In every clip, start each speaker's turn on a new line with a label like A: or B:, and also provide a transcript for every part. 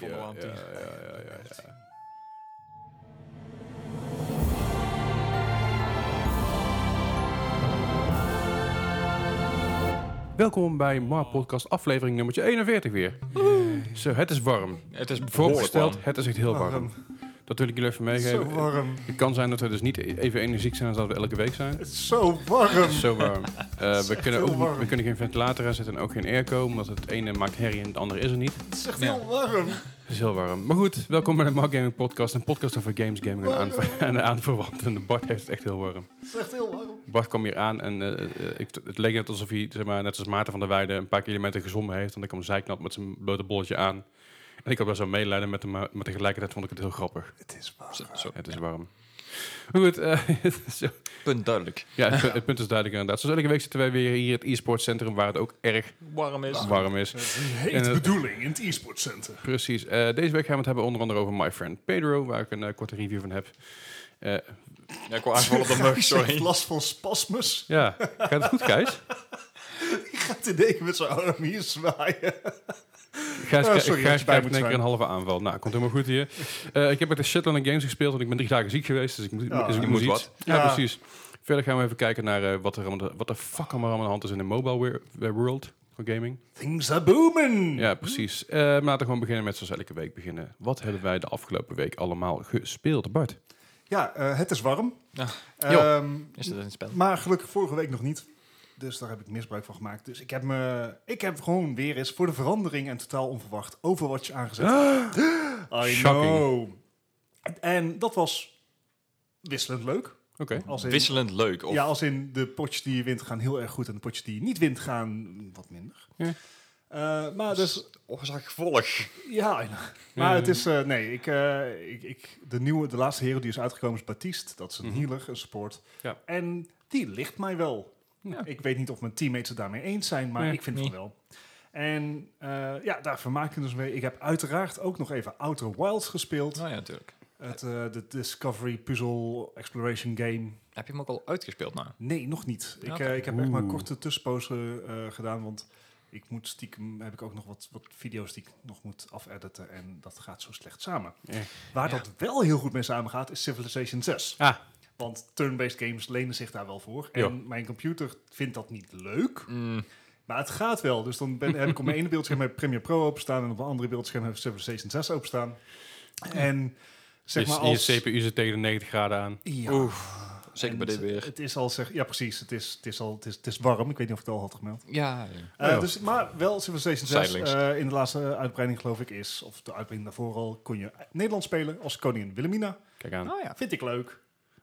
A: Van de Laan 10.
B: ja, ja,
C: Welkom bij Mar Podcast, aflevering nummertje 41 weer. Zo, het is warm.
A: Het is behoorlijk
C: Vooropgesteld,
A: warm.
C: het is echt heel warm. Dat wil ik jullie even meegeven.
B: Zo warm.
C: Het kan zijn dat we dus niet even energiek zijn als dat we elke week zijn.
B: Het is zo warm.
C: Het is zo warm. Eh, we, kunnen
B: heel
C: ook,
B: warm.
C: we kunnen geen ventilator aanzetten en ook geen airco, omdat het ene maakt herrie en het andere is er niet.
B: Het is echt
A: Ja.
B: heel warm.
C: Het is heel warm. Maar goed, welkom bij de Mark Gaming Podcast, een podcast over games, gaming en,
B: Warm.
C: aanver- en aanverwanten. Bart heeft het echt heel warm.
B: Het is echt heel warm.
C: Bart kwam hier aan en eh, eh, ik, het leek net alsof hij, zeg maar, net als Maarten van der Weijden, een paar keer elementen gezongen heeft. En dan kwam zijknap met zijn blote bolletje aan. En ik had wel zo meelijden met hem, maar maar tegelijkertijd vond ik het heel grappig.
B: Het is
A: Zo,
B: warm.
A: zo.
C: Het is warm. Maar goed, eh, zo.
A: Punt duidelijk.
C: ja, het, punt- het punt is duidelijk inderdaad. Zoals elke week zitten wij weer hier in het e-sport centrum, waar het ook erg
A: Warm is.
C: warm is.
B: Heet
C: En, eh,
B: bedoeling in het e-sportcenter.
C: Precies. Eh, deze week gaan we het hebben onder andere over My Friend Pedro, waar ik een eh, korte review van heb. Eh,
A: Ja, ik wil eigenlijk wel op de mug,
B: Ik
A: Oh, sorry.
B: last van spasmus.
C: ja, gaat het goed, Gijs?
B: Die gaat in één keer met zijn arm hier zwaaien.
C: Gijs,
B: Oh,
C: kri-
B: sorry, dat
C: Gijs
B: je bij
C: krijgt
B: moet
C: in één keer
B: zijn.
C: een halve aanval. Nou, komt helemaal goed hier. Eh, ik heb met de Shetland Games gespeeld, want ik ben drie dagen ziek geweest. Dus ik, moet-
B: Ja.
C: dus ik
B: Je
C: moest
A: moet
C: iets.
A: wat.
C: Ja,
B: Ja.
C: precies. Verder gaan we even kijken naar eh, wat, er allemaal, wat de fuck allemaal aan de hand is in de mobile wer- wer- world van gaming.
B: Things are booming.
C: Ja, precies. Eh, maar laten we gewoon beginnen met zoals elke week beginnen. Wat hebben wij de afgelopen week allemaal gespeeld, Bart?
B: Ja, eh, het is warm.
A: Ja.
B: Ehm,
A: Is dat een spel?
B: maar gelukkig vorige week nog niet. Dus daar heb ik misbruik van gemaakt. Dus ik heb, me, ik heb gewoon weer eens voor de verandering en totaal onverwacht Overwatch aangezet. I
C: Shocking.
B: know. En dat was wisselend leuk.
C: Oké.
B: Als in,
A: Wisselend leuk. Of
B: ja, als in de potjes die je wint gaan heel erg goed en de potjes die je niet wint gaan wat minder.
C: Ja.
B: Eh, maar dus,
A: oorzaak gevolg.
B: ja, I know. maar het is, eh, nee, ik, eh, ik, ik, de nieuwe, de laatste hero die is uitgekomen is Baptiste. Dat is een
C: Mhm.
B: healer, een support.
C: Ja.
B: En die ligt mij wel.
C: Ja.
B: Ik weet niet of mijn teammates het daarmee eens zijn, maar
C: Nee,
B: ik vind het van wel. En eh, ja, daar vermaak ik me dus mee. Ik heb uiteraard ook nog even Outer Wilds gespeeld.
A: Nou ja, natuurlijk.
B: Het, eh, de Discovery Puzzle Exploration Game.
A: Heb je hem ook al uitgespeeld nou?
B: Nee, nog niet. Ik,
A: Oké.
B: eh, ik heb echt maar
C: Oeh.
B: korte tussenpozen eh, gedaan, want ik moet stiekem, heb ik ook nog wat, wat video's die ik nog moet afediten en dat gaat zo slecht samen.
C: Ja.
B: Waar
A: Ja.
B: dat wel heel goed mee samengaat is Civilization 6.
C: Ah.
B: Want turn-based games lenen zich daar wel voor. En
C: Ja.
B: mijn computer vindt dat niet leuk,
A: Mm,
B: maar het gaat wel. Dus dan ben, heb ik op mijn ene beeldscherm heb ik Premiere Pro openstaan en op mijn andere beeldscherm heb ik Civilization 6 openstaan. En zeg
C: je,
B: maar als...
C: je CPU zit tegen de 90 graden aan.
B: Ja.
A: zeker bij
B: En
A: dit weer.
B: Het is al zeg, ja precies, het is, het is al, het is, het is warm. Ik weet niet of ik het al had gemeld.
A: Ja, ja.
B: Eh,
C: Oh ja.
B: dus, maar wel Civilization 6
A: Zijdelings.
B: eh, in de laatste uitbreiding geloof ik is, of de uitbreiding daarvoor al, kon je Nederland spelen als koningin Wilhelmina.
C: Kijk aan.
A: Nou ja.
B: Vind ik leuk.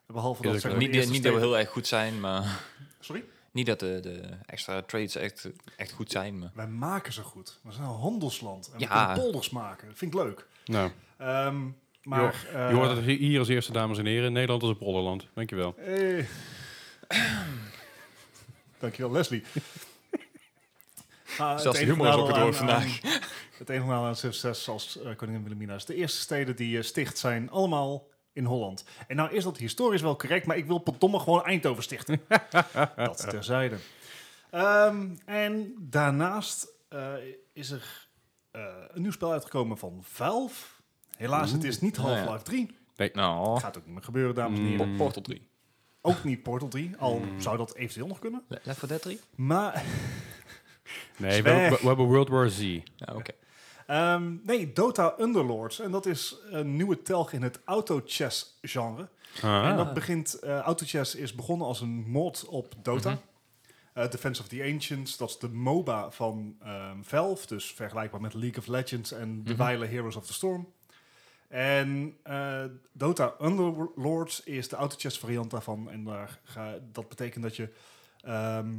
B: Behalve
C: Is
B: dat
C: ook
B: zeg
C: leuk.
B: maar, de
A: Niet, dat-
B: eerste
A: niet dat we
B: steden-
A: heel erg goed zijn, maar...
B: Sorry?
A: Niet dat de, de extra trades echt, echt goed zijn, maar...
B: Wij maken ze goed. We zijn een handelsland. En
A: Ja.
B: we kunnen polders maken. Dat vind ik leuk.
C: Nou,
B: Ehm, maar... eh,
C: je hoort het hi- hier als eerste, dames en heren. Nederland is een polderland. Dankjewel.
B: eh. Dankjewel, Leslie. Ah,
A: Zelfs de
B: enige
A: humor is ook
B: nadeel
A: het woord
B: aan- aan-
A: vandaag.
B: Het enige nadeel aan succes als eh, koningin Wilhelmina is de eerste steden die je sticht zijn allemaal in Holland. En nou is dat historisch wel correct, maar ik wil potdomme gewoon Eindhoven stichten. dat terzijde. Ehm, en daarnaast eh, is er eh, een nieuw spel uitgekomen van Valve. Helaas, het is niet
A: Oeh, nou ja.
B: Half-Life 3.
A: Nou,
B: Gaat ook niet meer gebeuren, dames en
C: Mm.
B: heren.
A: Port- Portal 3.
B: Ook niet Portal 3, al zou dat eventueel nog kunnen.
A: Le- Left 4 Dead 3?
B: Hmm. Maar
C: Nee, we,
B: Zwerg.
C: hebben- we hebben World War Z.
A: Ja, oké.
B: Ehm, nee, Dota Underlords. En dat is een nieuwe telg in het auto-chess genre. En dat begint, eh auto-chess is begonnen als een mod op Dota.
A: Mhm.
B: Eh, Defense of the Ancients, dat is de MOBA van ehm, Valve. Dus vergelijkbaar met League of Legends en de
A: Mhm.
B: Weile Heroes of the Storm. En eh, Dota Underlords is de auto-chess variant daarvan. En daar ga, dat betekent dat je... ehm,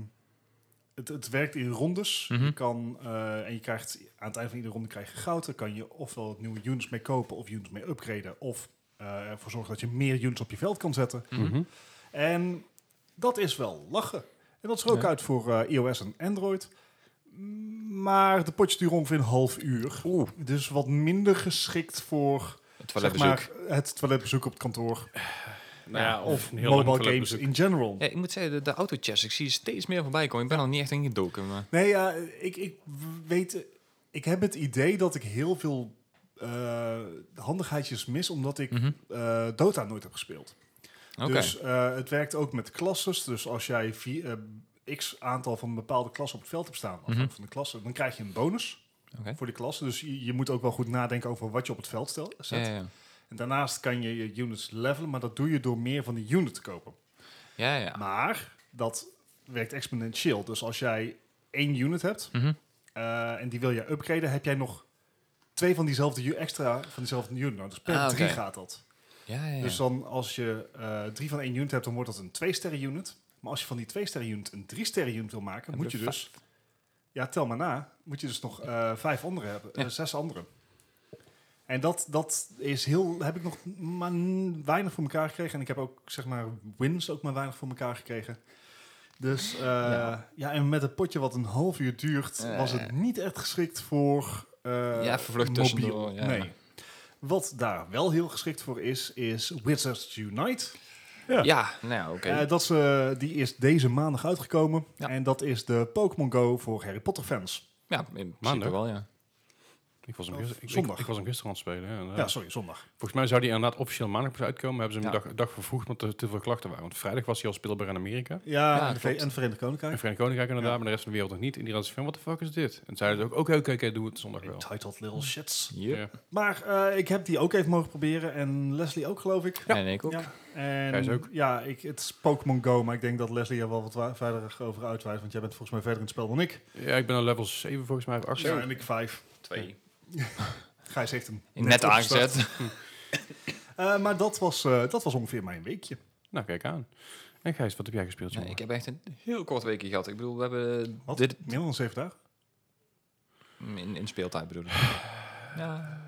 B: het, het werkt in rondes.
A: Mhm.
B: Je kan, eh, en je krijgt aan het eind van iedere ronde krijg je goud. Dan kan je ofwel het nieuwe units mee kopen of units mee upgraden. Of eh, ervoor zorgen dat je meer units op je veld kan zetten.
C: Mhm.
B: En dat is wel lachen. En dat is er ook
A: Ja.
B: uit voor eh, iOS en Android. Mm, Maar de potjes duren ongeveer een half uur.
A: Oeh.
B: Dus wat minder geschikt voor
A: Het
B: zeg
A: toiletbezoek.
B: maar, het toiletbezoek op het kantoor.
C: Nou ja,
B: of
C: een heel lang
B: mobile games
C: toiletbezoek.
B: in general.
A: Ja, ik moet zeggen, de, de autochess, ik zie steeds meer voorbij komen. Ik ben al niet echt ingedoken, maar...
B: Nee, ja, ik, ik weet... Ik heb het idee dat ik heel veel eh, handigheidjes mis omdat ik
A: Mhm.
B: eh, Dota nooit heb gespeeld.
A: Oké.
B: Dus eh, het werkt ook met klasses. Dus als jij vier, eh, x aantal van een bepaalde klas op het veld hebt staan, afhankelijk
A: Mhm.
B: van de klasse, dan krijg je een bonus
A: Oké.
B: voor die klasse. Dus je, je moet ook wel goed nadenken over wat je op het veld stel,
A: Ja,
B: zet.
A: ja, ja.
B: En daarnaast kan je je units levelen, maar dat doe je door meer van die unit te kopen.
A: ja, ja.
B: Maar dat werkt exponentieel. Dus als jij één unit hebt
A: Mhm.
B: eh, en die wil jij upgraden, heb jij nog twee van diezelfde u- extra van diezelfde unit. nodig. dus per
A: Ah, oké.
B: drie gaat dat.
A: ja, ja, ja.
B: Dus dan als je eh, drie van één unit hebt, dan wordt dat een twee-sterren unit. Maar als je van die twee-sterren unit een drie-sterren unit wil maken,
A: Heb
B: moet
A: je
B: je dus... Ja, tel maar na. Moet je dus nog eh, vijf andere hebben.
A: Ja.
B: eh, zes andere. En dat, dat is heel, heb ik nog maar n- weinig voor elkaar gekregen. En ik heb ook, zeg maar, wins ook maar weinig voor elkaar gekregen. Dus eh, ja.
A: Ja.
B: en met het potje wat een half uur duurt,
A: Ja,
B: was
A: ja.
B: het niet echt geschikt voor eh
A: Ja, voor vlucht
B: mobiel.
A: tussendoor, ja.
B: Nee. Wat daar wel heel geschikt voor is, is Wizards Unite.
A: ja. nou, oké.
B: Eh, dat is, eh, die is deze maandag uitgekomen.
A: Ja.
B: En dat is de Pokémon Go voor Harry Potter fans.
A: ja, in principe
C: Maandag?
A: wel, ja.
C: Ik was, hem
B: Of
C: gister- ik, ik,
B: zondag.
C: ik was hem gisteren aan het spelen. hè. En, eh,
B: Ja, sorry, zondag.
C: Volgens mij zou die inderdaad officieel maandag pas uitkomen. maar Hebben ze hem
A: Ja.
C: een dag, dag vervroegd, omdat er te veel klachten waren. Want vrijdag was hij al speelbaar in Amerika.
B: Ja,
A: Ja,
B: en, de V-
A: klopt.
B: en het Verenigd
C: En
B: Koninkrijk.
C: Verenigd Koninkrijk inderdaad,
B: Ja.
C: maar de rest van de wereld nog niet. En die had zoiets van, wat de fuck is dit? En zeiden ze ook, oké, oké, oké, doe het zondag wel.
B: Entitled Little Shits.
A: Yep.
C: Ja.
B: Maar eh, ik heb die ook even mogen proberen. En Leslie ook, geloof ik.
A: En ik ook.
B: Ja, en
C: Gijs ook.
B: ja ik, het is Pokémon Go, maar ik denk dat Leslie er wel wat wa- verder over uitwijst. Want jij bent volgens mij verder in het spel dan ik.
C: Ja, ik ben aan level 7 volgens mij, of 8.
B: Ja, en ik vijf.
A: Twee.
B: Gijs heeft hem
A: Net, Net
B: opgestart.
A: aangezet.
B: Eh, maar dat was, eh, dat was ongeveer mijn weekje.
C: Nou, kijk aan. En Gijs, wat heb jij gespeeld,
A: Nee,
C: jongen?
A: ik heb echt een heel kort weekje gehad. Ik bedoel, we hebben
B: Wat?
A: dit
B: Minder dan zeven dagen?
A: in, in speeltijd bedoel ik. Ja,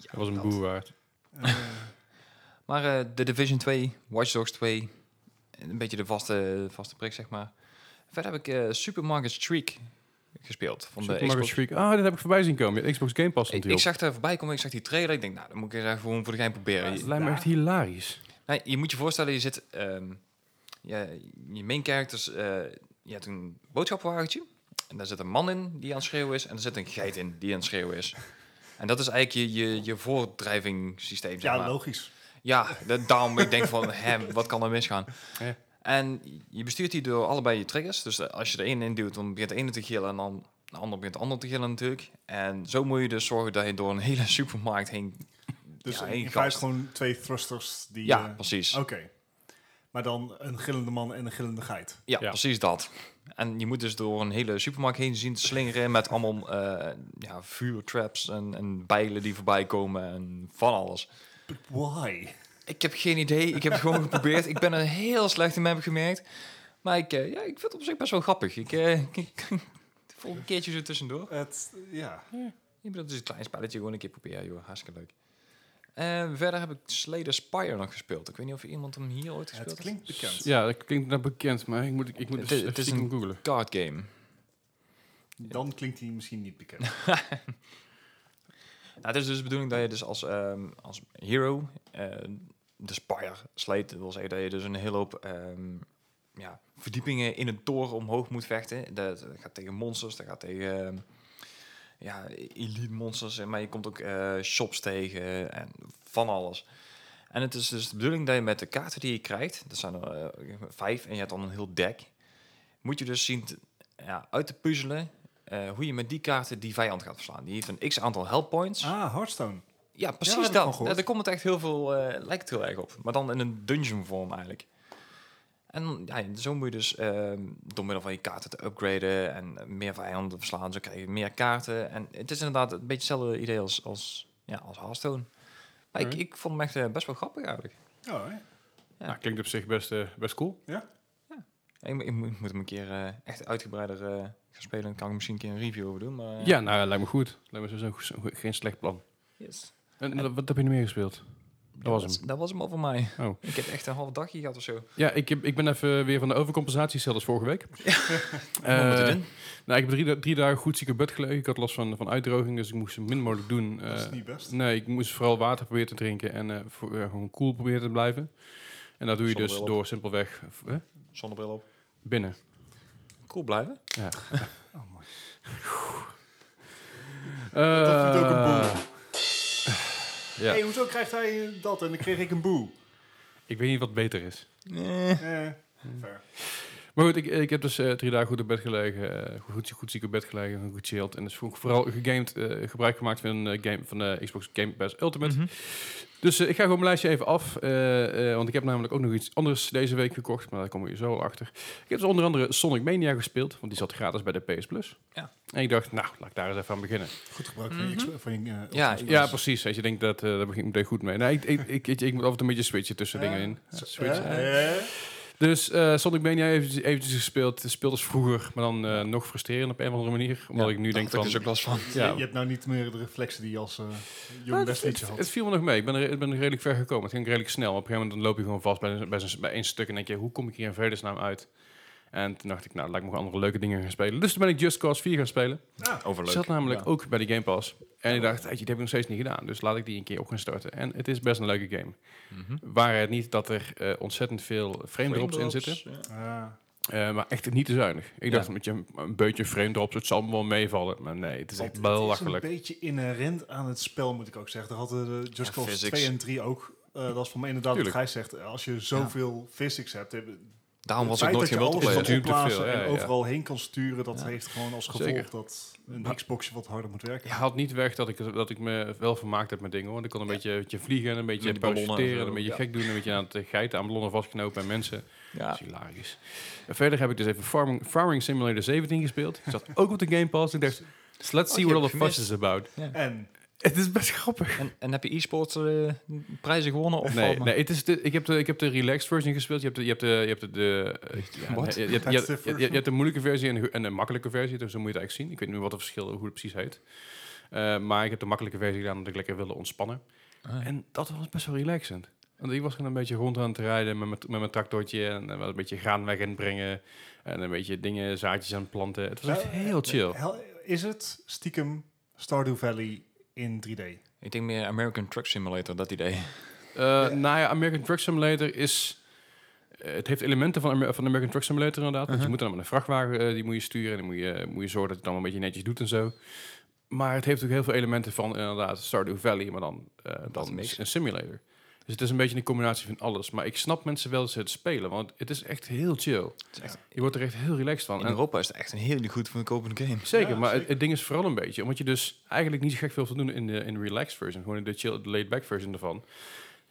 C: Dat was een boer waard.
A: Maar eh, de Division 2, Watch Dogs 2, een beetje de vaste, vaste prik, zeg maar. Verder heb ik eh, Supermarket Streak gespeeld. Van de
C: Super Mario
A: Xbox.
C: Streak. Ah, dat heb ik voorbij zien komen. Ja, Xbox Game Pass
A: Ik,
C: natuurlijk.
A: ik zag er voorbij komen, ik zag die trailer. Ik denk, nou, dan moet ik eens even gewoon voor de gein proberen.
C: Het
A: Je,
C: lijkt me echt hilarisch.
A: nee, Nou, je moet je voorstellen, je zit... ehm, je, je main characters... eh, je hebt een boodschappenwagentje. En daar zit een man in die aan het schreeuwen is. En er zit een geit in die aan het schreeuwen is. En dat is eigenlijk je, je, je voortdrijvingssysteem, zeg
B: Ja,
A: maar.
B: logisch.
A: Ja, da- daarom ik denk van, hè, wat kan er misgaan?
C: Ja.
A: En je bestuurt die door allebei je triggers. Dus eh, als je de ene induwt, dan begint de ene te gillen en dan de ander begint de ander te gillen natuurlijk. En zo moet je dus zorgen dat je door een hele supermarkt heen...
B: Dus
A: Ja,
B: in-
A: één
B: in feite
A: gast.
B: gewoon twee thrusters die...
A: Ja,
B: eh,
A: precies.
B: Oké. Maar dan een gillende man en een gillende geit.
A: Ja,
C: Ja.
A: precies dat. En je moet dus door een hele supermarkt heen zien te slingeren met allemaal eh ja, vuurtraps en, en bijlen die voorbij komen en van alles.
B: But why?
A: Ik heb geen idee. Ik heb het gewoon geprobeerd. Ik ben er heel slecht in, heb ik gemerkt. Maar ik, eh, ja, ik vind het op zich best wel grappig. Ik, eh ik, volgende keertje zo tussendoor.
B: Het, ja.
A: Ik bedoel, het is een klein spelletje. Gewoon een keer proberen, joh. Hartstikke leuk. En verder heb ik Slayer Spire nog gespeeld. Ik weet niet of iemand hem hier ooit
B: Het
A: gespeeld heeft.
B: klinkt bekend.
C: Ja, dat klinkt net bekend, maar ik moet, ik moet
A: Het
C: het,
A: is-
C: dus
A: het
C: even
A: is
C: stiekem
A: een-
C: googlen.
A: Card game.
B: Dan klinkt hij misschien niet bekend.
A: Nou, het is dus de bedoeling dat je dus als, ehm, als hero eh, de Spire slijt. Dat wil zeggen dat je dus een hele hoop ehm, ja, verdiepingen in een toren omhoog moet vechten. Dat gaat tegen monsters, dat gaat tegen ehm, ja, elite monsters. Maar je komt ook eh, shops tegen en van alles. En het is dus de bedoeling dat je met de kaarten die je krijgt, dat zijn er eh, vijf en je hebt dan een heel deck, moet je dus zien te- ja, uit te puzzelen eh, hoe je met die kaarten die vijand gaat verslaan. Die heeft een x aantal health points.
B: Ah, Hearthstone.
A: Ja,
B: daar
A: precies
B: heb ik van
A: dat.
B: gehoord.
A: Ja, daar komt het echt heel veel, eh, lijkt het heel erg op. Maar dan in een dungeon vorm eigenlijk. En ja, zo moet je dus ehm, door middel van je kaarten te upgraden en eh, meer vijanden verslaan. Zo krijg je meer kaarten. En het is inderdaad een beetje hetzelfde idee als, als, ja, als Hearthstone. Maar ik,
C: Alright.
A: ik vond hem echt eh, best wel grappig eigenlijk.
B: Oh, hè?
A: Ja.
C: Nou, klinkt op zich best, eh, best cool.
A: Ik, mo- ik mo- ik moet hem een keer eh, echt uitgebreider eh, gaan spelen. Dan kan ik misschien een keer een review over doen. Maar, eh,
C: Ja, nou, lijkt me goed. Lijkt me sowieso een goed- geen slecht plan.
A: yes.
C: En, eh, wat heb je nu meer gespeeld?
A: Ja,
C: was
A: Dat was hem al voor mij.
C: Oh.
A: Ik heb echt een half dagje gehad of zo.
C: Ja, ik, heb- ik ben even weer van de overcompensatie, zelfs vorige week.
A: Wat moet
C: Eh,
A: je doen?
C: nou, ik heb drie, da- drie dagen goed ziek op bed gelegen. Ik had last van, van uitdroging, dus ik moest zo min mogelijk doen.
B: Dat is
C: Eh,
B: niet best.
C: Nee, ik moest vooral water proberen te drinken en eh, voor- eh, gewoon koel proberen te blijven. En dat doe je dus
A: Zonnebril op.
C: door simpelweg v- eh,
A: Zonnebril op.
C: binnen.
A: Cool blijven.
B: Oh, man. Dat vindt ook een boer.
C: Eh, Ja.
B: hey, hoezo krijgt hij eh, dat? En dan kreeg ik een boe.
C: Ik weet niet wat beter is.
A: Nee.
B: Eh, fair.
C: Maar goed, ik, ik heb dus eh, drie dagen goed op bed gelegen. eh, goed, goed ziek op bed gelegen, goed chilled. En dus voor- vooral gegamed, eh, gebruik gemaakt van, eh, game, van de Xbox Game Pass Ultimate.
A: Mhm.
C: Dus eh, ik ga gewoon mijn lijstje even af. eh, eh, want ik heb namelijk ook nog iets anders deze week gekocht. Maar daar komen we zo al achter. Ik heb dus onder andere Sonic Mania gespeeld. Want die zat gratis bij de PS Plus.
A: Ja.
C: En ik dacht, nou, laat ik daar eens even aan beginnen.
B: Goed gebruik van je...
A: Mhm.
B: exp- Van je eh,
A: Ja,
B: Xbox.
C: Ja, precies. Als je denkt, dat, eh, daar begin ik meteen goed mee. Nee, ik, ik, ik, ik, ik moet altijd een beetje switchen tussen dingen in.
B: Eh,
C: Switchen.
B: eh, eh.
C: Dus eh Sonic Mania eventjes, eventjes gespeeld. Het speelt als vroeger, maar dan eh, nog frustrerend op een of andere manier. Omdat
A: Ja,
C: ik nu denk
A: Daar
C: van...
A: heb ik dus ook last van.
C: ja,
B: Je, je hebt nou niet meer de reflexen die je als eh
C: nou,
B: jong
C: het,
B: best
C: het,
B: liedje had.
C: het viel me nog mee. Ik ben, er, ik ben er redelijk ver gekomen. Het ging redelijk snel. Maar op een gegeven moment dan loop je gewoon vast bij, bij, zo'n- bij één stuk. En denk je, hoe kom ik hier in vredesnaam uit? En toen dacht ik, nou, lijkt me gewoon andere leuke dingen gaan spelen. Dus toen ben ik Just Cause 4 gaan spelen.
A: Overleuk.
C: Zat namelijk
A: Ja.
C: ook bij de Game Pass. En ik dacht, hey, dit heb ik nog steeds niet gedaan. Dus laat ik die een keer op gaan starten. En het is best een leuke game.
A: Mhm.
C: Waar het niet dat er eh, ontzettend veel frame drops in zitten.
A: ja.
B: Ah.
C: Eh, maar echt niet te zuinig. Ik
A: Ja.
C: dacht met je een beetje frame drops, het zal me wel meevallen. Maar nee, het is echt belachelijk.
B: Het is een beetje inherent aan het spel, moet ik ook zeggen. Daar hadden eh, de Just
A: Ja,
B: Cause
A: physics.
B: 2 en 3 ook. eh, dat is voor mij inderdaad
C: Tuurlijk.
B: wat Gijs zegt. Als je zoveel physics hebt... eh,
A: Daarom was
B: het
A: ik nooit
B: feit
A: geen
B: dat je alles
A: multiplayer.
B: kan
C: Natuurlijk te veel, ja,
B: opblazen en
C: ja.
B: overal heen kan sturen... dat
A: Ja.
B: heeft gewoon als gevolg
C: Zeker.
B: dat
C: Maar-
B: een Xboxje wat harder moet werken.
C: Haalt niet weg dat ik, dat ik me wel vermaakt heb met dingen. Hoor. Ik kon een beetje, een beetje vliegen, en een beetje
A: Met die ballonnen en
C: parachuteren,
A: zo,
C: een beetje
A: ja.
C: gek doen, een beetje aan het eh, geiten, aan ballonnen vastknopen en mensen. Dat
A: Ja.
C: is hilarisch. En verder heb ik dus even Farming, Farming Simulator 17 gespeeld. Ik zat ook op de Game Pass. Ik dacht, let's see
A: Oh, die
C: what all
A: heb
C: the
A: ik
C: fuss is about.
B: En
C: Het is best grappig.
A: En, en heb je e-sport eh, prijzen gewonnen? Of
C: Nee,
A: valt me-
C: nee het is de, ik, heb de, ik heb de relaxed version gespeeld. Je hebt de, je hebt de, je hebt de, de eh, ja,
A: What?
C: nee, je, hebt- je, hebt-
B: Relaxed
C: je, je
B: version?
C: hebt de moeilijke versie en de, en de makkelijke versie. Dus zo moet je het eigenlijk zien. Ik weet niet meer wat het verschil, hoe het precies heet. Eh, maar ik heb de makkelijke versie gedaan omdat ik lekker wilde ontspannen.
A: Ah.
C: En dat was best wel relaxend. Want ik was gewoon een beetje rond aan het rijden met, mijn- met mijn tractortje. En eh, wel een beetje graanweg inbrengen. En een beetje dingen, zaadjes aan het planten. Het was echt
B: Nou,
C: heel chill.
B: hel- is het stiekem Stardew Valley in 3D?
C: Oh,
A: Ik denk meer American Truck Simulator, dat idee.
C: Eh, Nou ja, American Truck Simulator is... eh, het heeft elementen van, Amer- van American Truck Simulator inderdaad. Want je moet dan met een vrachtwagen, eh, die moet je sturen. En dan moet je, moet je zorgen dat het dan een beetje netjes doet en zo. Maar het heeft ook heel veel elementen van inderdaad Stardew Valley. Maar dan, eh dan
A: mix.
C: een simulator. Dus het is een beetje een combinatie van alles. Maar ik snap mensen wel dat ze het spelen. Want het is echt heel chill.
A: Het is echt-
C: Je wordt er echt heel relaxed van.
A: in
C: En-
A: Europa is het echt een hele goed verkopende game.
C: Zeker,
B: Ja,
C: maar Het,
B: zeker.
C: het ding is vooral een beetje, omdat je dus eigenlijk niet zo gek veel te doen in de, in de relaxed version, gewoon in de chill, de laid back version ervan.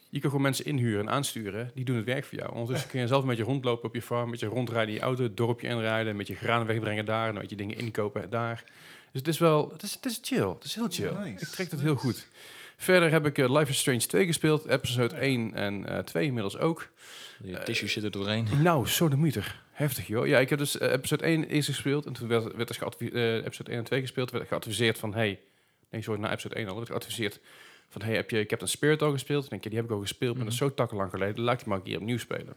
C: Je kan gewoon mensen inhuren en aansturen, die doen het werk voor jou. Ondertussen kun je zelf een beetje rondlopen op je farm, een beetje rondrijden in je auto, het dorpje inrijden, een beetje graan wegbrengen daar, een beetje dingen inkopen daar. Dus het is wel, het is, het is chill, het is heel chill.
B: Nice.
C: Ik trek dat heel goed. Verder heb ik eh, Life is Strange 2 gespeeld, episode 1 en eh 2 inmiddels ook. Eh,
A: Die tissue zit er doorheen.
C: Nou, sodemieter. Heftig, joh. Ja, ik heb dus eh, episode 1 eerst gespeeld. En toen werd, werd dus geadvi- eh, episode 1 en 2 gespeeld. werd geadviseerd van, hey... Nee, sorry, na episode 1 al werd geadviseerd van... Hey, heb je, ik heb een Spirit al gespeeld. En denk je, die heb ik al gespeeld. Maar
A: Mhm.
C: dat is zo takken lang geleden. Laat ik die maar een keer opnieuw spelen.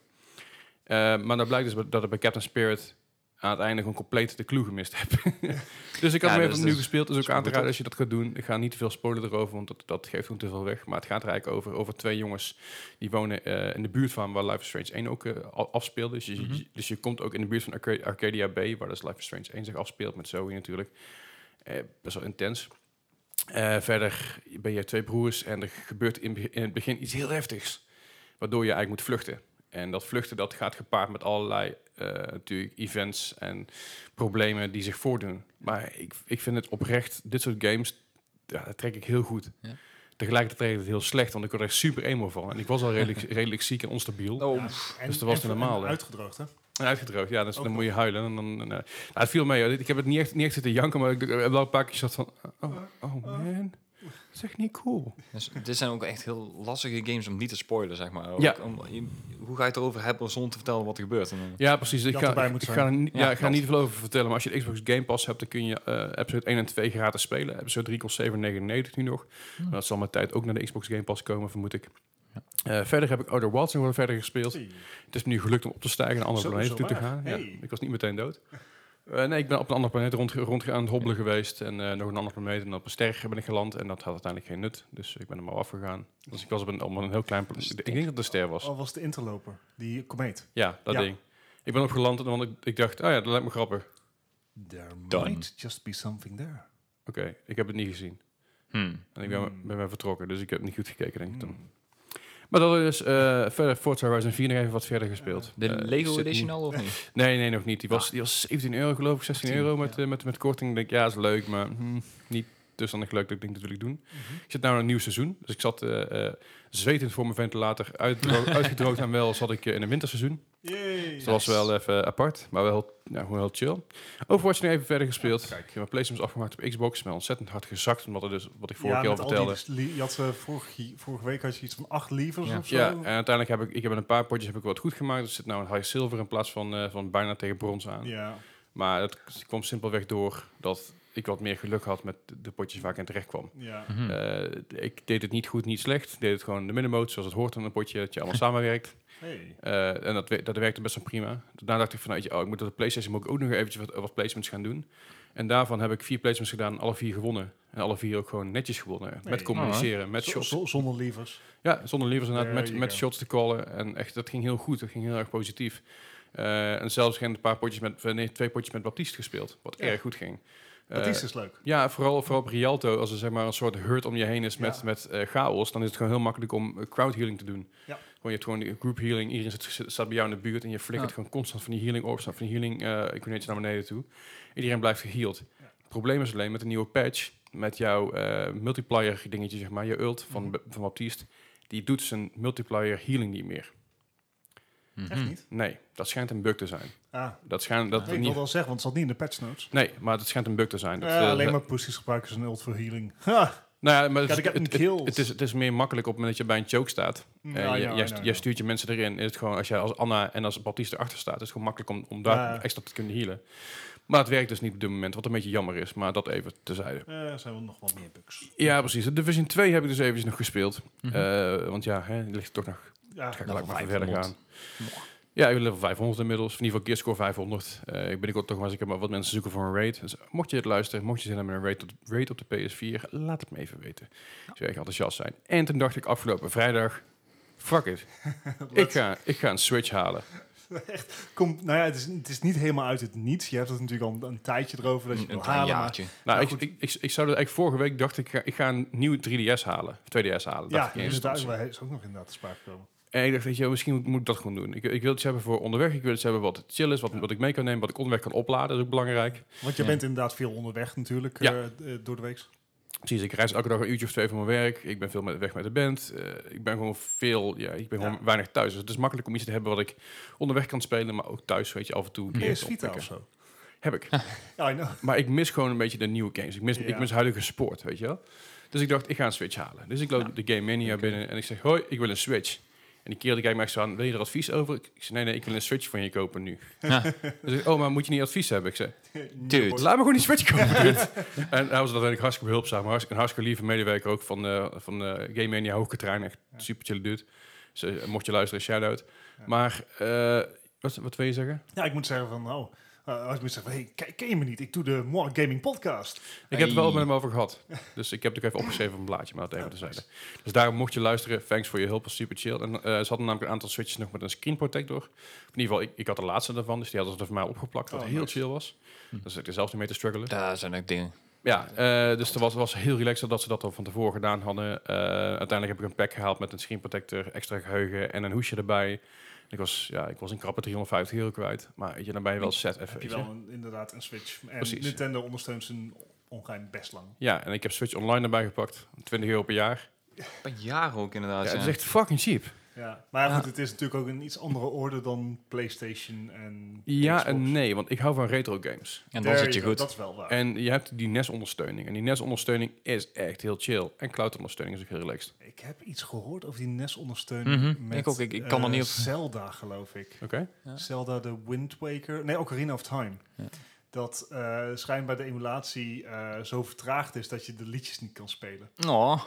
C: Eh, maar dan blijkt dus dat ik bij Captain Spirit aan het einde gewoon compleet de clue gemist heb. dus ik
A: Ja,
C: had hem even
A: dus
C: opnieuw
A: dat
C: gespeeld. Dus
A: is
C: ook aan te
A: goed,
C: raden als je dat gaat doen. Ik ga niet te veel spoilen erover, want dat, dat geeft gewoon te veel weg. Maar het gaat er eigenlijk over, over twee jongens die wonen eh, in de buurt van waar Life is Strange 1 ook eh, al- afspeelde. Dus je, je-
A: Mhm.
C: dus je komt ook in de buurt van Arca- Arcadia Bay, waar dus Life is Strange 1 zich afspeelt met Zoe natuurlijk. Eh, best wel intens. Eh, verder ben je twee broers en er gebeurt in, be- in het begin iets heel heftigs. Waardoor je eigenlijk moet vluchten. En dat vluchten dat gaat gepaard met allerlei eh, natuurlijk events en problemen die zich voordoen. Maar ik, ik vind het oprecht, dit soort games, ja, dat trek ik heel goed.
A: Ja.
C: Tegelijkertijd trek ik het heel slecht, want ik word er echt super emo van. En ik was al redelijk, redelijk ziek en onstabiel.
A: Oh,
B: En,
C: Dus dat was
B: en-
C: niet normaal,
B: en
C: hè?
B: uitgedroogd, hè?
C: En uitgedroogd, ja. Dus
B: Ook
A: Oh,
C: dan
B: nog.
C: moet je huilen. En dan, en, eh, nou, het viel mee. hoor. Ik heb het niet echt, niet echt zitten janken, maar ik heb wel een paar keer zat van... Oh, oh man, dat is echt niet cool.
A: dus dit zijn ook echt heel lastige games om niet te spoilen, zeg maar. Ook
C: Ja.
A: om- je- hoe ga je het erover hebben zonder te vertellen wat er gebeurt? En dan-
C: Ja, precies. Ik
B: Dat
C: ga,
B: erbij
C: ik,
B: moet
C: ik
B: zijn.
C: ga, er niet- ja,
A: Ja,
C: ik ga er
A: dat.
C: niet veel over vertellen. Maar als je de Xbox Game Pass hebt, dan kun je eh, episode 1 en 2 gratis spelen. Episode 3 kost 7,99 nu nog. Maar dat zal met tijd ook naar de Xbox Game Pass komen, vermoed ik. Eh, verder heb ik Outer Wilds nog wel verder gespeeld. Het is me nu gelukt om op te stijgen naar een andere
B: Zo,
C: planeet
B: zo
C: toe te
B: laag.
C: gaan. Ja,
B: Hey.
C: ik was niet meteen dood. Eh, nee, ik ben op een andere planeet rond, rond aan het hobbelen geweest. En eh, nog een andere planeet en op een ster ben ik geland. En dat had uiteindelijk geen nut. Dus ik ben er maar afgegaan. Dus ik was op een, op een heel klein planeet. Ik denk dat het een ster was.
B: Al was de interloper, die komeet.
C: Ja, dat
B: Ja.
C: ding. Ik ben opgeland, want ik, ik dacht, ah ja, dat lijkt me grappig.
B: There
A: Done.
B: might just be something there.
C: Oké, ik heb het niet gezien.
A: Hmm.
C: En ik ben,
B: Hmm.
C: ben weer vertrokken, dus ik heb niet goed gekeken, denk ik
A: Mm.
C: dan. Maar dat is eh, verder Forza Horizon 4 nog even wat verder gespeeld.
A: De
C: Eh,
A: Lego
C: zit
A: Edition Ah.
C: niet-
A: al of niet?
C: Nee, nee, nog niet. Die was, die was 17 euro geloof ik, 16 euro met, eh, met, met korting. Ik denk, ja, is leuk, maar hmm, niet dusdanig leuk dat ik denk, dat wil ik doen.
B: Mhm.
C: Ik zit nu in een nieuw seizoen. Dus ik zat eh, eh, zwetend voor mijn ventilator uitdro- uitgedroogd. En wel zat ik eh, in een winterseizoen. Dus dat was wel even apart, maar wel, nou, gewoon heel chill. Overwatch nu even verder gespeeld. ik heb mijn playstations afgemaakt op Xbox. Ben ontzettend hard gezakt, omdat het dus, wat ik vorige keer al vertelde.
B: je had, eh, vorige, vorige week had je iets van acht levers
A: Ja.
B: of dus zo.
C: Ja, en uiteindelijk heb ik, ik heb in een paar potjes heb ik wat goed gemaakt. Dus zit nou een high silver in plaats van, eh, van bijna tegen brons aan.
B: Ja.
C: Maar dat kwam simpelweg door dat ik wat meer geluk had met de- de potjes waar ik in terecht kwam.
B: ja.
A: Mhm.
C: Eh, ik deed het niet goed, niet slecht. Ik deed het gewoon in de middenmoot, zoals het hoort aan een potje, dat je allemaal samenwerkt.
B: Hey.
C: Eh, en dat, we- dat werkte best wel prima. Daarna dacht ik van, weet je, oh, ik moet op de PlayStation moet ik ook nog eventjes wat, wat placements gaan doen. En daarvan heb ik vier placements gedaan, alle vier gewonnen. En alle vier ook gewoon netjes gewonnen. Met
B: Nee.
C: communiceren, met
B: Z-
C: shots.
B: z- zonder levers.
C: Ja, zonder liefers inderdaad,
B: There
C: met,
B: you
C: met
B: go.
C: shots te callen. En echt, dat ging heel goed, dat ging heel erg positief. Eh, en zelfs geen een paar potjes met, nee, twee potjes met Baptiste gespeeld, wat
B: Ja.
C: erg goed ging.
B: Dat
C: Eh,
B: is dus leuk.
C: ja, vooral, vooral op Rialto, als er zeg maar een soort hurt om je heen is met,
B: Ja.
C: met eh, chaos, dan is het gewoon heel makkelijk om eh, crowd healing te doen.
B: Ja.
C: Gewoon, je hebt gewoon die group healing, iedereen zit, zit- staat bij jou in de buurt en je flikkert
A: Ja.
C: gewoon constant van die healing orbs, van die healing uh, iconeetjes naar beneden toe. Iedereen blijft geheeld. Het probleem is alleen met de nieuwe patch, met jouw eh, multiplier dingetje, zeg maar, je ult van,
B: Mhm.
C: B- van Baptiste, die doet zijn multiplier healing niet meer.
A: Mhm.
B: Echt niet?
C: Nee, dat schijnt een bug te zijn.
B: Ah,
C: hmm. Dat schijnt, dat
B: ik
C: niet,
B: wil wel zeggen, want het zat niet in de patch notes.
C: nee, maar het schijnt een bug te zijn. Dat,
B: Ja,
C: eh,
B: alleen maar pussies gebruiken ze een ult voor healing. Ha!
C: Nou ja, maar
B: Gotta
C: het,
B: get them
C: het- het-
B: kills.
C: het is, het is meer makkelijk op het moment dat je bij een choke staat.
B: Mm,
C: Eh,
B: I know,
C: je-
B: I
C: jij,
B: know, I
C: jij
B: know.
C: stuurt je mensen erin. Is het gewoon, als jij als Anna en als Baptiste erachter staat, is het gewoon makkelijk om, om daar
B: Ja.
C: extra te kunnen healen. Maar het werkt dus niet op dit moment, wat een beetje jammer is. Maar dat even tezijde.
B: Eh, er zijn wel nog wat meer bugs.
C: Ja, precies. De Division 2 heb ik dus eventjes nog gespeeld. Eh, want ja, hè, die ligt toch nog
B: Ja,
C: ga ik
A: Level
C: gelijk maar even verder gaan.
A: 500.
C: Ja, ik ben level 500 inmiddels. In ieder geval Gearscore 500. Eh, ik ben ook toch maar eens ik heb maar wat mensen zoeken voor een raid. Dus mocht je dit luisteren, mocht je zin hebben met een raid, tot, raid op de PS4, laat het me even weten. Zou je echt enthousiast zijn. En toen dacht ik afgelopen vrijdag, fuck it. ik, ga, ik ga een Switch halen. Nou,
B: Kom, nou ja, het is, het is niet helemaal uit het niets. Je hebt het natuurlijk al een, een tijdje erover dat je het
A: Een
B: wil
A: klein
B: halen. Maar
A: jaartje.
C: Nou,
B: Ja,
C: ik,
B: goed.
C: ik, ik, ik zou dat eigenlijk vorige week dacht ik, ga- ik ga een nieuw 3DS halen. Of 2DS halen. dacht
B: ja,
C: ik in
B: dus daar
C: instantie.
B: daar is ook nog inderdaad te sprake gekomen.
C: En ik dacht, weet je, wel, misschien moet- moet ik dat gewoon doen. Ik, ik wil iets hebben voor onderweg. Ik wil iets hebben wat chill is, wat, wat ik mee kan nemen, wat ik onderweg kan opladen. Dat is ook belangrijk.
B: Want je
A: Ja.
B: bent inderdaad veel onderweg natuurlijk
C: Ja.
B: eh, d- eh, door de week.
C: Precies, ik reis elke dag een uurtje of twee van mijn werk. Ik ben veel met, weg met de band. Eh, ik ben gewoon veel, ja, ik ben
B: Ja.
C: gewoon weinig thuis. Dus het is makkelijk om iets te hebben wat ik onderweg kan spelen, maar ook thuis, weet je, af en toe. een keer
B: PS
C: te
B: Vita of
C: oppikken.
B: zo.
C: Heb ik.
B: Ja, nou, I know.
C: maar ik mis gewoon een beetje de nieuwe games. Ik mis,
B: Ja.
C: ik mis huidige sport, weet je wel. Dus ik dacht, ik ga een Switch halen. Dus ik loop de Game Mania binnen en ik zeg, hoi, ik wil een Switch. En die kerel kijkt mij echt zo aan, wil je er advies over? Ik ik zeg, nee, nee, ik wil een Switch van je kopen nu. Dus ik, oh, maar moet je niet advies hebben? Ik zeg,
A: Dude.
C: Laat me gewoon die switch komen. dude. en hij was uiteindelijk hartstikke behulpzaam. maar hartstikke- Een hartstikke lieve medewerker ook van, eh van eh Game Mania Hoogkatrijn. Echt super chill dude. Dus, eh, mocht je luisteren, shout-out. Maar eh, wat, wat wil je zeggen?
B: Ja, ik moet zeggen van, oh, eh, ik moet zeggen, hey, ken- ken je me niet? Ik doe de More Gaming Podcast.
C: Ik heb het wel
A: Hey.
C: met hem over gehad. Dus ik heb het ook even opgeschreven op een blaadje, maar dat even terzijde. Dus daarom mocht je luisteren. Thanks voor je hulp, was super chill. En eh, ze hadden namelijk een aantal switches nog met een screen protector. Of in ieder geval, ik, ik had de laatste daarvan, dus die hadden ze er voor mij opgeplakt. Wat
B: Oh,
C: heel
B: nice.
C: chill was. Dus ik er zelf niet mee te struggelen.
A: Daar zijn ook dingen.
C: Ja, eh, dus dat was, was heel relaxed dat ze dat al van tevoren gedaan hadden. Eh, uiteindelijk heb ik een pack gehaald met een screen protector, extra geheugen en een hoesje erbij. En Ik was, ja, ik was een krappe 350 euro kwijt. Maar weet je, dan ben je wel set even.
B: Heb je
C: weet je.
B: wel een- inderdaad een Switch. En
C: Precies.
B: Nintendo ondersteunt zijn ongeheim best lang.
C: Ja, en ik heb Switch Online erbij gepakt. 20 euro per jaar.
A: Per jaar ook inderdaad.
C: Ja,
A: Ja,
C: het is echt fucking cheap.
B: Ja. Maar ja, goed,
A: Ja.
B: het is natuurlijk ook een iets andere orde dan PlayStation en
C: Ja
B: Xbox.
C: en nee, want ik hou van retro games.
A: En dan
B: There
A: zit je
B: you go,
A: goed.
B: Dat is wel waar.
C: En je hebt die NES-ondersteuning. En die NES-ondersteuning is echt heel chill. En cloud-ondersteuning is ook heel relaxed.
B: Ik heb iets gehoord over die NES-ondersteuning.
A: Mhm,
B: met,
A: ik ook, ik- ik kan er
B: eh,
A: niet op-
B: Zelda, geloof ik.
C: Oké?
A: Ja.
B: Zelda de Wind Waker. Nee, Ocarina of Time.
A: Ja.
B: Dat eh, schijnbaar de emulatie eh, zo vertraagd is dat je de liedjes niet kan spelen.
A: Oh,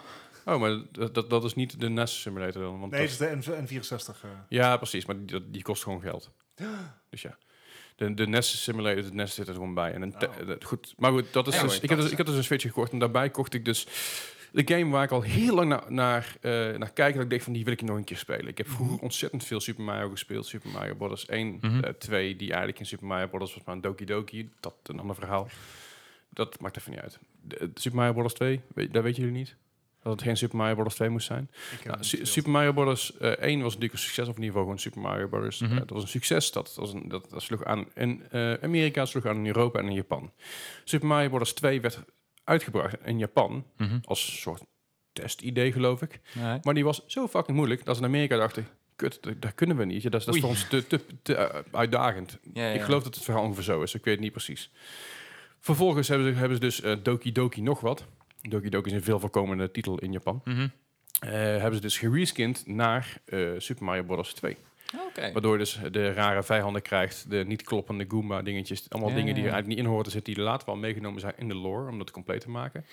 C: Oh, maar dat, dat, dat is niet de NES-simulator dan. Want
B: Nee,
C: dat-
B: het is de N- N64. eh.
C: Ja, precies, maar die, dat- die kost gewoon geld. Dus ja. De, de Nest Simulator, de Nest zit er gewoon bij. En een te-
B: Oh.
C: dat- goed, maar goed, dat is
A: Anyway,
C: dus, ik,
B: dat
C: heb dus,
B: is-
C: ik heb dus een Switch gekocht en daarbij kocht ik dus de game waar ik al heel lang naar, naar, eh, naar kijk. Dat ik dacht van, die wil ik nog een keer spelen. Ik heb vroeger
B: Mhm.
C: ontzettend veel Super Mario gespeeld. Super Mario Bros. 1,
A: Mhm.
C: eh, 2, die eigenlijk in Super Mario Bros. was maar een Doki Doki. Dat een ander verhaal. dat maakt even niet uit. De, de Super Mario Bros. 2, weet, dat weten jullie niet. Dat het geen Super Mario Bros. 2 moest zijn.
B: Ik heb
C: Nou,
B: hem
C: Su-
B: gespeeld.
C: Super Mario Bros. eh, 1 was natuurlijk een succes, of in ieder geval gewoon Super Mario Bros.
A: Mhm.
C: Eh, dat was een succes. Dat, was een, dat, dat sloeg aan in eh, Amerika, het sloeg aan in Europa en in Japan. Super Mario Bros. 2 werd uitgebracht in Japan
A: Mhm.
C: als soort testidee, geloof ik.
A: Nee.
C: Maar die was zo fucking moeilijk dat ze in Amerika dachten... Kut, dat, dat kunnen we niet. Ja, Dat is, dat is voor
A: Oei.
C: ons te, te, te, eh, uitdagend.
A: Ja, ja,
C: Ik geloof dat het verhaal ongeveer zo is. Ik weet het niet precies. Vervolgens hebben ze, hebben ze dus eh, Doki Doki nog wat. Doki Doki is een veel voorkomende titel in Japan.
A: Mhm.
C: Eh, hebben ze dus gereskind naar eh, Super Mario Bros. 2.
A: Oké.
C: Waardoor je dus de rare vijanden krijgt, de niet kloppende Goomba dingetjes. Allemaal
A: Ja,
C: dingen die
A: ja, ja.
C: er eigenlijk niet in horen te zitten, die later wel meegenomen zijn in de lore om dat compleet te maken.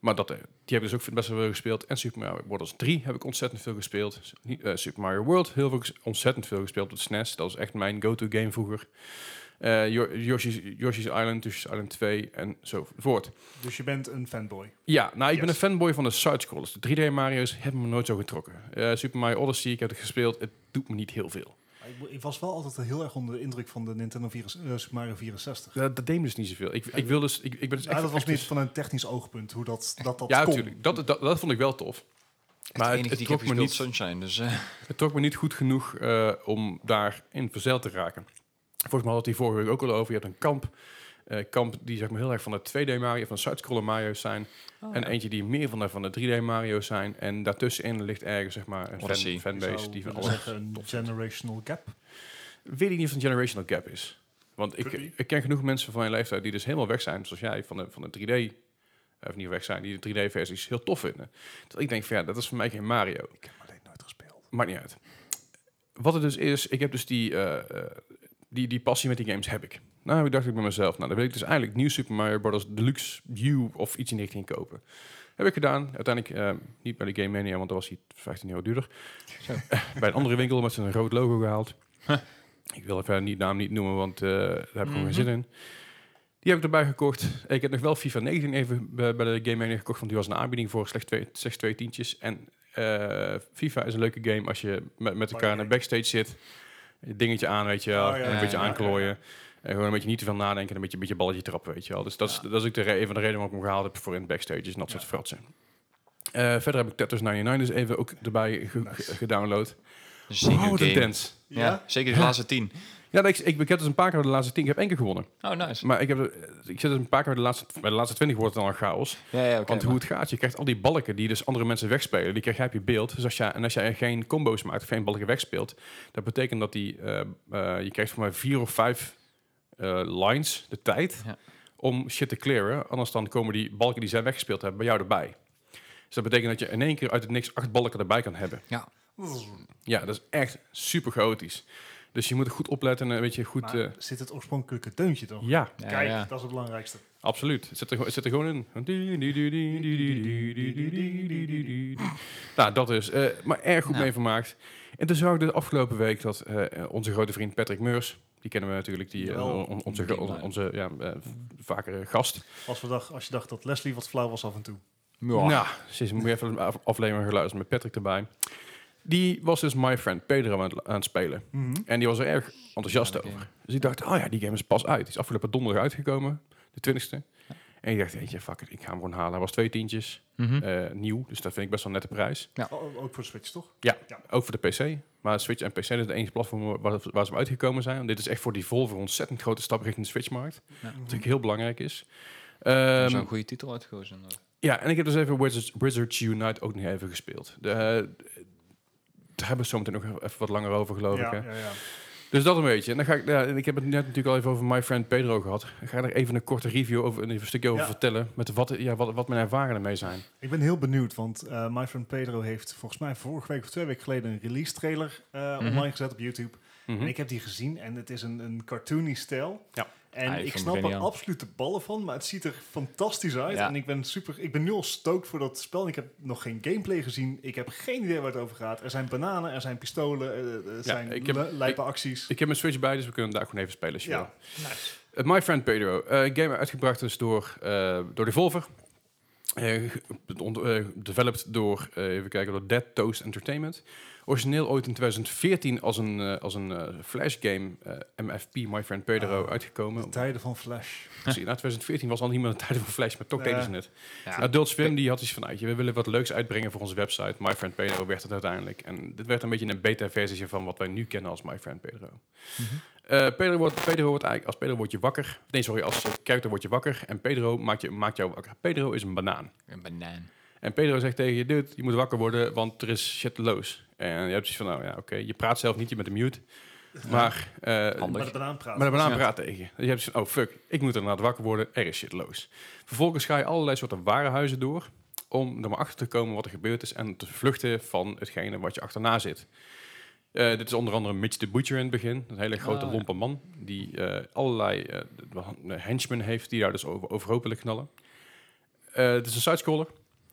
C: Maar dat, eh, die heb ik dus ook best wel veel gespeeld. En Super Mario Bros. 3 heb ik ontzettend veel gespeeld. S- niet- eh, Super Mario World heel veel, ges- ontzettend veel gespeeld op de SNES. Dat was echt mijn go-to game vroeger. Eh, Yo- Yoshi's, Yoshi's Island, Yoshi's Island 2 en zo voort.
B: Dus je bent een fanboy.
C: Ja, nou, ik ben een
B: Yes.
C: fanboy van de side-scrollers. De 3D Mario's hebben me nooit zo getrokken. Eh, Super Mario Odyssey, ik heb het gespeeld. Het doet me niet heel veel.
B: Ik, ik was wel altijd heel erg onder de indruk van de Nintendo virus, eh, Super Mario 64.
C: Dat, dat deed me dus niet zoveel. Ik, ik wil dus, ik, ik ben dus
B: Ja, dat was
C: echt dus-
B: niet van een technisch oogpunt hoe dat, dat, dat
C: ja,
B: kon.
C: natuurlijk. Dat, dat, dat vond ik wel tof.
A: maar het
C: Maar het,
A: enige
C: het
A: die ik
C: trok
A: heb
C: me
A: gespeeld
C: niet,
A: is Sunshine. Dus, eh,
C: het trok me niet goed genoeg eh, om daarin verzeild te raken. Volgens mij had hij vorige week ook al over. Je hebt een kamp. eh, kamp die zeg maar heel erg van de 2D Mario, van side-scroller Mario's zijn. en eentje die meer van de, van de 3D Mario's zijn. En daartussenin ligt ergens zeg maar een fan,
A: Odyssey.
B: Ik
C: fanbase
B: zou
C: die van
B: willen
C: alles
B: zeggen, een generational gap.
C: weet ik niet of het een generational gap is. Want ik,
B: Could be.
C: ik ken genoeg mensen van mijn leeftijd die dus helemaal weg zijn, zoals jij, van de, van de 3D. Of niet weg zijn, die de 3D-versies heel tof vinden. Terwijl ik denk van ja, dat is voor mij geen Mario.
B: Ik heb alleen nooit gespeeld.
C: Maakt niet uit. Wat het dus is, ik heb dus die, eh, eh, die, die passie met die games heb ik. Nou, heb ik dacht ik bij mezelf, nou dan wil ik dus eigenlijk nieuw Super Mario Bros. Deluxe U of iets in die richting kopen. Heb ik gedaan. Uiteindelijk eh, niet bij de Game Mania, want dat was hij 15 euro duurder. bij een andere winkel met zijn rood logo gehaald. ik wil verder niet naam niet noemen, want eh, daar heb ik gewoon geen zin in. Die heb ik erbij gekocht. Ik heb nog wel FIFA 19 even bij, bij de Game Mania gekocht, want die was een aanbieding voor slechts twee, slechts twee tientjes. En eh, FIFA is een leuke game als je met, met elkaar in de backstage zit. Een dingetje aan, weet je wel.
B: Oh, ja,
C: een
A: ja,
C: beetje
A: ja, ja.
C: aanklooien. En gewoon een beetje niet te veel nadenken en een beetje, een beetje balletje trappen, weet je wel. Dus dat is, dat is ook de re- een van de redenen waarom ik hem gehaald heb voor in de backstages en dat soort fratsen. Eh, verder heb ik Tetris 99 dus even ook erbij ge-
B: Nice.
C: ge- gedownload.
A: een senior
C: Oh, de
A: dus game.
C: dance.
A: Ja, zeker de laatste tien.
C: Ja, nee, ik, ik, ik heb dus een paar keer de laatste 10. Ik heb één keer gewonnen.
A: Oh, nice.
C: Maar ik, heb, eh, ik zit dus een paar keer bij de laatste, bij de laatste 20 wordt het dan een chaos.
A: Ja, ja, oké.
C: Want hoe het gaat, je krijgt al die balken die dus andere mensen wegspelen, die krijg jij op je beeld. Dus als jij, en als jij geen combo's maakt of geen balken wegspeelt, dat betekent dat die, eh, eh, je krijgt voor mij vier of vijf eh, lines de tijd
A: Ja.
C: om shit te clearen. Anders dan komen die balken die zij weggespeeld hebben bij jou erbij. Dus dat betekent dat je in één keer uit het niks acht balken erbij kan hebben.
A: ja.
C: Ja, dat is echt super chaotisch. Dus je moet er goed opletten en een beetje goed...
B: Maar
C: eh,
B: zit het oorspronkelijke deuntje toch?
C: ja,
A: Ja,
B: Kijk,
A: ja.
B: dat is het belangrijkste.
C: Absoluut. Het zit er, gewoon- het zit er gewoon in. Nou, dat is. eh, maar erg goed
A: Nou.
C: mee vermaakt. En toen zag ik de afgelopen week dat eh, eh, onze grote vriend Patrick Meurs, die kennen we natuurlijk, die, eh,
B: Jawel.
C: on- onze, gro- on- onze ja, eh, vakere gast.
B: Als, we dacht, als je dacht dat Leslie wat flauw was af en toe.
C: Nou, sinds moet je even een af- aflevering geluisterd met Patrick erbij. Die was dus My Friend Pedro aan het, aan het spelen.
B: Mhm.
C: En die was er erg enthousiast
A: Oké.
C: over. Dus ik dacht, oh ja, die game is pas uit. Die is afgelopen donderdag uitgekomen, de 20ste. En ik dacht, weet je, fuck it, ik ga hem gewoon halen. Hij was twee tientjes,
A: Mhm.
C: eh, nieuw, dus dat vind ik best wel een nette prijs.
B: O- Oh, ook voor de Switch, toch?
C: Ook voor de PC. Maar Switch en PC dat is de enige platform waar, waar ze op uitgekomen zijn. Want dit is echt voor die Volvo een ontzettend grote stap richting de Switch-markt. Wat
A: Ja.
C: natuurlijk heel belangrijk is.
A: Dat
C: Ehm,
A: is een goede titel uitgekozen. inderdaad.
C: ja, en ik heb dus even Wizards, Wizards Unite ook nog even gespeeld. De, eh, daar hebben we zometeen nog even wat langer over, geloof ik.
B: Ja,
C: Hè?
B: ja, ja.
C: Dus dat een beetje. En dan ga ik, ja, en ik heb het net natuurlijk al even over My Friend Pedro gehad. Ik ga er even een korte review over, een stukje over
B: Ja.
C: vertellen. Met wat, ja, wat, wat mijn ervaringen ermee zijn.
B: Ik ben heel benieuwd, want eh, My Friend Pedro heeft volgens mij vorige week of twee weken geleden een release trailer eh, online gezet op YouTube.
C: Mhm.
B: En ik heb die gezien en het is een, een cartoony stijl.
C: Ja.
B: En
A: Ah, ik
B: ik
A: vond
B: snap
A: het
B: er
A: geniaal.
B: absoluut de ballen van, maar het ziet er fantastisch uit.
A: Ja.
B: En ik ben, super, ik ben nu al stoked voor dat spel. Ik heb nog geen gameplay gezien. Ik heb geen idee waar het over gaat. Er zijn bananen, er zijn pistolen, eh, er zijn
C: ik heb-
B: li- lijpe acties.
C: Ik heb mijn Switch bij, dus we kunnen daar gewoon even spelen als je wil.
B: ja, nice.
C: Uh, My Friend Pedro. eh game uitgebracht is door, eh door Devolver. Eh, ge- ont- eh, developed door, eh, even kijken, door Dead Toast Entertainment. Origineel ooit in 2014 als een, eh, als een eh, Flash game, eh, MFP, My Friend Pedro,
B: Ah, De
C: uitgekomen.
B: tijden van Flash.
C: Precies, nou, 2014 was al niet meer de tijd van Flash, maar toch
B: Ja.
C: deden ze het.
A: Ja.
C: Adult Swim Nou, die had iets van, uit, we willen wat leuks uitbrengen voor onze website. My Friend Pedro werd het uiteindelijk. En dit werd een beetje een beta-versie van wat wij nu kennen als My Friend Pedro.
A: Mhm.
C: Eh, Pedro, wordt, Pedro wordt eigenlijk, als Pedro word je wakker. Nee, sorry, als eh, character word je wakker. En Pedro maakt, je, maakt jou wakker. Pedro is een banaan.
A: Een banaan.
C: En Pedro zegt tegen je, dude, je moet wakker worden, want er is shit los. En je hebt zoiets van, nou ja, oké, je praat zelf niet, je bent een mute. Maar, eh,
A: Handig.
B: Maar de banaan praat.
C: maar de banaan
A: Ja.
C: praat tegen je. Je hebt zoiets van, oh fuck, ik moet inderdaad wakker worden, er is shit los. Vervolgens ga je allerlei soorten warenhuizen door, om er maar achter te komen wat er gebeurd is en te vluchten van hetgene wat je achterna zit. Eh, dit is onder andere Mitch de Butcher in het begin. Een hele grote
A: Ah, ja.
C: lompe man. Die eh, allerlei eh, de- de henchmen heeft die daar dus over, overhoop willen knallen. Eh, het is een sidescroller.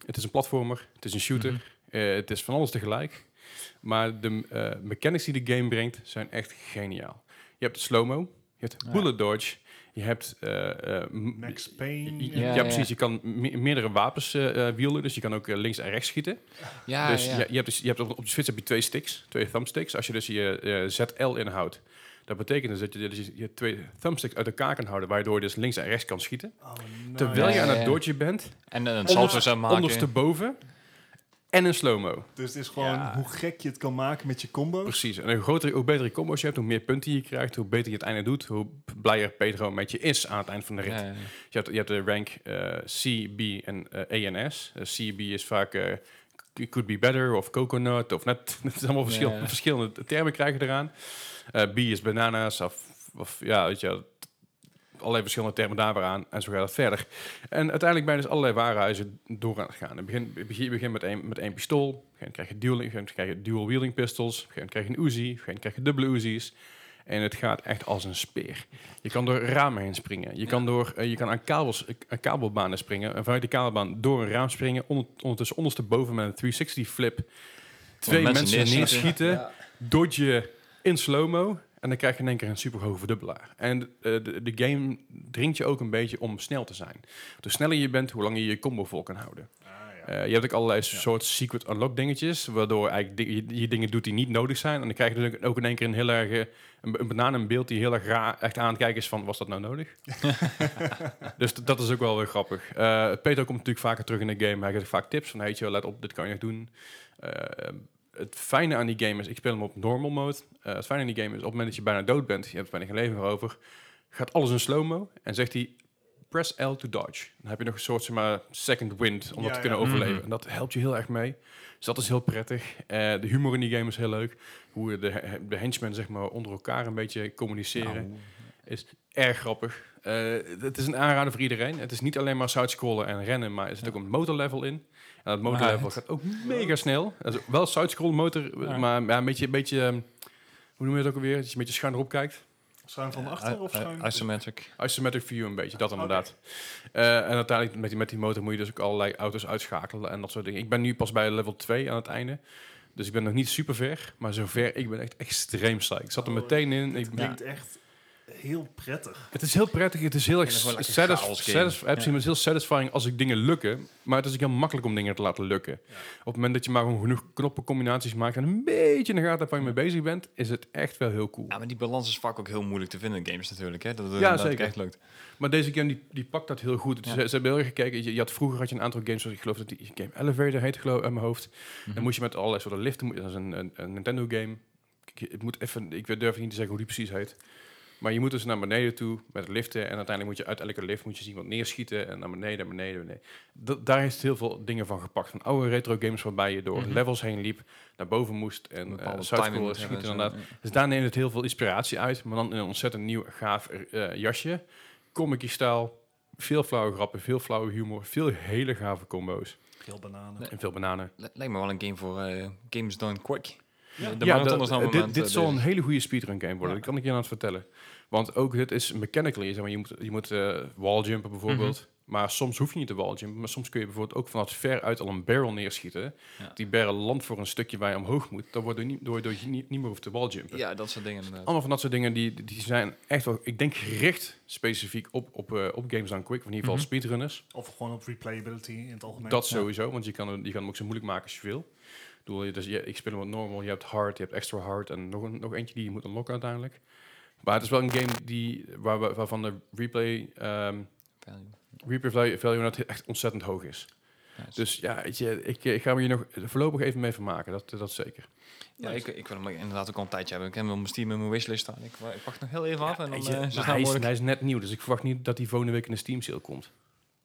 C: Het is een platformer. Het is een shooter.
A: Mhm.
C: eh, het is van alles tegelijk. Maar de eh, mechanics die de game brengt zijn echt geniaal. Je hebt slow-mo. Je hebt
A: Ja.
C: bullet dodge. Je hebt... eh, eh, m-
B: Max Payne.
A: Ja,
C: ja, ja,
A: ja.
C: precies. Je kan me- meerdere wapens eh, eh, wielen. Dus je kan ook eh, links en rechts schieten
A: Ja,
C: dus
A: ja.
C: Je, je hebt dus, je hebt op, op de Switch heb je twee sticks, twee thumbsticks. Als je dus je eh, ZL inhoudt, dat betekent dus dat je, dus je- je twee thumbsticks uit elkaar kan houden, waardoor je dus links en rechts kan schieten.
B: Oh, nice.
C: Terwijl je
A: Ja,
C: aan
A: ja,
C: het
A: ja.
C: dodgen bent,
A: En eh, een
C: Onderste-
A: salto zou maken.
C: ondersteboven en in slow-mo.
B: Dus het is gewoon
C: Ja.
B: hoe gek je het kan maken met je combo's.
C: Precies. En hoe, groter, hoe betere combo's je hebt, hoe meer punten je krijgt, hoe beter je het einde doet, hoe blijer Pedro met je is aan het eind van de rit.
A: Ja, ja.
C: Je hebt, je hebt de rank eh, C, B en eh, A en S. Eh, C, B is vaak eh, c- could be better of coconut of net. Het is allemaal verschil,
A: Ja.
C: verschillende t- termen krijgen eraan. Eh, B is bananas of, of ja, weet je, wel, t- allerlei verschillende termen daar weer aan en zo gaat het verder. En uiteindelijk ben je dus allerlei warenhuizen door aan het gaan. Je begint begin, je begint met één met één pistool, op een gegeven moment krijg je dual, op een gegeven moment krijg je dual wielding pistols, op een gegeven moment krijg je een Uzi, op een gegeven moment krijg je dubbele Uzi's. En het gaat echt als een speer. Je kan door ramen heen springen. Je, kan, door, eh, je kan aan, kabels, eh, aan kabelbanen springen. En vanuit de kabelbaan door een raam springen. Onder, ondertussen ondersteboven met een 360 flip. Twee
A: mensen
C: mensen,
A: neerschieten.
C: neerschieten. Dodge in slow-mo. En dan krijg je in één keer een superhoge verdubbelaar. En eh, de, de game dringt je ook een beetje om snel te zijn. Hoe sneller je bent, hoe langer je je combo vol kan houden.
B: Ah,
C: Eh, je hebt ook allerlei soort secret unlock dingetjes, waardoor eigenlijk di- je, je dingen doet die niet nodig zijn. En dan krijg je dus ook- ook in één keer een heel erg, eh, een, een banaan in beeld die heel erg raar echt aan het kijken is van, was dat nou nodig? dus d- dat is ook wel weer grappig. Eh, Peter komt natuurlijk vaker terug in de game. Hij geeft vaak tips van, hey, chill, let op, dit kan je nog doen. Eh, het fijne aan die game is, ik speel hem op normal mode. Eh, het fijne aan die game is, op het moment dat je bijna dood bent, je hebt bijna geen leven meer over, gaat alles in slow-mo en zegt hij, press L to dodge. Dan heb je nog een soort zeg maar, second wind om dat
B: Ja,
C: te kunnen
B: ja.
C: overleven.
A: Mhm.
C: En dat helpt je heel erg mee. Dus dat is heel prettig. Eh, de humor in die game is heel leuk. Hoe de, de henchmen zeg maar, onder elkaar een beetje communiceren
B: Nou.
C: is erg grappig. Eh, het is een aanrader voor iedereen. Het is niet alleen maar sidescrollen en rennen, maar er zit ook een motorlevel in. En dat motorlevel
A: Right.
C: gaat ook mega snel. Dat is wel sidescrollen motor,
A: Ja.
C: maar ja, een beetje, een beetje ehm, hoe noem je dat ook alweer? Dat je een beetje schuin erop kijkt.
B: Schuin van
A: I-
B: achter
C: eh,
B: of
A: I-
B: schuin?
A: isometric.
C: Isometric view een beetje, dat
B: Ah, Oké.
C: inderdaad. Eh, en uiteindelijk met die, met die motor moet je dus ook allerlei auto's uitschakelen en dat soort dingen. Ik ben nu pas bij level 2 aan het einde. Dus ik ben nog niet super ver, maar zover ik ben echt extreem psyched. Ik zat er
B: Oh,
C: meteen in. Ik,
B: Het klinkt echt heel prettig.
C: Het is heel prettig, het is heel erg
A: En gewoon lekker
C: satis-
A: chaos game.
C: satis- ja, precies, maar het is heel satisfying als ik dingen lukken. Maar het is ook heel makkelijk om dingen te laten lukken. Op het moment dat je maar gewoon genoeg knoppencombinaties maakt en een beetje in de gaten hebt waar je mee bezig bent, is het echt wel heel cool.
A: Ja, maar die balans is vaak ook heel moeilijk te vinden in games natuurlijk. Hè? Dat het
C: Ja,
A: inderdaad
C: zeker.
A: echt lukt.
C: Maar deze game die, die pakt dat heel goed. Dus
A: Ja.
C: Ze, ze hebben heel erg gekeken. Je, je had, vroeger had je een aantal games, zoals ik geloof dat die game Elevator heet, geloof ik, uit mijn hoofd.
A: Mhm.
C: Dan moest je met allerlei soorten liften. moet- Dat is een, een, een Nintendo game. Ik, ik moet even, ik durf niet te zeggen hoe die precies heet. Maar je moet dus naar beneden toe met liften. En uiteindelijk moet je uit elke lift moet je zien wat neerschieten. En naar beneden, naar beneden, naar beneden. Dat, daar heeft het heel veel dingen van gepakt. Van oude retro games waarbij je door
A: Mhm.
C: levels heen liep. Naar boven moest. En
A: Bepaalde
C: uh,
A: timing moet
C: schieten
A: hebben en zo,
C: inderdaad.
A: ja.
C: Dus daar neemt het heel veel inspiratie uit. Maar dan in een ontzettend nieuw, gaaf eh, jasje. Comic stijl. Veel flauwe grappen, veel flauwe humor. Veel hele gave combo's.
B: Veel bananen.
A: Nee.
C: En veel bananen.
A: Li- Lijkt me wel een game voor eh, games done quick.
B: Ja.
A: De
C: Ja,
A: marathon
C: dat-
A: is nou
C: dit-
A: moment,
C: dit
A: eh,
C: zal een
A: bezig.
C: hele goede speedrun game worden.
B: Ja.
C: Dat kan ik je aan het vertellen. Want ook dit is mechanically. Zeg maar, je moet, je moet eh, walljumpen bijvoorbeeld.
A: Mhm.
C: Maar soms hoef je niet te walljumpen. Maar soms kun je bijvoorbeeld ook vanuit ver uit al een barrel neerschieten.
A: Ja.
C: Die barrel landt voor een stukje waar je omhoog moet. Dan wordt je niet, door, door je niet, niet meer hoeft te walljumpen.
A: Ja, dat soort dingen inderdaad.
C: Allemaal van dat soort dingen die, die zijn echt wel, ik denk, gericht specifiek op, op, eh, op games dan quick. Of in ieder geval
A: Mhm.
C: speedrunners.
B: Of gewoon op replayability in het algemeen.
C: Dat
A: Ja.
C: sowieso, want je kan, hem- je kan hem ook zo moeilijk maken als je wil. Ik bedoel, dus je, ik speel hem wat normal, je hebt hard, je hebt extra hard en nog, een, nog eentje die je moet unlocken uiteindelijk. Maar het is wel een game die, waar, we- waarvan de replay, ehm,
A: Value.
C: replay value, value net echt ontzettend hoog is.
A: Nice.
C: Dus ja, weet je, ik, eh, ik ga me hier nog voorlopig even mee vermaken, dat, dat zeker.
A: ja,
B: Nice.
A: ik, ik wil hem inderdaad ook al een tijdje hebben. Ik heb hem op mijn Steam in mijn wishlist staan. Ik, wa- ik wacht nog heel even af en dan
C: Weet
A: eh,
C: je,
A: zo
C: maar
A: snel
C: hij, is,
A: mogelijk.
C: hij is net nieuw, dus ik verwacht niet dat hij volgende week in de Steam sale komt.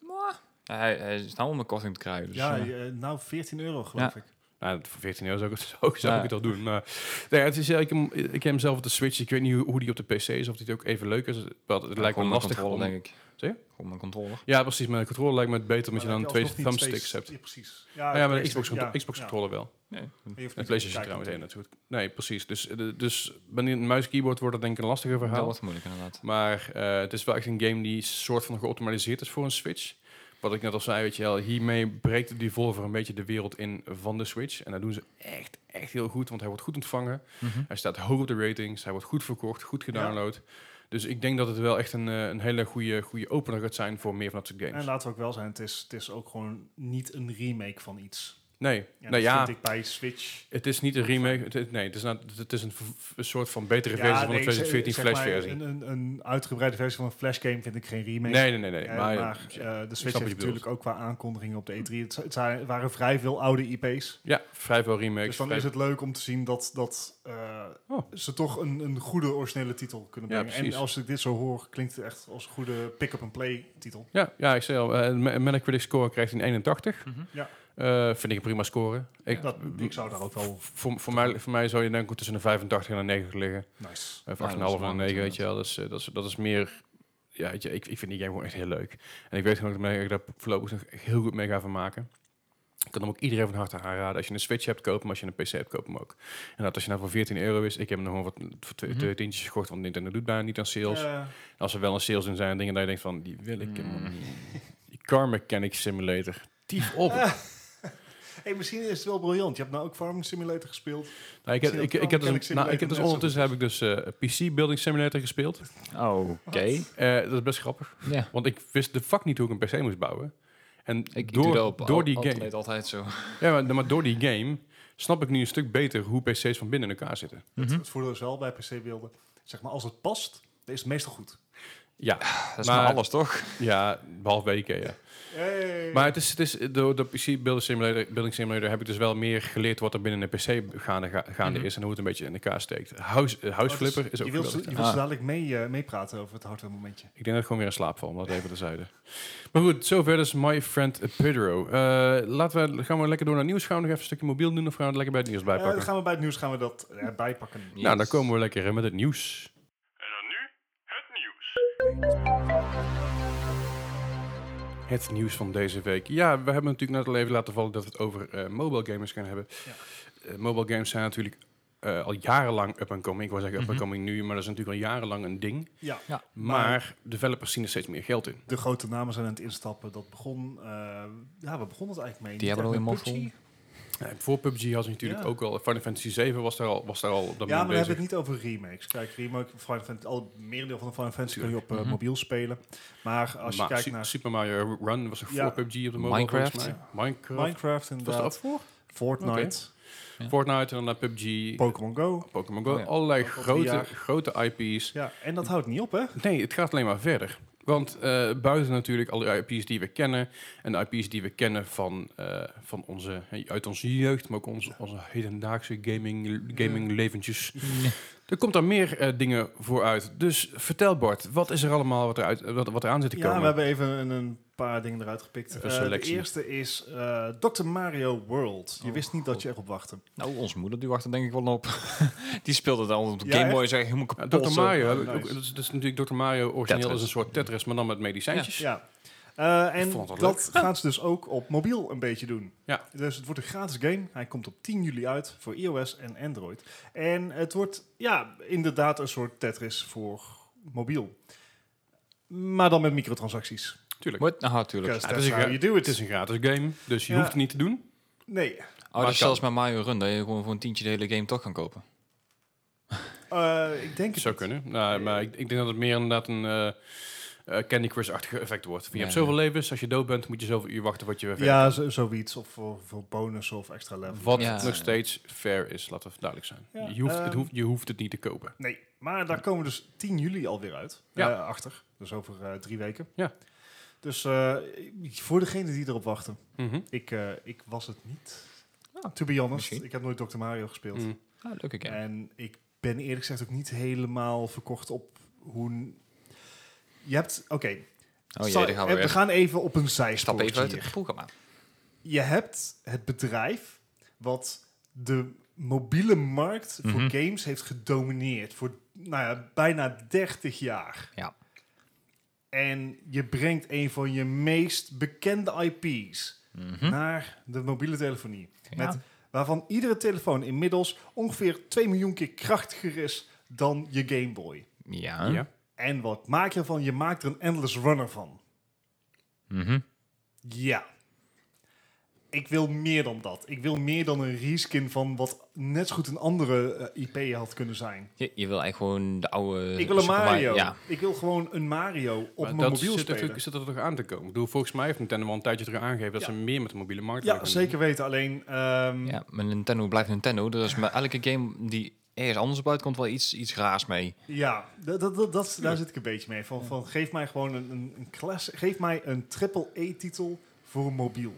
A: Ja, Hij, hij is nou om een korting te krijgen. Dus,
B: ja,
A: eh,
B: eh, nou 14 euro geloof ik.
C: Nou, voor 14 euro zou ik, zou ik, zou
A: Ja.
C: ik het al doen. Maar nou ja, het is, ja, ik, heb, hem- ik heb hem zelf op de Switch. Ik weet niet hoe, hoe die op de PC is. Of die ook even leuk is. Wel, het lijkt me
A: gewoon mijn
C: lastig.
A: controller,
C: om-
A: denk ik.
C: Zie je?
A: Gewoon mijn controller.
C: Ja, precies. Met een controller lijkt me het beter omdat je
B: Maar
C: dan
B: heb
C: twee
B: alsnog niet
C: thumbsticks hebt.
B: Ja, precies.
C: Ah, ja, maar de Xbox,
B: ja,
C: Xbox
B: ja.
C: controller wel.
A: Nee.
B: Je hoeft
C: En
B: niet
C: PlayStation
B: te kijken
C: trouwens één natuurlijk. Nee, precies. Dus, eh, de- dus wanneer een muis-keyboard wordt dat denk ik een lastiger
A: Dat
C: verhaal.
A: wordt moeilijk inderdaad.
C: Maar eh, het is wel echt een game die soort van geoptimaliseerd is voor een Switch. Wat ik net al zei, weet je wel, hiermee breekt de Devolver een beetje de wereld in van de Switch. En dat doen ze echt, echt heel goed, want hij wordt goed ontvangen. Hij staat hoog op de ratings, hij wordt goed verkocht, goed gedownload. Dus ik denk dat het wel echt een, eh, een hele goede, goede opener gaat zijn voor meer van dat soort games.
B: En laten we ook wel zijn, het is, het is ook gewoon niet een remake van iets.
C: nee,
B: Ja,
C: nou
B: dat
C: ja,
B: vind ik bij Switch.
C: het is niet een remake. Het, het- nee, het is, nou, het is een, v- een soort van betere versie van de
B: nee, ik zeg-
C: 2014
B: zeg
C: Flash
B: maar,
C: versie.
B: Een, een, een uitgebreide versie van een Flash game vind ik geen remake.
C: Nee, nee, nee. nee.
B: Eh,
C: maar
B: maar eh, de
C: wat
B: Switch
C: je
B: heeft
C: bedoelt.
B: natuurlijk ook qua aankondigingen op de E3. Het, z- het zijn- waren vrij veel oude IP's.
C: ja, vrij veel remakes.
B: Dus dan
C: vrij-
B: is het leuk om te zien dat, dat eh,
C: Oh.
B: ze toch een, een goede originele titel kunnen
C: Ja,
B: brengen. en
C: precies.
B: als ik dit zo hoor, klinkt het echt als een goede pick-up-and-play titel.
C: Ja, ja, ik zei al, eh, een Metacritic score krijgt hij een 81.
B: Ja.
C: Eh, vind ik een prima score. Ik,
B: Dat, ik zou daar ook wel...
C: voor, voor, mij, voor mij zou je denk ik tussen een 85 en een 90 liggen.
B: Nice.
C: Of
A: Ja,
C: 8,5
A: dat is
C: en
A: wel
C: een 9, weet
A: inderdaad.
C: je wel. Dus, eh, dat, is, dat is meer... Ja, weet je, ik, ik vind die game gewoon echt heel leuk. En ik weet gewoon dat ik daar voorlopig nog heel goed mee ga van maken. Ik kan hem ook iedereen van harte aanraden. Als je een Switch hebt, koop hem. Als je een PC hebt, koop hem ook. En dat als je nou voor 14 euro is... Ik heb hem nog wel wat voor twee,
A: Mhm.
C: twee tientjes gekocht, want Nintendo doet bijna niet aan sales.
B: Eh,
C: Als er wel een sales in zijn, dingen dat je denkt van, die wil ik helemaal
A: Mm.
C: niet. Die Car Mechanic Simulator. Tief op.
B: Ah, hey, misschien is het wel briljant. Je hebt nou ook Farming Simulator gespeeld.
C: nou, ik, heb,
B: Car
C: ik, ik heb dus,
B: Mechanic
C: een- nou, ik heb dus
B: Simulator,
C: ondertussen heb ik dus eh, PC Building Simulator gespeeld.
A: Oké.
C: Eh, dat is best grappig,
A: Ja.
C: want ik wist de fuck niet hoe ik een PC moest bouwen. En
A: Ik
C: door,
A: doe dat op
C: door
A: al-
C: die game,
A: altijd, altijd zo.
C: ja, maar, maar door die game snap ik nu een stuk beter hoe PC's van binnen in elkaar zitten.
B: Het,
A: Mhm.
B: het voordeel is wel bij PC-beelden. Zeg maar, als het past, dan is het meestal goed.
C: Ja,
A: Dat is
C: Maar-
A: maar, alles, toch?
C: ja behalve bij Ikea.
B: Hey.
C: Maar het is, het is door de PC building simulator, building simulator heb ik dus wel meer geleerd wat er binnen een PC gaande, ga- gaande
A: Mhm.
C: is en hoe het een beetje in elkaar steekt. House, eh, house
B: Oh, dus
C: Flipper is ook
B: Je wilt
C: geweldig.
B: ze- je wilt ze
A: Ah.
B: dadelijk mee, eh, meepraten over het hardware momentje.
C: Ik denk dat ik gewoon weer in slaap val, maar dat even terzijde. Maar goed, zover dus My Friend Pedro. Eh, laten we, gaan we lekker door naar nieuws. Gaan we nog even een stukje mobiel doen of gaan we het lekker bij het nieuws
B: Eh,
C: bijpakken?
B: dan gaan we bij het nieuws gaan we dat eh, bijpakken.
C: Nou, dan komen we lekker eh, met het nieuws.
D: En dan nu het nieuws.
C: Het nieuws van deze week. Ja, we hebben natuurlijk net al even laten vallen dat we het over eh, mobile gamers gaan hebben.
B: Ja.
C: Eh, mobile games zijn natuurlijk eh, al jarenlang up and coming. Ik wil zeggen up and coming nu, maar dat is natuurlijk al jarenlang een ding.
B: Ja,
C: Mhm. Maar,
B: Maar-
C: developers zien er steeds meer geld in.
B: de grote namen zijn aan het instappen. Dat begon, eh, ja, waar begon het eigenlijk mee?
A: Die hebben
B: Niet
A: er al
B: echt
A: een
B: met
A: mond
B: PUBG?
C: Eh, voor PUBG had ze natuurlijk
B: Ja.
C: ook al... Final Fantasy 7 was daar al, was daar al op dat
B: Ja, maar
C: moment
B: we hebben
C: bezig.
B: het niet over remakes. Kijk, remake, Final Fantasy, al het merendeel van de Final Fantasy kun je op eh,
A: Mhm.
B: mobiel spelen. Maar als je
C: Maar
B: kijkt
C: Su-
B: naar
C: Super Mario Run was er
B: Ja.
C: voor PUBG op de mobile volgens
A: Minecraft.
C: mij. Minecraft. was
B: Minecraft
C: dat ook
B: inderdaad,
C: voor?
B: Fortnite,
A: Ja.
C: Fortnite en dan naar PUBG,
B: Pokémon Go.
C: Pokémon Go.
A: Oh ja.
C: Allerlei
B: Ook al drie
C: grote,
B: jaar.
C: grote IP's.
B: Ja, en dat houdt niet op, hè?
C: Nee, het gaat alleen maar verder. Want eh, buiten natuurlijk al die IP's die we kennen... en de IP's die we kennen van, eh, van onze, uit onze jeugd... maar ook onze, onze hedendaagse gaming, gaming leventjes... Er komt daar meer eh, dingen voor uit. Dus vertel Bart, wat is er allemaal wat er, uit, wat, wat er aan zit te
B: Ja,
C: komen?
B: we hebben even een, een paar dingen eruit gepikt.
C: Even
B: Eh,
C: selectie.
B: de eerste is eh Dr. Mario World. Je
A: Oh,
B: wist niet dat
A: God.
B: je erop wachtte.
A: Nou, onze moeder die wacht er denk ik wel op. die speelde dan op de
B: Ja,
A: Game Boy, zeg helemaal
C: Ja,
A: kapot.
C: Dr.
A: zo.
C: Mario,
B: Oh,
C: heb ik ook-
B: nice.
C: dat, is, dat is natuurlijk Dr. Mario origineel
A: Tetris.
C: als een soort Tetris, maar dan met medicijntjes.
B: Ja. Eh, en
C: Ik vond het
B: dat,
C: wel
B: gaan ze dus ook op mobiel een beetje doen.
C: Ja.
B: Dus het wordt een gratis game. Hij komt op 10 juli uit voor iOS en Android. En het wordt ja, inderdaad een soort Tetris voor mobiel. Maar dan met microtransacties.
C: Tuurlijk.
A: Wat? Nou, natuurlijk.
B: Because
C: Ja, het is
B: that's
C: een
B: how
C: gra-
B: you do
C: Het is
B: it.
C: een gratis game, dus je
B: Ja.
C: hoeft het niet te doen.
B: Nee.
A: Oh,
C: Maar
A: dus zelfs
C: kan.
A: met Mario Run, dat je gewoon voor een tientje de hele game toch kan kopen.
B: Eh, ik denk het
C: Zou
B: niet.
C: kunnen. Nou, maar ik, ik denk dat het meer inderdaad een, eh, eh, Candy Crush-achtige effect wordt. Want je
A: Ja,
C: hebt zoveel
A: ja.
C: levens, als je dood bent moet je zoveel uur wachten wat je weer verder
B: Ja, zo- zoiets. Of voor, voor bonus of extra level.
C: kan. Wat
A: Ja.
C: nog steeds fair is, laten we duidelijk zijn.
B: Ja,
C: je, hoeft, het
B: ehm,
C: hoeft, je hoeft het niet te kopen.
B: Nee, maar daar komen we dus 10 juli alweer uit.
C: Ja.
B: Ja. achter. Dus over eh, drie weken.
C: Ja.
B: Dus eh, voor degenen die erop wachten.
C: Mhm.
B: Ik, eh, ik was het niet. to be honest.
A: misschien.
B: Ik heb nooit Dr. Mario gespeeld.
C: Mm.
A: Ah, leuke game.
B: En ik ben eerlijk gezegd ook niet helemaal verkocht op hoe... n- Je hebt... Oké.
A: Oh
B: sta-
A: jee, daar gaan we
B: eh,
A: weer.
B: gaan even op een
A: Stap even
B: zijspoortje
A: uit
B: hier.
A: het programma.
B: Je hebt het bedrijf wat de mobiele markt
A: Mhm.
B: voor games heeft gedomineerd voor nou ja, bijna 30 jaar.
A: Ja.
B: En je brengt een van je meest bekende IP's
A: Mhm.
B: naar de mobiele telefonie.
A: Ja.
B: Met, waarvan iedere telefoon inmiddels ongeveer 2 miljoen keer krachtiger is dan je Game Boy.
A: Ja.
C: Ja.
B: En wat maak je ervan? Je maakt er een endless runner van.
A: Mhm.
B: Ja. Ik wil meer dan dat. Ik wil meer dan een reskin van wat net zo goed een andere eh, IP had kunnen zijn.
A: Je, je wil eigenlijk gewoon de oude...
B: ik wil een
A: Eh, Super
B: Mario.
A: Ja.
B: Ik wil gewoon een Mario op
C: Maar
B: mijn
C: dat
B: mobiel
C: zit, er,
B: spelen.
C: toch- zit er toch aan te komen. Ik bedoel, volgens mij heeft Nintendo wel een tijdje terug aangegeven dat
B: Ja.
C: ze meer met de mobiele markt
B: Ja,
C: willen gaan
B: zeker weten. Alleen, ehm, ja.
A: ja, maar Nintendo blijft Nintendo. Er is met elke game die ergens anders op uitkomt wel iets, iets raars mee.
B: dat, dat, dat, dat- daar zit ik een beetje mee. Van, van geef mij gewoon een, een, een klas, geef mij een triple E-titel voor een mobiel.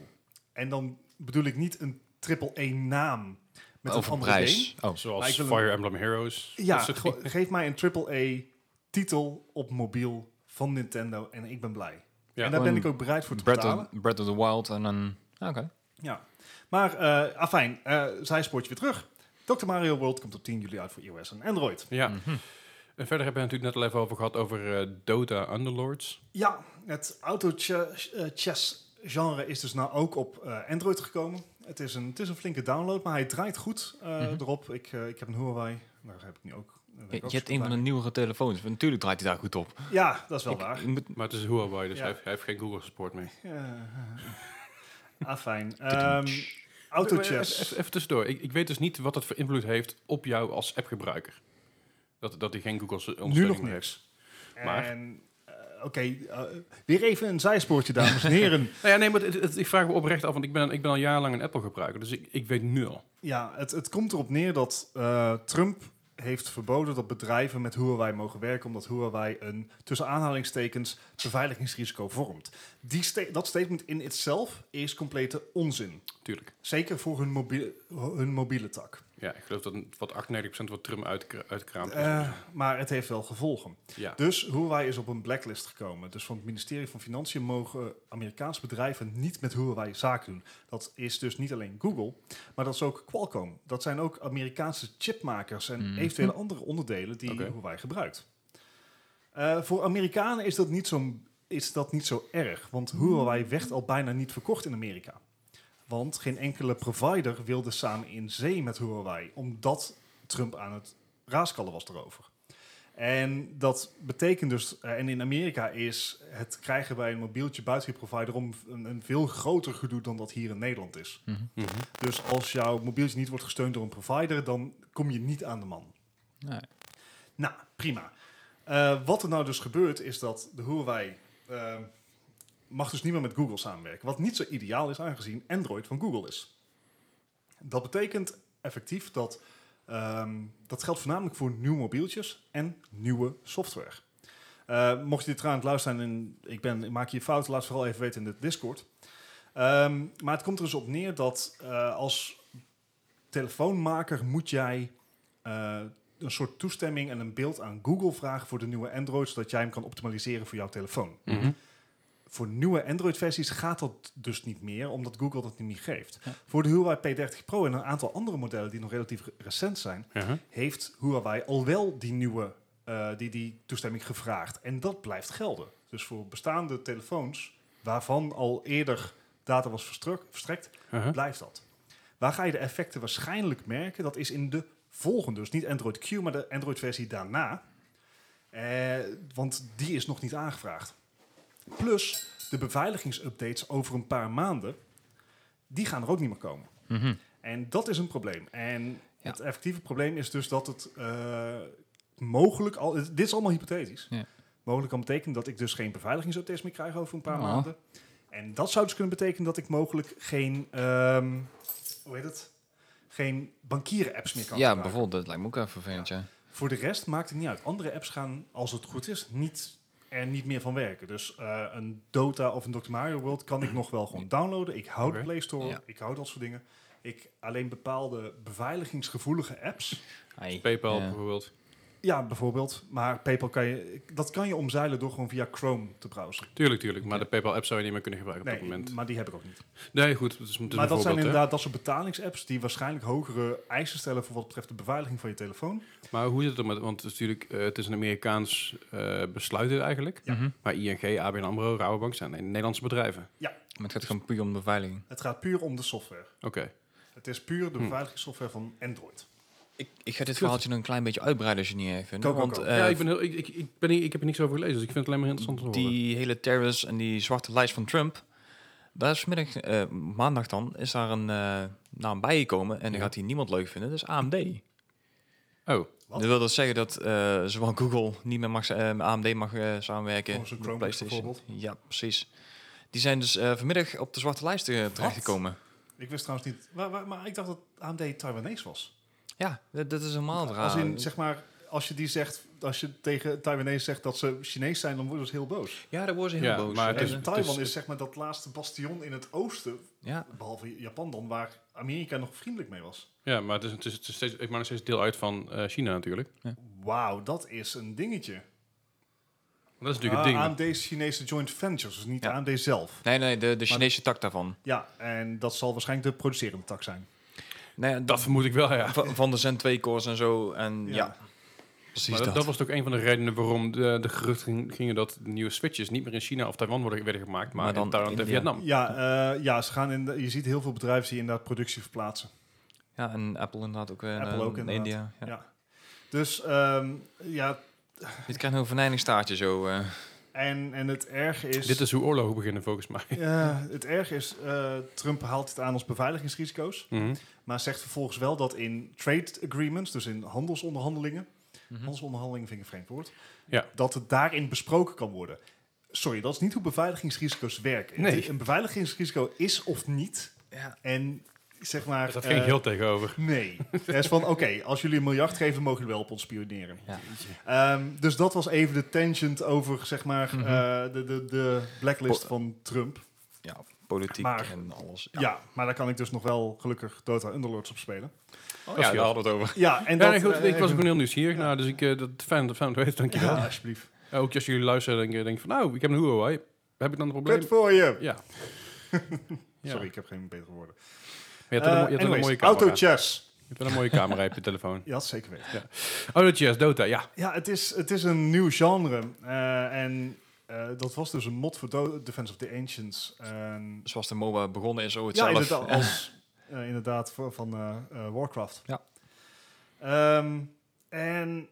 B: En dan bedoel ik niet een triple E-naam met
A: Over
B: een andere game.
A: prijs.
C: doen.
A: Oh.
B: Maar
C: Zoals
B: ik wil
C: Fire Emblem Heroes.
B: Ja,
C: Dat soort
B: ge-
C: dingen.
B: geef mij een triple-A-titel op mobiel van Nintendo en ik ben blij.
C: Ja.
B: en daar ben
A: Gewoon
B: ik ook bereid voor te
A: Breath
B: betalen.
A: of, Breath of the Wild en een... ah, Oké.
B: Ja. Maar, eh afijn, eh zijspoortje weer terug. Dr. Mario World komt op 10 juli uit voor iOS en Android.
C: Ja.
A: Mhm.
C: En verder hebben we het natuurlijk net al even over gehad over eh Dota Underlords.
B: Ja, het auto-chess-genre is dus nou ook op eh, Android gekomen. Het is, een, het is een flinke download, maar hij draait goed eh,
A: Mhm.
B: erop. Ik, eh, ik heb een Huawei, daar heb ik nu ook. daar ben ik
A: Je,
B: ook
A: je hebt
B: blij
A: een van de
B: mee.
A: nieuwere telefoons. want Natuurlijk draait hij daar goed op.
B: Ja, dat is wel
A: Ik-
B: waar.
A: ik moet-
C: Maar het is Huawei, dus
B: Ja.
C: hij, heeft, hij heeft geen Google support meer.
B: Ja. Afijn. Ehm
C: Even,
B: Autochess.
C: even- even tussendoor. Ik, ik weet dus niet wat dat voor invloed heeft op jou als appgebruiker. Dat, dat hij geen Google su- ondersteuning meer heeft. Maar-
B: En, eh, Oké, eh, weer even een zijspoortje, dames en heren.
C: Nou ja, nee, maar het, het- ik vraag me oprecht af, want ik ben, ik ben al jarenlang een Apple gebruiker. Dus ik, ik weet nu al.
B: ja, het, het komt erop neer dat eh, Trump heeft verboden dat bedrijven met Huawei mogen werken, omdat Huawei een, tussen aanhalingstekens, beveiligingsrisico vormt. Die sta- dat statement in itself is complete onzin.
C: Tuurlijk.
B: Zeker voor hun mobiele, hun mobiele tak.
C: Ja, ik geloof dat een- wat 98% wat Trump uitkra- uitkraamt.
B: Eh, maar het heeft wel gevolgen.
C: ja.
B: Dus Huawei is op een blacklist gekomen. Dus van het ministerie van Financiën mogen Amerikaanse bedrijven niet met Huawei zaken doen. Dat is dus niet alleen Google, maar dat is ook Qualcomm. Dat zijn ook Amerikaanse chipmakers en
A: Mhm.
B: eventuele andere onderdelen die
C: Mm. Oké.
B: Huawei gebruikt. Eh, voor Amerikanen is dat, niet zo, is dat niet zo erg, want
C: Mm.
B: Huawei werd al bijna niet verkocht in Amerika. Want geen enkele provider wilde samen in zee met Huawei, omdat Trump aan het raaskallen was erover. En dat betekent dus, eh, en in Amerika is het krijgen bij een mobieltje buiten je provider om een, een veel groter gedoe dan dat hier in Nederland is.
A: Mhm.
C: Mhm.
B: Dus als jouw mobieltje niet wordt gesteund door een provider, dan kom je niet aan de man.
A: Nee.
B: Nou, prima. Eh, wat er nou dus gebeurt, is dat de Huawei eh, mag dus niet meer met Google samenwerken. Wat niet zo ideaal is, aangezien Android van Google is. Dat betekent effectief dat ehm, dat geldt voornamelijk voor nieuwe mobieltjes en nieuwe software. Eh, mocht je dit aan het luisteren en ik, ben, ik maak hier fouten, laat het vooral even weten in de Discord. Ehm, maar het komt er dus op neer dat eh, als telefoonmaker moet jij eh, een soort toestemming en een beeld aan Google vragen voor de nieuwe Android, zodat jij hem kan optimaliseren voor jouw telefoon.
C: Mhm.
B: Voor nieuwe Android-versies gaat dat dus niet meer, omdat Google dat niet meer geeft.
A: Ja.
B: Voor de Huawei P30 Pro en een aantal andere modellen die nog relatief re- recent zijn,
C: Ja.
B: heeft Huawei al wel die nieuwe eh, die, die toestemming gevraagd. En dat blijft gelden. Dus voor bestaande telefoons, waarvan al eerder data was verstruk- verstrekt,
C: Mhm.
B: blijft dat. Waar ga je de effecten waarschijnlijk merken? Dat is in de volgende. Dus niet Android Q, maar de Android-versie daarna. Eh, want die is nog niet aangevraagd. Plus de beveiligingsupdates over een paar maanden, die gaan er ook niet meer komen.
A: Mhm.
B: En dat is een probleem. En
A: Ja.
B: het effectieve probleem is dus dat het eh, mogelijk al. Dit is allemaal hypothetisch.
A: Ja.
B: Mogelijk kan betekenen dat ik dus geen beveiligingsupdates meer krijg over een paar
E: Ah.
B: maanden. En dat zou dus kunnen betekenen dat ik mogelijk geen, ehm, hoe heet het? Geen bankieren-apps meer kan
E: Ja,
B: gebruiken.
E: bijvoorbeeld, dat lijkt me ook even vervelend, ja.
B: Voor de rest maakt het niet uit. Andere apps gaan, als het goed is, niet, er niet meer van werken. Dus eh, een Dota of een Dr. Mario World kan ik nog wel gewoon downloaden. Ik hou de
C: Oké.
B: Play Store,
E: Ja.
B: ik hou dat soort dingen. Ik alleen bepaalde beveiligingsgevoelige apps.
E: Ai.
C: PayPal
E: Ja.
C: bijvoorbeeld.
B: Ja, bijvoorbeeld. Maar PayPal kan je, dat kan je omzeilen door gewoon via Chrome te browsen.
C: Tuurlijk, tuurlijk. Maar de PayPal-app zou je niet meer kunnen gebruiken op
B: Nee,
C: dat moment.
B: maar die heb ik ook niet.
C: Nee, goed. Dat is, dat is
B: maar
C: een
B: dat zijn
C: voorbeeld, hè.
B: inderdaad dat soort betalingsapps die waarschijnlijk hogere eisen stellen voor wat betreft de beveiliging van je telefoon.
C: Maar hoe zit het er met... Want het is natuurlijk, eh, het is een Amerikaans eh, besluit eigenlijk.
B: Ja.
A: Mhm.
C: Maar ING, ABN AMRO, Rabobank zijn Nederlandse bedrijven.
A: Maar het gaat gewoon puur om de beveiliging.
B: Het gaat puur om de software.
C: Oké.
B: Het is puur de
C: Hm.
B: beveiligingssoftware van Android.
A: Ik, ik ga dit verhaaltje nog een klein beetje uitbreiden als je het niet erg vindt.
B: Go, go,
A: want
B: go.
A: eh,
C: ja, ik, ben heel, ik, ik, ik, ben hier, ik heb er niks over gelezen, dus ik vind het alleen maar interessant om te horen.
A: die hele terrorist en die zwarte lijst van Trump. Daar is vanmiddag, eh, maandag dan, is daar een eh, naam bijgekomen. En dan
C: Ja.
A: gaat hij niemand leuk vinden. Dat is AMD.
C: Oh,
B: Wat?
A: Dat wil dus zeggen dat eh, zowel Google niet meer mag, sa- eh, met AMD mag eh, samenwerken.
B: Gewoon zo'n
A: met
B: Chromebook bijvoorbeeld.
A: Ja, precies. Die zijn dus eh, vanmiddag op de zwarte lijst eh, terechtgekomen.
B: Ik wist trouwens niet. Waar, waar- maar ik dacht dat AMD Taiwanese was.
A: Ja, dat, dat is helemaal raar.
B: Als in, zeg maar, als je die zegt, als je tegen Taiwanese zegt dat ze Chinees zijn, dan worden ze heel boos.
A: Ja, daar worden ze heel
C: Ja,
A: boos.
C: maar
A: Ja,
C: het is-
B: en Taiwan is zeg maar dat laatste bastion in het oosten,
A: ja.
B: behalve Japan dan, waar Amerika nog vriendelijk mee was.
C: ja, maar het, is, het, is, het is steeds, ik maak nog steeds deel uit van eh, China natuurlijk.
B: Wauw, dat is een dingetje.
C: Want dat is natuurlijk het
B: Ah,
C: ding.
B: AMD is Chinese joint ventures, dus niet
A: Ja.
B: AMD zelf.
A: Nee, nee, de, de Chinese tak daarvan.
B: Ja, en dat zal waarschijnlijk de producerende tak zijn.
A: Nee, dat,
C: Dat vermoed ik wel, ja.
A: van, van de Zen 2 cores en zo. En ja, precies
C: Maar dat,
A: dat.
C: dat was ook een van de redenen waarom de, de geruchten ging- gingen dat de nieuwe switches niet meer in China of Taiwan worden werden gemaakt, maar,
A: Maar dan
C: in Thailand en
A: India.
C: Vietnam.
B: Ja, eh, ja ze gaan in de- je ziet heel veel bedrijven die inderdaad productie verplaatsen.
A: Ja, en Apple inderdaad ook weer. en,
B: Apple
A: eh,
B: ook
A: in
B: inderdaad.
A: India. Ja.
B: Ja. Dus ehm, ja,
A: Dit krijgt een venijningstaartje zo. eh.
B: en, en het erg is.
C: Dit is hoe oorlogen beginnen, volgens mij.
B: Ja, het erg is, eh, Trump haalt het aan als beveiligingsrisico's,
C: Mhm.
B: maar zegt vervolgens wel dat in trade agreements, dus in handelsonderhandelingen, handelsonderhandelingen vind ik een vreemd woord,
C: Ja.
B: dat het daarin besproken kan worden. Sorry, dat is niet hoe beveiligingsrisico's werken.
C: Nee.
B: Het- Een beveiligingsrisico is of niet.
A: Ja.
B: En zeg maar.
C: Dat ging
B: eh,
C: heel tegenover.
B: Nee. Het is van, oké, als jullie een miljard geven, mogen jullie wel op ons spioneren.
A: Ja.
B: Ehm, dus dat was even de tangent over, zeg maar,
A: Mhm.
B: eh, de, de, de blacklist
A: Po-
B: van Trump.
A: ja, politiek
B: Maar-
A: en alles.
B: Ja. maar daar kan ik dus nog wel gelukkig Dota Underlords op spelen.
C: ja, daar
A: Oh, hadden we het over.
B: Ja, en
C: Ja,
B: dat...
C: nee, goed,
B: eh,
C: ik was ook
B: even-
C: heel nieuwsgierig naar, dus ik, eh, dat, fijn, dat- fijn dat weet,
B: Ja,
C: dankjewel.
B: alsjeblieft.
C: Ook als jullie luisteren en denken van, nou, ik heb een Huawei, heb ik dan een probleem?
B: Kut voor je!
C: Ja. Ja.
B: Sorry, ik heb geen betere woorden.
C: Maar Je hebt wel een, mo- je hebt wel een
B: Eh, Anyways,
C: mooie camera.
B: Autochess.
C: Je hebt wel een mooie camera op je telefoon. Oh,
B: Ja, dat zeker weten.
C: Autochess, Dota, ja.
B: Ja, het is, het is een nieuw genre. Eh, en eh, dat was dus een mod voor Do- Defense of the Ancients. En
A: Zoals de MOBA begonnen is, zo
B: Ja,
A: hetzelfde.
B: inderdaad, als, eh, inderdaad voor- van eh, eh, Warcraft.
A: Ja.
B: Ehm, en,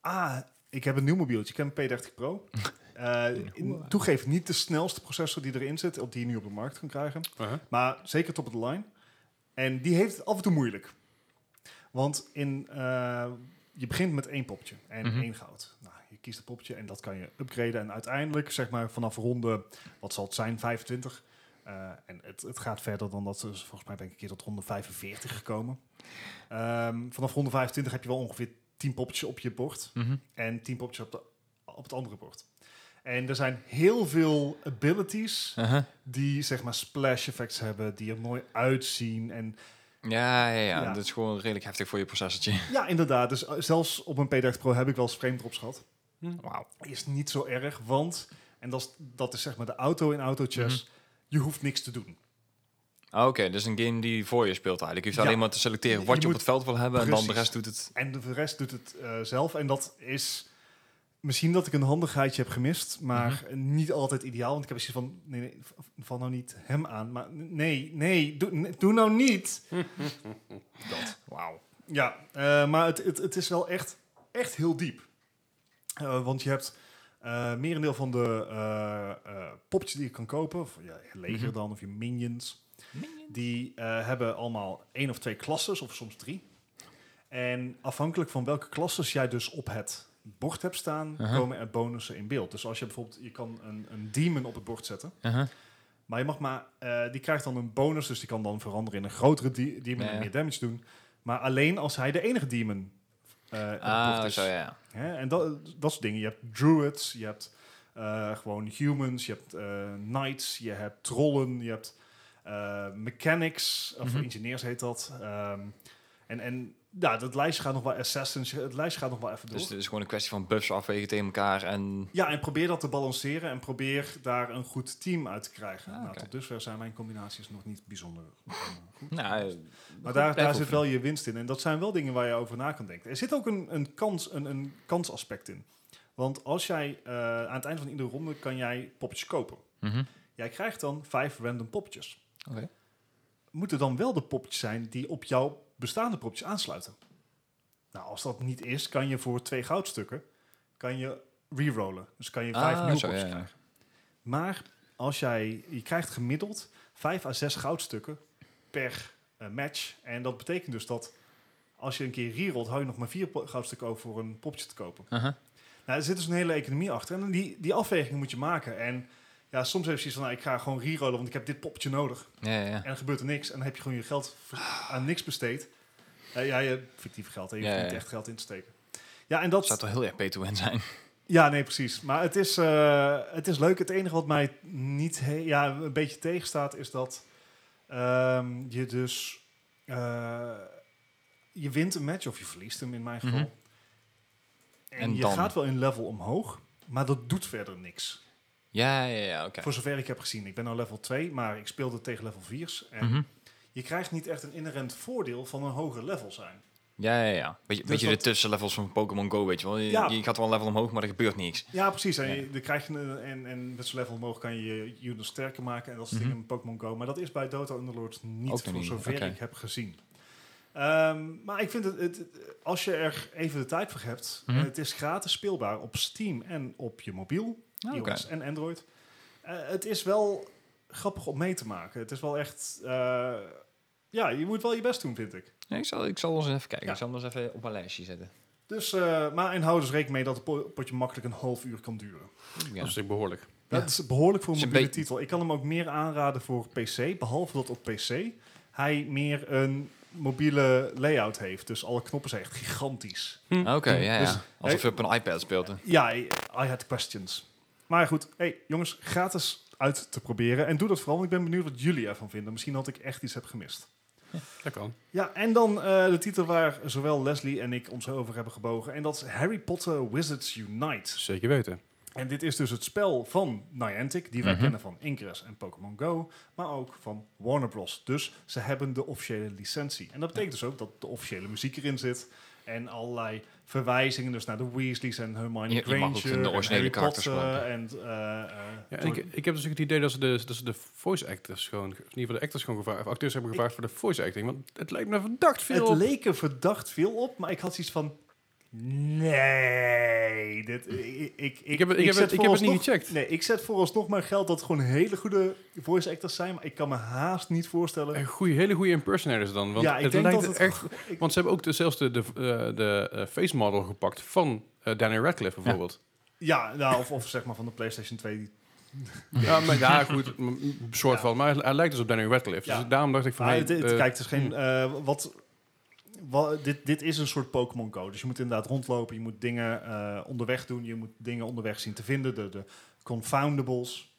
B: ah, ik heb een nieuw mobieltje. Ik heb een P30 Pro. Eh, in- toegeef, niet de snelste processor die erin zit, op die je nu op de markt kan krijgen.
C: Uh-huh.
B: Maar zeker top of the line. En die heeft het af en toe moeilijk. Want in, eh, je begint met één popje en
A: Mhm.
B: één goud. Nou, je kiest een popje en dat kan je upgraden. En uiteindelijk, zeg maar, vanaf ronde, wat zal het zijn, 25. eh, en het, het gaat verder dan dat. Dus volgens mij ben ik een keer tot ronde 45 gekomen. Ehm, vanaf ronde 25 heb je wel ongeveer 10 popjes op je bord
A: Mhm.
B: en 10 popjes op, de, op het andere bord. En er zijn heel veel abilities
A: Uh-huh.
B: die zeg maar splash effects hebben, die er mooi uitzien. En
A: ja, ja, ja,
B: Ja.
A: Dat is gewoon redelijk heftig voor je processortje.
B: ja, inderdaad, dus eh, zelfs op een P30 Pro heb ik wel eens frame drops gehad.
A: Wauw.
B: Is niet zo erg, want, en dat is, dat is zeg maar de auto in autochess, je hoeft niks te doen.
A: Ah, Oké, dus een game die voor je speelt eigenlijk. Je hoeft
B: Ja.
A: alleen maar te selecteren
B: Je
A: wat je, op
B: moet-
A: het veld wil hebben en dan de
B: Precies.
A: rest doet het.
B: En de rest doet het eh, zelf. En dat is misschien dat ik een handigheidje heb gemist, maar niet altijd ideaal. Want ik heb zoiets van, nee, nee, v- val nou niet hem aan. Maar nee, nee, doe, nee, doe nou niet. dat. Wauw. Ja, eh, maar het, het, het is wel echt, echt heel diep. Eh, want je hebt eh merendeel van de eh eh, popjes die je kan kopen, of ja, je leger
A: Mhm.
B: dan, of je minions, die eh, hebben allemaal één of twee klasses, of soms drie. En afhankelijk van welke klasses jij dus op hebt, bord hebt staan,
A: Aha.
B: komen er bonussen in beeld. Dus als je bijvoorbeeld, je kan een, een demon op het bord zetten.
A: Aha.
B: Maar je mag maar, eh, die krijgt dan een bonus, dus die kan dan veranderen in een grotere de- demon
A: Ja, ja.
B: en meer damage doen. Maar alleen als hij de enige demon eh op het
A: Ah,
B: bord is.
A: zo ja.
B: Hè? En dat, dat soort dingen. Je hebt druids, je hebt eh, gewoon humans, je hebt eh, knights, je hebt trollen, je hebt eh, mechanics, of
A: Mhm.
B: engineers heet dat. Ehm, en en nou, dat lijstje gaat nog wel assassins, het lijstje gaat nog wel even door.
A: Dus het is gewoon een kwestie van buffs afwegen tegen elkaar en...
B: ja, en probeer dat te balanceren en probeer daar een goed team uit te krijgen.
A: Ah,
B: nou,
A: oké.
B: tot dusver zijn mijn combinaties nog niet bijzonder eh, goed.
A: Nou, eh,
B: Maar daar, daar zit
A: proefje.
B: wel je winst in. En dat zijn wel dingen waar je over na kan denken. Er zit ook een, een, kans, een, een kansaspect in. Want als jij eh, aan het eind van iedere ronde kan jij poppetjes kopen.
A: mhm.
B: Jij krijgt dan vijf random poppetjes.
A: Oké.
B: Moeten dan wel de poppetjes zijn die op jouw bestaande poppetjes aansluiten. Nou, als dat niet is, kan je voor twee goudstukken kan je rerollen. Dus kan je vijf
A: Ah,
B: nieuwe
A: zo,
B: poppetjes
A: ja, ja.
B: krijgen. Maar als jij, je krijgt gemiddeld vijf à zes goudstukken per eh, match. En dat betekent dus dat als je een keer rerolt, hou je nog maar vier po- goudstukken over voor een poppetje te kopen.
A: Aha.
B: Nou, er zit dus een hele economie achter. En die, die afweging moet je maken. En ja, soms heb je zoiets van, nou, ik ga gewoon rerollen, want ik heb dit poppetje nodig.
A: Ja, ja, ja.
B: En dan gebeurt er niks. En dan heb je gewoon je geld ver- aan niks besteed. Eh, ja, je fictief geld. hè. Je hoeft
A: Ja, ja,
B: niet
A: ja.
B: echt geld in te steken. Ja, en dat...
A: zou toch heel erg pay to win zijn.
B: Ja, nee, precies. Maar het is, eh, het is leuk. Het enige wat mij niet he- ja, een beetje tegenstaat is dat ehm, je dus... eh, je wint een match of je verliest hem in mijn geval.
A: Mhm.
B: En,
A: En
B: je
A: dan?
B: gaat wel in level omhoog, maar dat doet verder niks.
A: Ja, ja, ja, oké.
B: Voor zover ik heb gezien. Ik ben nou level 2, maar ik speelde tegen level 4's. En
A: Mhm.
B: je krijgt niet echt een inherent voordeel van een hoger level zijn.
A: Ja, ja, ja. Beetje,
B: Dus
A: beetje
B: dat-
A: de tussenlevels van Pokémon Go, weet je wel. Je,
B: Ja.
A: je gaat wel een level omhoog, maar er gebeurt niks.
B: Ja, precies. En,
A: Ja.
B: je- dan krijg je een- en, en met zo'n level omhoog kan je je unit sterker maken en dat soort
A: Mhm.
B: dingen in Pokémon Go. Maar dat is bij Dota Underlord niet
A: Ook
B: voor
A: niet,
B: zover
A: oké.
B: ik heb gezien. Ehm, maar ik vind het, het, als je er even de tijd voor hebt,
A: Mhm.
B: en het is gratis speelbaar op Steam en op je mobiel,
A: Oké.
B: iOS en Android. Eh, het is wel grappig om mee te maken. Het is wel echt, eh, ja, je moet wel je best doen, vind ik.
A: Nee, ik, zal, ik zal eens even kijken.
B: Ja.
A: Ik zal hem eens even op mijn lijstje zetten.
B: Dus, eh, maar en hou dus rekening mee dat het po- potje makkelijk een half uur kan duren.
A: Ja.
C: Dat is natuurlijk behoorlijk.
B: Dat
A: Ja.
B: is behoorlijk voor een
A: Is een
B: mobiele
A: beetje-
B: titel. Ik kan hem ook meer aanraden voor PC, behalve dat op PC hij meer een mobiele layout heeft. Dus alle knoppen zijn echt gigantisch.
A: Hm.
C: Hm.
A: Oké, ja, ja.
B: Dus-
A: Alsof je op een iPad speelt. hè.
B: Ja, I I had questions. Maar goed, hey, jongens, gratis uit te proberen. En doe dat vooral, want ik ben benieuwd wat jullie ervan vinden. Misschien had ik echt iets heb gemist.
C: Dat kan.
B: Ja, en dan eh, de titel waar zowel Leslie en ik ons over hebben gebogen. En dat is Harry Potter Wizards Unite.
C: Zeker weten.
B: En dit is dus het spel van Niantic, die wij
A: Mhm.
B: kennen van Ingress en Pokémon Go, maar ook van Warner Bros. Dus ze hebben de officiële licentie. En dat betekent dus ook dat de officiële muziek erin zit en allerlei verwijzingen dus naar de Weasleys en Hermione
A: Je- je mag ook
B: Granger
A: de
B: en
A: originele
B: Harry
A: karakters
B: Potter
A: gebruiken.
B: en... eh, eh,
C: Ja, en
B: George-
C: ik, ik heb dus ook het idee dat ze de, dat ze de voice actors gewoon, in ieder geval de actors gewoon gevraagd, of acteurs hebben gevraagd voor de voice acting. Want het lijkt me verdacht veel.
B: Het
C: op-
B: leek er verdacht veel op, maar ik had zoiets van... Nee, dit, ik, ik,
C: Ik heb het- ik heb
B: zet
C: het- ik heb het niet
B: vooralsnog-
C: gecheckt.
B: Nee, ik zet vooralsnog mijn geld dat het gewoon hele goede voice actors zijn, maar ik kan me haast niet voorstellen.
C: Een goeie, hele goede impersonators dan. Want
B: ja, ik
C: het
B: denk
C: lijkt
B: dat het
C: echt.
B: ik-
C: Want ze hebben ook de, zelfs de, de, eh, de eh, face model gepakt van eh, Daniel Radcliffe bijvoorbeeld.
B: Ja, nou, of, of zeg maar van de PlayStation 2. die-
C: Ja, maar, ja goed, m- m- soort
B: Ja.
C: van. Maar hij, hij lijkt dus op Daniel Radcliffe.
B: Ja.
C: Dus daarom dacht ik van.
B: Maar
C: hey,
B: het, het-
C: eh,
B: kijk, het is geen...
C: hmm.
B: eh, wat, wa- dit, dit is een soort Pokémon Go. Dus je moet inderdaad rondlopen. Je moet dingen eh, onderweg doen. Je moet dingen onderweg zien te vinden. De, de confoundables.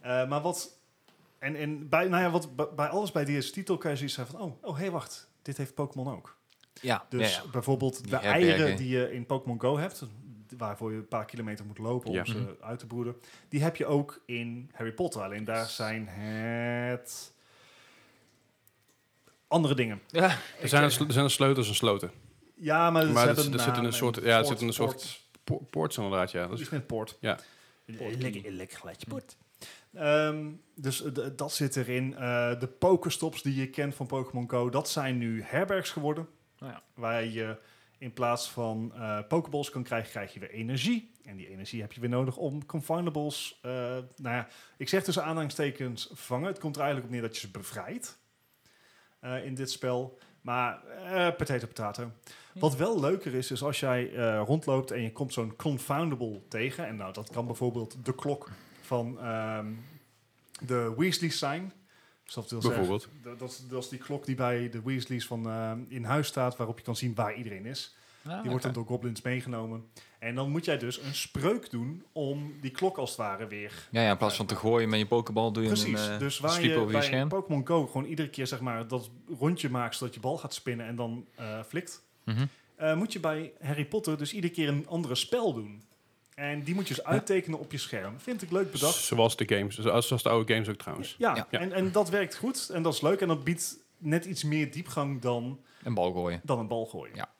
B: Eh, maar wat... En, en bij, nou ja, wat, bij- bij alles bij deze titel kan je zoiets zijn van... Oh, oh hey, wacht. Dit heeft Pokémon ook.
A: Ja,
B: Dus
A: ja, ja.
B: bijvoorbeeld
A: Die
B: de
A: herbergen.
B: eieren die je in Pokémon Go hebt, waarvoor je een paar kilometer moet lopen
C: Ja.
B: om ze uit te broeden, die heb je ook in Harry Potter. Alleen daar zijn het andere dingen.
A: Ja.
C: er, zijn, er zijn sleutels en sloten.
B: Ja, maar,
C: Maar
B: ze
C: dat-
B: hebben
C: dat zit in
B: naam
C: een soort-
B: en
C: ja, dat
B: port,
C: zit in een soort-
B: port.
C: Po ports inderdaad, ja. Dat is-
B: Iets met port.
C: Ja.
B: Een Lekker, een lekker gladje port. Ehm, dus eh, d- dat zit erin. Eh, de pokerstops die je kent van Pokémon Go, dat zijn nu herbergs geworden.
A: Oh ja.
B: Waar je in plaats van eh pokeballs kan krijgen, krijg je weer energie. En die energie heb je weer nodig om confoundables... eh, nou ja, ik zeg tussen aanhalingstekens vangen. Het komt er eigenlijk op neer dat je ze bevrijdt eh, in dit spel. Maar eh potato potato. Wat wel leuker is, is als jij eh, rondloopt en je komt zo'n confoundable tegen. En nou, dat kan bijvoorbeeld de klok van ehm, de Weasleys zijn. Dus dat wil zeggen,
C: Bijvoorbeeld.
B: dat, dat, is- dat is die klok die bij de Weasleys van, ehm, in huis staat, waarop je kan zien waar iedereen is. Die wordt dan door goblins meegenomen. En dan moet jij dus een spreuk doen om die klok als het ware weer...
A: Ja, ja, in plaats van te gooien met je pokebal doe je
B: Precies,
A: een eh,
B: dus waar
A: sweep
B: je
A: over je
B: bij
A: scherm.
B: Pokémon Go gewoon iedere keer zeg maar, dat rondje maakt... zodat je bal gaat spinnen en dan eh, flikt...
A: Mhm.
B: eh, moet je bij Harry Potter dus iedere keer een andere spel doen. En die moet je dus uittekenen op je scherm. Vind ik leuk bedacht.
C: Zoals de games, zoals zoals de oude games ook trouwens.
B: Ja,
A: Ja.
B: En, en dat werkt goed en dat is leuk. En dat biedt net iets meer diepgang dan,
A: En bal gooien.
B: dan een bal gooien.
A: Ja.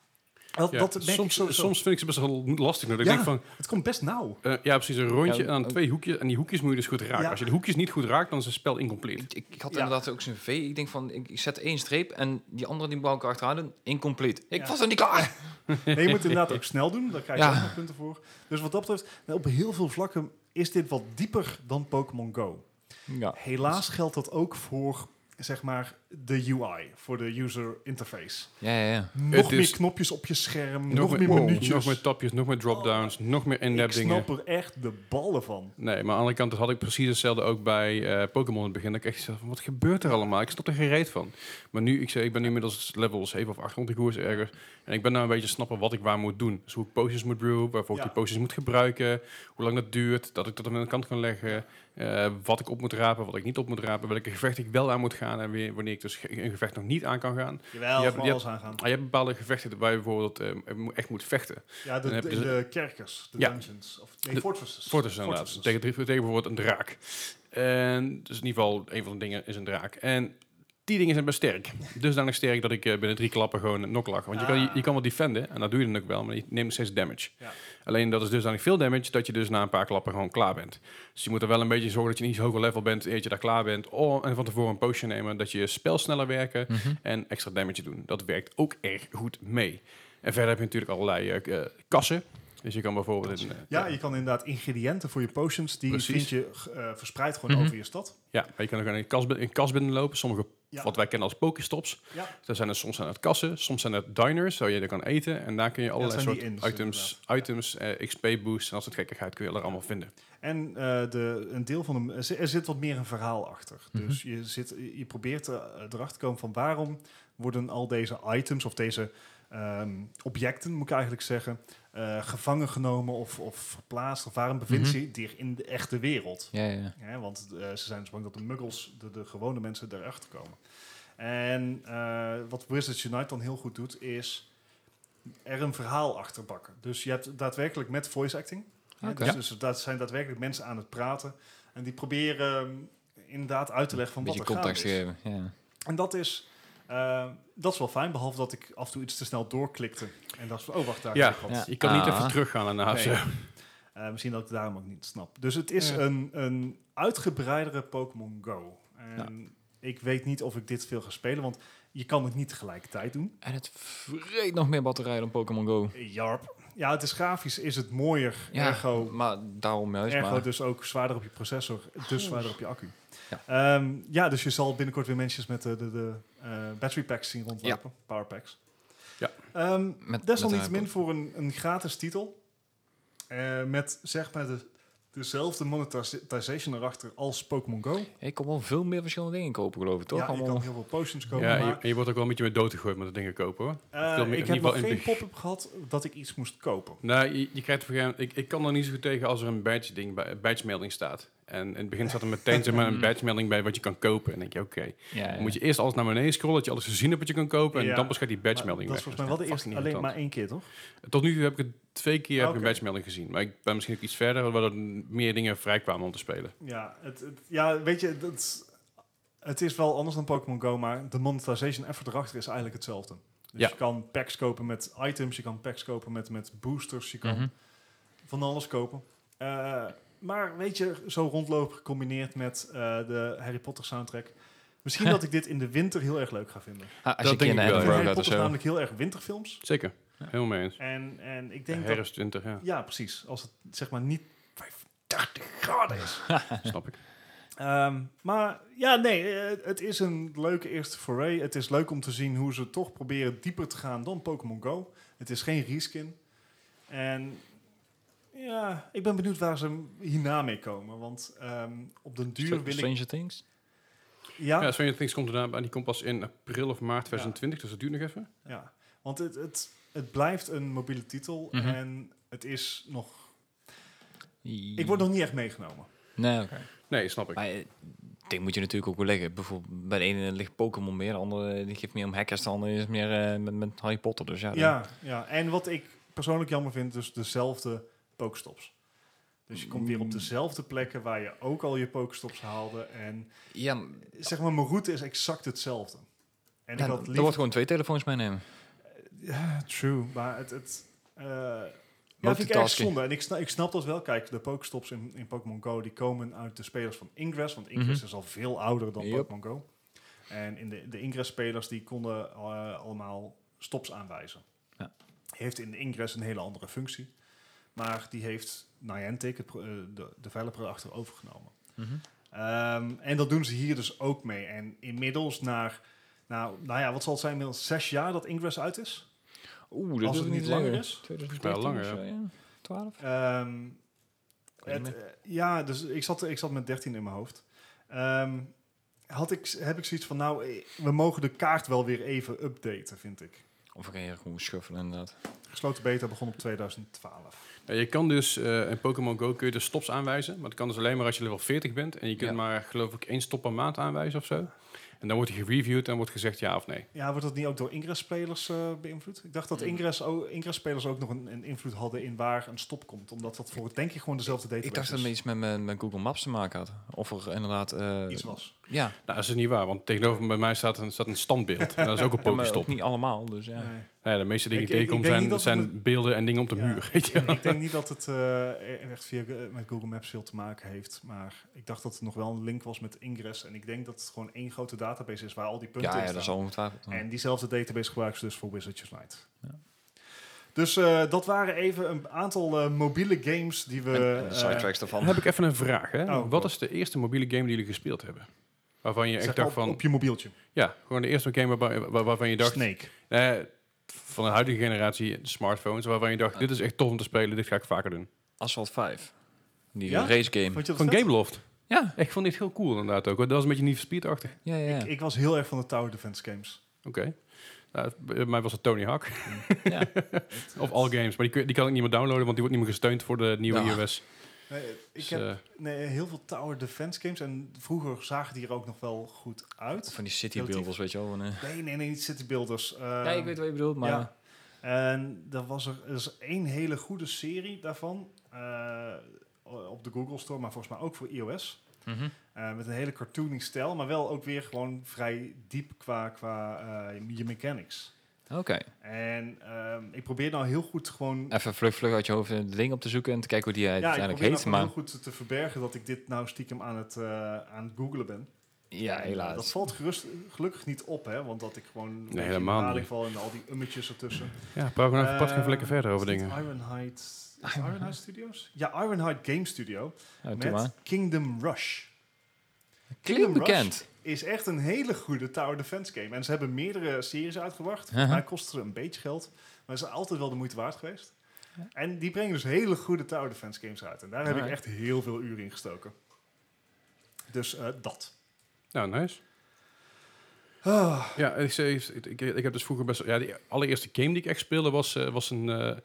B: Dat,
C: Ja,
B: dat denk ik
C: soms,
B: sowieso.
C: soms vind ik ze best wel lastig. Dat ik
B: Ja.
C: denk van,
B: Het komt best nauw.
C: eh, ja precies, een rondje
A: Ja,
C: en aan
A: ook-
C: twee hoekjes. En die hoekjes moet je dus goed raken.
B: Ja.
C: Als je de hoekjes niet goed raakt, dan is het spel incompleet.
A: Ik, ik, ik had
B: Ja.
A: inderdaad ook zo'n V. Ik denk van, ik, ik zet één streep en die andere die bal ik achteraan doen, incomplete. Ik
B: Ja.
A: was er niet klaar.
B: Nee, je moet het inderdaad ook snel doen. Daar krijg je
A: Ja.
B: ook nog punten voor. Dus wat dat betreft, nou, op heel veel vlakken is dit wat dieper dan Pokémon Go.
A: Ja.
B: Helaas geldt dat ook voor, zeg maar, de UI. Voor de user interface.
A: Ja, ja, ja.
B: Nog
C: Het
B: meer
C: is-
B: knopjes op je scherm. Nog,
C: Nog,
B: meer
C: wow,
B: minuutjes.
C: nog meer tapjes, nog meer dropdowns, nog meer
B: ik
C: in-app dingen.
B: snap er echt de ballen van.
C: Nee, maar aan de andere kant dat had ik precies hetzelfde ook bij eh, Pokémon in het begin. Dat ik echt zei van, wat gebeurt er allemaal? Ik snap er geen reet van. Maar nu, ik, zei, ik ben nu inmiddels level 7 of 8 rondgekoers ergens. En ik ben nou een beetje snappen wat ik waar moet doen. Dus hoe ik potions moet brewen, waarvoor
B: Ja.
C: ik die potions moet gebruiken. Hoe lang dat duurt, dat ik dat aan de kant kan leggen. eh, wat ik op moet rapen, wat ik niet op moet rapen. Welke gevecht ik wel aan moet gaan en weer, wanneer ik dus ge- een gevecht nog niet aan kan gaan.
B: Jawel,
C: Je hebt-
B: gewoon
C: je
B: alles aangaan.
C: Maar je hebt bepaalde gevechten waar je bijvoorbeeld eh, mo- echt moet vechten.
B: Ja, de,
C: dan heb
B: de,
C: je ze-
B: de kerkers. De
C: Ja.
B: dungeons. Of, nee,
C: De-
B: fortresses.
C: Fortis inderdaad. Tegen, tegen bijvoorbeeld een draak. En dus in ieder geval, een van de dingen is een draak. En die dingen zijn best sterk. Dusdanig sterk dat ik eh, binnen drie klappen gewoon nok lag. Want je, kan, je,
B: Ah.
C: je kan wel defenden, en dat doe je dan ook wel, maar je neemt nog steeds damage.
B: Ja.
C: Alleen dat is dusdanig veel damage dat je dus na een paar klappen gewoon klaar bent. Dus je moet er wel een beetje zorgen dat je niet hoger level bent, eer je daar klaar bent. Oh, en van tevoren een potion nemen, dat je spel sneller werken en extra damage doen. Dat werkt ook erg goed mee. En verder heb je natuurlijk allerlei eh, eh, kassen. Dus je kan bijvoorbeeld... Een, eh,
B: Ja, je kan inderdaad ingrediënten voor je potions, die
C: Precies. Mhm.
B: vind je eh, verspreid gewoon over je stad.
C: Ja, maar je kan ook in een kas, bin- een kas binnenlopen. Sommige,
B: Ja.
C: wat wij kennen als pokestops.
B: Ja.
C: Daar zijn er soms aan het kassen, soms zijn het diners, waar je er kan eten. En daar kun je allerlei
B: zijn die
C: soort
B: inns,
C: items, items eh, XP boosts en als het gekkigheid kun je er allemaal vinden.
B: En eh, de, een deel van hem, er zi- er zit wat meer een verhaal achter. Dus je, zit, je probeert eh, erachter te komen van waarom worden al deze items of deze ehm, objecten, moet ik eigenlijk zeggen, eh, gevangen genomen of, of verplaatst? Of waarom bevindt
A: Mhm.
B: ze zich in de echte wereld?
A: Ja, ja, ja.
B: Hè, want eh, ze zijn dus bang dat de muggles, de, de gewone mensen, daarachter komen. En eh, wat Wizards Unite dan heel goed doet, is er een verhaal achter bakken. Dus je hebt daadwerkelijk met voice acting. hè,
A: Oké.
B: dus
A: Ja.
B: dus dat zijn daadwerkelijk mensen aan het praten. En die proberen eh, inderdaad uit te leggen van
A: Een beetje
B: wat er
A: context
B: gaande is.
A: geven. Ja.
B: En dat is, eh, dat is wel fijn, behalve dat ik af en toe iets te snel doorklikte. En dacht van, oh wacht, daar
C: Ja.
B: zit wat.
A: Ja.
C: Je kan niet
A: Ah.
C: even teruggaan en naar
B: Nee.
C: zo.
B: Eh, misschien dat ik het daarom ook niet snap. Dus het is
C: Ja.
B: een, een uitgebreidere Pokémon Go. En ik weet niet of ik dit veel ga spelen, want je kan het niet tegelijkertijd doen.
A: En het vreet nog meer batterij dan Pokémon Go.
B: Eh, Jarp. Ja, het is grafisch, is het mooier.
A: Ja,
B: Ergo,
A: maar daarom juist
B: ergo
A: maar.
B: dus ook zwaarder op je processor, dus zwaarder op je accu.
A: Ja.
B: Ja, ja dus je zal binnenkort weer mensen met de, de, de eh, battery packs zien rondlopen. Power packs.
C: Ja.
B: Ehm,
A: Met- met
B: Desalniettemin
A: een-
B: voor een, een gratis titel. eh, met zeg maar de, dezelfde monetization erachter als Pokémon Go.
A: Ik kon wel veel meer verschillende dingen kopen, geloof ik, toch?
B: ja, je
A: Allemaal-
B: kan heel veel potions kopen.
C: Ja, en je,
B: maar,
C: en je wordt ook wel een beetje met dood gegooid met de dingen kopen hoor.
B: eh,
C: veel meer- in
B: ik heb
C: ieder
B: nog
C: geval in
B: geen
C: het begin.
B: pop-up gehad dat ik iets moest kopen.
C: Nou, je, je krijgt op een gegeven moment- ik, ik kan er niet zo goed tegen als er een badge ding bij, een badge melding staat. En in het begin staat er meteen zeg maar, een badge melding bij wat je kan kopen. En dan denk je, oké.
A: Ja, ja.
C: Dan moet je eerst alles naar beneden scrollen, dat je alles gezien hebt wat je kan kopen. En
B: Ja.
C: dan pas gaat die badge
B: Maar
C: melding
B: dat
C: weg. dus
B: is volgens mij
C: Dat
B: wel
C: fucking
B: de eerste, alleen
C: irritant.
B: maar één keer, toch?
C: Tot nu toe heb ik het twee keer heb ik
B: Oké.
C: een badgemelding gezien. Maar ik ben misschien ook iets verder, waar er meer dingen vrij kwamen om te spelen.
B: Ja, het, het- ja weet je, dat, is- het is wel anders dan Pokémon Go, maar de monetization effort erachter is eigenlijk hetzelfde. Dus
C: Ja.
B: je kan packs kopen met items, je kan packs kopen met, met boosters, je kan
A: Mhm.
B: van alles kopen. Eh, maar weet je, zo rondlopen gecombineerd met eh, de Harry Potter soundtrack. Misschien dat ik dit in de winter heel erg leuk ga vinden.
A: Ah, als
C: Dat
A: je
C: denk
A: kinderen
C: ik wel,
A: naar de Road
C: ja.
B: Ik vind Harry
A: gaat of
B: Potter
A: zo.
B: namelijk heel erg winterfilms.
C: Zeker, helemaal mee eens.
B: En, en ik denk dat...
C: Herfst, winter, ja,
B: Ja, precies. Als het zeg maar niet 35 graden is.
C: snap ik.
B: Ehm, maar ja, nee, eh, het is een leuke eerste foray. Het is leuk om te zien hoe ze toch proberen dieper te gaan dan Pokémon Go. Het is geen reskin. En ja, ik ben benieuwd waar ze hierna mee komen. Want ehm, op den duur wil ik...
A: Stranger Things?
B: Ja,
C: Ja, Stranger Things komt erna, maar die komt pas in april of maart 2020, dus dat duurt nog even.
B: Ja, want het, het, het blijft een mobiele titel
A: Mhm.
B: en het is nog... Ik word nog niet echt meegenomen.
A: Nee, oké.
C: Nee, snap ik.
A: Maar eh, dit moet je natuurlijk ook wel leggen. Bijvoorbeeld bij de ene ligt Pokémon meer, de andere eh, die geeft meer om hackers, de andere is meer eh, met, met Harry Potter. Dus ja, dan-
B: Ja, ja, en wat ik persoonlijk jammer vind, dus dezelfde pokestops. Dus je komt weer
A: Mm.
B: op dezelfde plekken waar je ook al je pokestops haalde. En
A: ja m-
B: zeg maar, mijn route is exact hetzelfde. En
A: ja, dan
B: ik had
A: dan wordt
B: liever...
A: gewoon twee telefoons meenemen.
B: Ja, true, maar het... het eh ja, vind ik erg
A: Multitasking.
B: zonde. En ik, sna- ik snap dat wel. Kijk, de Pokestops in, in Pokémon Go die komen uit de spelers van Ingress. Want Ingress
A: Mhm.
B: is al veel ouder dan
A: Yep.
B: Pokémon Go. En in de, de Ingress-spelers die konden eh, allemaal stops aanwijzen.
A: Ja.
B: Heeft in de Ingress een hele andere functie. Maar die heeft Niantic, het pro- eh, de developer, achter overgenomen.
A: Mhm.
B: Ehm, en dat doen ze hier dus ook mee. En inmiddels naar, nou, nou ja, wat zal het zijn, inmiddels zes jaar dat Ingress uit is?
A: Oeh, dat
B: Als
A: is
B: het
A: niet
B: niet langer
A: langer.
B: is?
A: Volgens
C: mij wel langer, ja.
A: 12?
B: Ehm,
A: Ik weet niet
B: het, eh, ja, dus ik zat, ik zat met 13 in mijn hoofd. Ehm, had ik, heb ik zoiets van, nou, eh, we mogen de kaart wel weer even updaten, vind ik.
A: Of ik ga hier gewoon schuffelen inderdaad.
B: Gesloten beta begon op 2012.
C: Ja, je kan dus eh, in Pokémon Go kun je dus stops aanwijzen, maar dat kan dus alleen maar als je level 40 bent. En je kunt
A: Ja.
C: maar geloof ik één stop per maand aanwijzen of zo. En dan wordt die gereviewd en wordt gezegd ja of nee.
B: Ja, wordt dat niet ook door Ingress-spelers eh, beïnvloed? Ik dacht dat
A: Nee.
B: Ingress o- Ingress-spelers ook nog een, een invloed hadden in waar een stop komt. Omdat dat voor, denk ik, gewoon dezelfde database
A: Ik dacht dat
B: is.
A: het iets met, mijn met Google Maps te maken had. Of er inderdaad... eh,
B: iets was.
A: Ja,
C: Nou, dat is niet waar, want tegenover me bij mij staat een, staat een standbeeld. En dat is ook een
A: Ja, maar ook
C: Pokéstop.
A: niet allemaal, dus ja.
B: Nee.
C: Ja, de meeste dingen
B: Ik-
C: die
B: ik- ik
C: tegenkomen
B: denk niet
C: zijn,
B: dat
C: zijn
B: het
C: beelden en dingen op de
B: Ja.
C: muur. Weet je wel.
B: ik denk niet dat het eh, echt via, eh, met Google Maps veel te maken heeft. Maar ik dacht dat het nog wel een link was met Ingress. En ik denk dat het gewoon één grote database is waar al die punten
A: Ja, ja,
B: in staan.
A: dat is al ongetwijfeld.
B: En diezelfde database gebruiken ze dus voor Wizards Unite.
A: Ja.
B: Dus eh, dat waren even een aantal eh, mobiele games die we...
A: En- en de
B: eh,
A: sidetracks
C: Dan
A: daarvan.
C: heb ik even een vraag. Hè?
B: Oh,
C: Wat is de eerste mobiele game die jullie gespeeld hebben? Waarvan je
B: zeg
C: echt
B: maar,
C: dacht
B: op,
C: van...
B: op je mobieltje.
C: Ja, gewoon de eerste game waarvan, waar- waarvan je dacht...
B: Snake.
C: eh, van de huidige generatie smartphones, waarvan je dacht... Dit is echt tof om te spelen, dit ga ik vaker doen.
A: Asphalt 5. Die
B: Ja?
A: race game.
B: Vond je dat
C: Van
B: vet?
C: Gameloft.
A: Ja,
C: Ik vond dit heel cool inderdaad ook. hoor. Dat was een beetje Need for Speed-achtig.
A: ja, ja. ja.
B: Ik was heel erg van de tower defense games.
C: Oké. Nou, bij mij was het Tony Hawk.
A: Ja.
C: of All Games. Maar die, kun- die kan ik niet meer downloaden, want die wordt niet meer gesteund voor de nieuwe
A: Ja.
C: iOS.
B: Nee, ik
C: Dus,
B: heb
C: eh,
B: nee, heel veel tower defense games. En vroeger zagen die er ook nog wel goed uit.
A: Van die city builders, weet je wel. En, eh,
B: Nee, nee, nee, niet City Builders.
A: ja, ik weet wat je bedoelt, maar...
B: ja. En er was er, er is één hele goede serie daarvan eh, op de Google Store, maar volgens mij ook voor iOS.
A: Mhm.
B: Eh, met een hele cartoony stijl, maar wel ook weer gewoon vrij diep qua, qua eh, je mechanics.
A: Oké. Eh,
B: En ehm, ik probeer nou heel goed gewoon...
A: Even vlug, vlug uit je hoofd een ding op te zoeken en te kijken hoe die
B: ik
A: uiteindelijk
B: probeer nou
A: heet.
B: gewoon
A: Maar
B: heel goed te verbergen dat ik dit nou stiekem aan het, eh, aan het googlen ben.
A: ja,
B: En, eh, Dat
A: helaas.
B: valt gerust, gelukkig niet op, hè, want dat ik gewoon een beetje in
C: helemaal
B: herhaling
C: niet.
B: val en al die ummetjes ertussen.
C: ja, praat gewoon even, praat gewoon even
B: Ehm,
C: lekker verder over
B: is dit
C: dingen.
B: Ironhide, is het Ironhide Studios? Ja, Ironhide Game Studio
A: Nou, doe maar.
B: met Kingdom Rush.
A: Klinkt
B: Rush
A: bekend.
B: Is echt een hele goede tower defense game. En ze hebben meerdere series uitgebracht.
A: Uh-huh.
B: Maar kost ze een beetje geld. Maar ze zijn altijd wel de moeite waard geweest. En die brengen dus hele goede tower defense games uit. En daar heb ik
A: Alright.
B: echt heel veel uren in gestoken. Dus eh, dat.
C: Nou, nice.
B: Ah,
C: Ja, ik, zei- ik, ik, ik heb dus vroeger best... Ja, de allereerste game die ik echt speelde was, eh, was een... eh,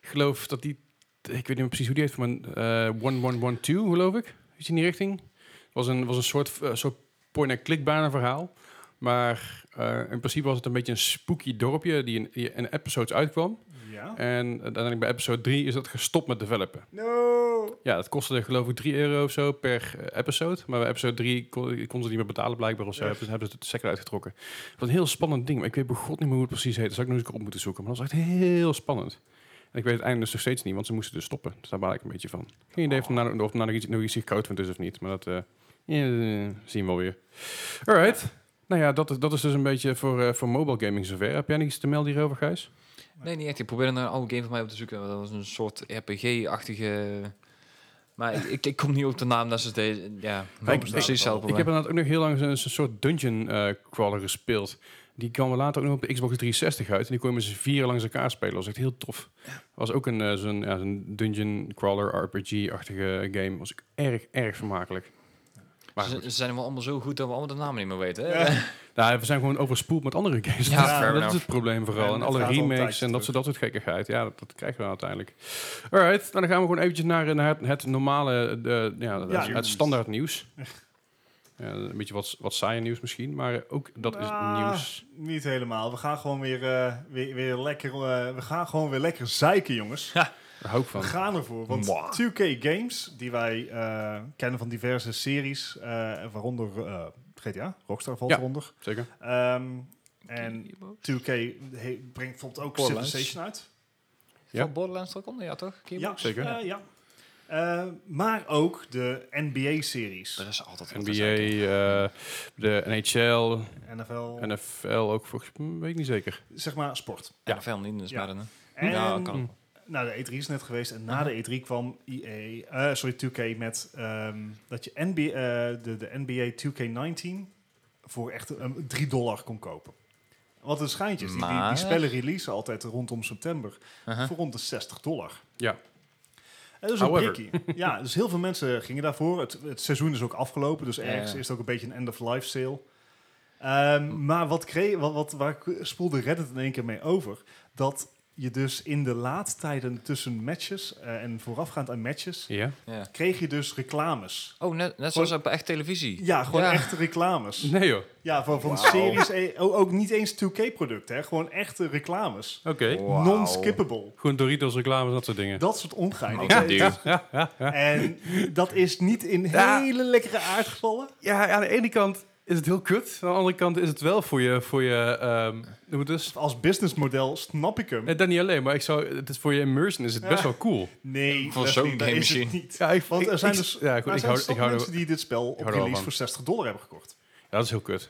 C: ik geloof dat die... Ik weet niet meer precies hoe die heet, maar een, eh 1112 geloof ik. Is in die richting. was een, was een soort, eh, soort point-and-click bijna verhaal. Maar eh, in principe was het een beetje een spooky dorpje die in, die in episodes uitkwam.
B: ja.
C: En eh, uiteindelijk bij episode 3 is dat gestopt met developen.
B: No!
C: Ja, dat kostte geloof ik 3 euro of zo per eh, episode. Maar bij episode 3 kon, konden ze niet meer betalen blijkbaar of zo.
B: Ja.
C: Hebben ze- hebben ze het zeker uitgetrokken. Het was een heel spannend ding. Maar ik weet bij god niet meer hoe het precies heet. Dat zou ik nog eens op moeten zoeken. Maar dat was echt heel spannend. En ik weet het einde dus nog steeds niet, want ze moesten dus stoppen. Dus daar baal ik een beetje van. Geen idee of er nou- of er nou nog iets, nog iets koud vindt is of niet. Maar dat eh, eh, zien we wel weer. Alright. Nou ja, dat, is- dat is dus een beetje voor, eh, voor mobile gaming zover. Heb jij nog iets te melden hierover, Gijs?
A: nou Nee, niet echt. Ik probeerde naar een oude game van mij op te zoeken. Dat was een soort RPG-achtige Maar ik, ik, ik kom niet op de naam, dat is deze. Ja,
C: ik-
A: precies hetzelfde
C: Ik
A: probleem.
C: heb inderdaad ook nog heel lang zo'n zo'n soort dungeon eh, crawler gespeeld. Die kwam later ook nog op de Xbox 360 uit. En die kon je met z'n vier langs elkaar spelen. Dat was echt heel tof. was ook een eh, zo'n ja, zo'n dungeon crawler RPG-achtige game. was ook erg, erg vermakelijk. Maar
A: Ze-
C: goed.
A: ze zijn wel allemaal zo goed dat we allemaal de namen niet meer weten. hè?
C: Nou, we zijn gewoon overspoeld met andere games. Dus
A: Ja,
C: dat,
A: fair
C: dat
A: enough.
C: is het probleem vooral.
B: En
C: En,
B: het
C: alle
B: gaat al een
C: remakes
B: tijdje
C: en dat, soort- dat soort gekkigheid. Ja, dat, dat krijgen we dan uiteindelijk. Alright, nou, dan gaan we gewoon eventjes naar, naar het, het normale, eh, ja,
B: Ja,
C: het, het standaard nieuws. Ja, een beetje wat, wat saaie nieuws misschien, maar ook dat is
B: Ah,
C: nieuws.
B: Niet helemaal. We gaan gewoon weer, eh, weer, weer lekker. eh, we gaan gewoon weer lekker zeiken, jongens.
C: Daar hou ik van.
B: We gaan ervoor. Want
A: Mwah.
B: 2K Games, die wij eh, kennen van diverse series, eh, waaronder eh, GTA, Rockstar valt
C: Ja.
B: eronder.
C: Zeker.
B: Ehm, en 2K he- brengt bijvoorbeeld ook
A: Borderlands.
B: Civilization uit.
C: Ja.
A: Van Borderlands toch onder, ja toch?
B: Ja,
A: Gearbox?
C: zeker.
B: eh, ja. Eh, maar ook de NBA-series.
A: Er is altijd wat te
C: NBA,
A: zeggen.
C: eh, de NHL,
B: NFL,
C: NFL ook volgens mij, weet ik niet zeker.
B: zeg maar sport.
A: Ja, NFL niet, dus
B: Ja.
A: maar dan, hè.
B: En
A: Ja, kan ook.
C: Mm.
B: Nou, de E3 is net geweest en na de E3 kwam EA, eh, sorry, 2K met ehm, dat je NBA, eh, de, de NBA 2K19 voor echt een 3 dollar kon kopen. Wat een schijntje is. Die, die, die
A: Maar-
B: spellen releasen altijd rondom september
A: Aha.
B: voor rond de 60 dollar.
C: Ja.
B: En dat is een
C: However.
B: prikkie. Ja, dus heel veel mensen gingen daarvoor. Het, het seizoen is ook afgelopen, dus
A: Ja,
B: ergens
A: ja.
B: is het ook een beetje een end-of-life sale. Ehm, maar wat kreeg, wat, wat, waar k- spoelde Reddit in één keer mee over? Dat je dus in de laadtijden tussen matches eh, en voorafgaand aan matches,
C: Ja.
A: Ja.
B: kreeg je dus reclames.
A: Oh, net, net zoals op echt televisie.
B: Ja, gewoon
A: Ja.
B: echte reclames.
C: Nee joh.
B: Ja, van, van
A: Wauw.
B: series, eh, ook, ook niet eens 2K-producten, hè? gewoon echte reclames.
C: Oké.
A: Wauw.
B: Non-skippable.
C: Gewoon Doritos reclames, dat soort dingen.
B: Dat soort ongein.
A: Oh, dude.
B: En dat is niet in
C: Ja.
B: hele lekkere aardgevallen.
C: Ja, aan de ene kant is het heel kut. Aan de andere kant is het wel voor je... Voor je ehm, hoe het is.
B: Als businessmodel snap ik hem.
C: Nee, dat niet alleen, maar ik zou, het is voor je immersion is het best
B: Ja.
C: wel cool.
B: Nee,
A: Van
B: dat is
A: zo'n
B: niet- dat
A: game
B: is het
A: machine.
B: niet.
C: Ja, ik,
B: Want
C: ik-
B: er zijn
C: ik-
B: dus
C: ja, goed,
B: maar er
C: ik
B: zijn
C: hou,
B: toch
C: ik hou,
B: mensen die dit spel op
C: hou er wel
B: release
C: van.
B: voor 60 dollar hebben gekocht.
C: ja, dat is heel kut.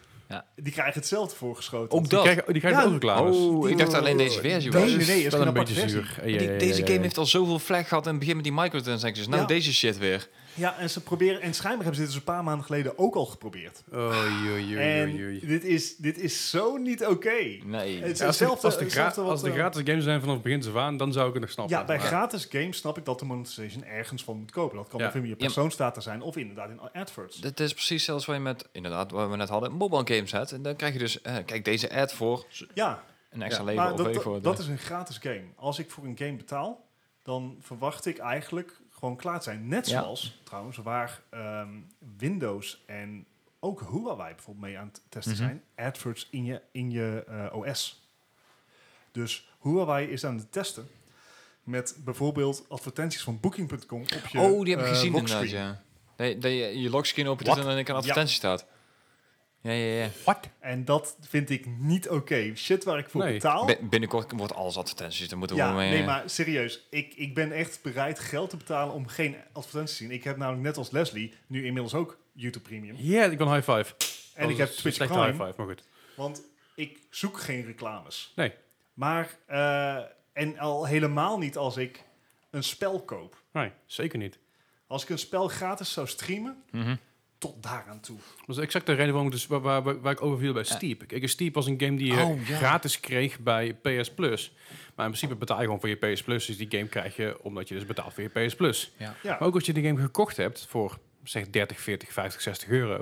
B: Die krijgen hetzelfde voorgeschoten.
A: Ook
C: Die
A: dat.
C: krijgen, die krijgen
B: Ja,
C: ook reclames.
A: Oh, ik dacht alleen deze versie
B: Nee,
A: was.
B: nee, nee, het is
C: dat
B: geen
C: een
B: aparte
C: beetje
B: versie.
C: zuur. Ja,
A: Maar
C: ja,
A: die-
C: ja,
A: deze
C: ja,
A: game
C: ja.
A: heeft al zoveel vlag gehad in het begin met die microtransactions. Nou,
B: Ja.
A: deze shit weer.
B: Ja, en ze proberen, en schijnbaar hebben ze dit dus een paar maanden geleden ook al geprobeerd.
C: Oh, joh, joh,
B: en
C: joh, joh.
B: Dit, is, dit is zo niet oké.
C: Nou,
A: Nee.
B: Het is
C: Ja, als, de-
B: hetzelfde,
C: als, de gra-
B: hetzelfde wat,
C: als de
B: eh,
C: gratis games zijn vanaf het begin af aan, dan zou ik het nog snappen.
B: Ja, bij
C: Maar-
B: gratis games snap ik dat de monetization ergens van moet kopen. Dat kan
C: Ja.
B: of in je
A: Ja.
B: persoonsdata zijn of inderdaad in adverts.
A: Dit is precies zelfs wat je met, inderdaad, wat we net hadden, mobile games had. En dan krijg je dus, eh, kijk, deze ad voor
B: Ja,
A: een extra
C: Ja,
A: leven
B: maar
A: of
B: dat,
A: even
B: dat,
A: wat,
B: dat
A: eh.
B: is een gratis game. Als ik voor een game betaal, dan verwacht ik eigenlijk gewoon klaar te zijn. Net
A: Ja.
B: zoals trouwens waar ehm, Windows en ook Huawei bijvoorbeeld mee aan het testen
A: Mhm.
B: zijn. Adverts in je, in je eh, OS. Dus Huawei is aan het testen met bijvoorbeeld advertenties van Booking.com op je
A: Oh, die heb ik
B: eh,
A: gezien
B: lockscreen.
A: inderdaad, ja. Nee, dat je je logscreen opent
C: Wat?
A: en dan een advertentie staat. Ja, ja, ja.
C: What?
B: En dat vind ik niet oké. Shit waar ik voor
C: Nee.
B: betaal.
A: Bi- binnenkort wordt alles advertenties, daar moeten we
B: Ja,
A: mee...
B: nee,
A: eh,
B: maar serieus. Ik, ik ben echt bereid geld te betalen om geen advertenties te zien. Ik heb namelijk net als Leslie nu inmiddels ook YouTube Premium.
C: Ja, ik kan high five.
B: En ik heb Twitch
C: slechte high
B: Prime,
C: five, maar goed.
B: want ik zoek geen reclames.
C: Nee.
B: Maar, eh, en al helemaal niet als ik een spel koop.
C: Nee, zeker niet.
B: Als ik een spel gratis zou streamen,
A: mhm.
B: tot daaraan toe.
C: Dat is exact de reden waarom ik dus, waar, waar, waar- waar ik over viel bij Steep. Kijk, Steep was een game die je
A: Oh, ja.
C: gratis kreeg bij PS Plus. Maar in principe betaal je gewoon voor je PS Plus. Dus die game krijg je omdat je dus betaalt voor je PS Plus.
A: Ja.
B: Ja.
C: Maar ook als je die game gekocht hebt voor zeg 30, 40, 50, 60 euro...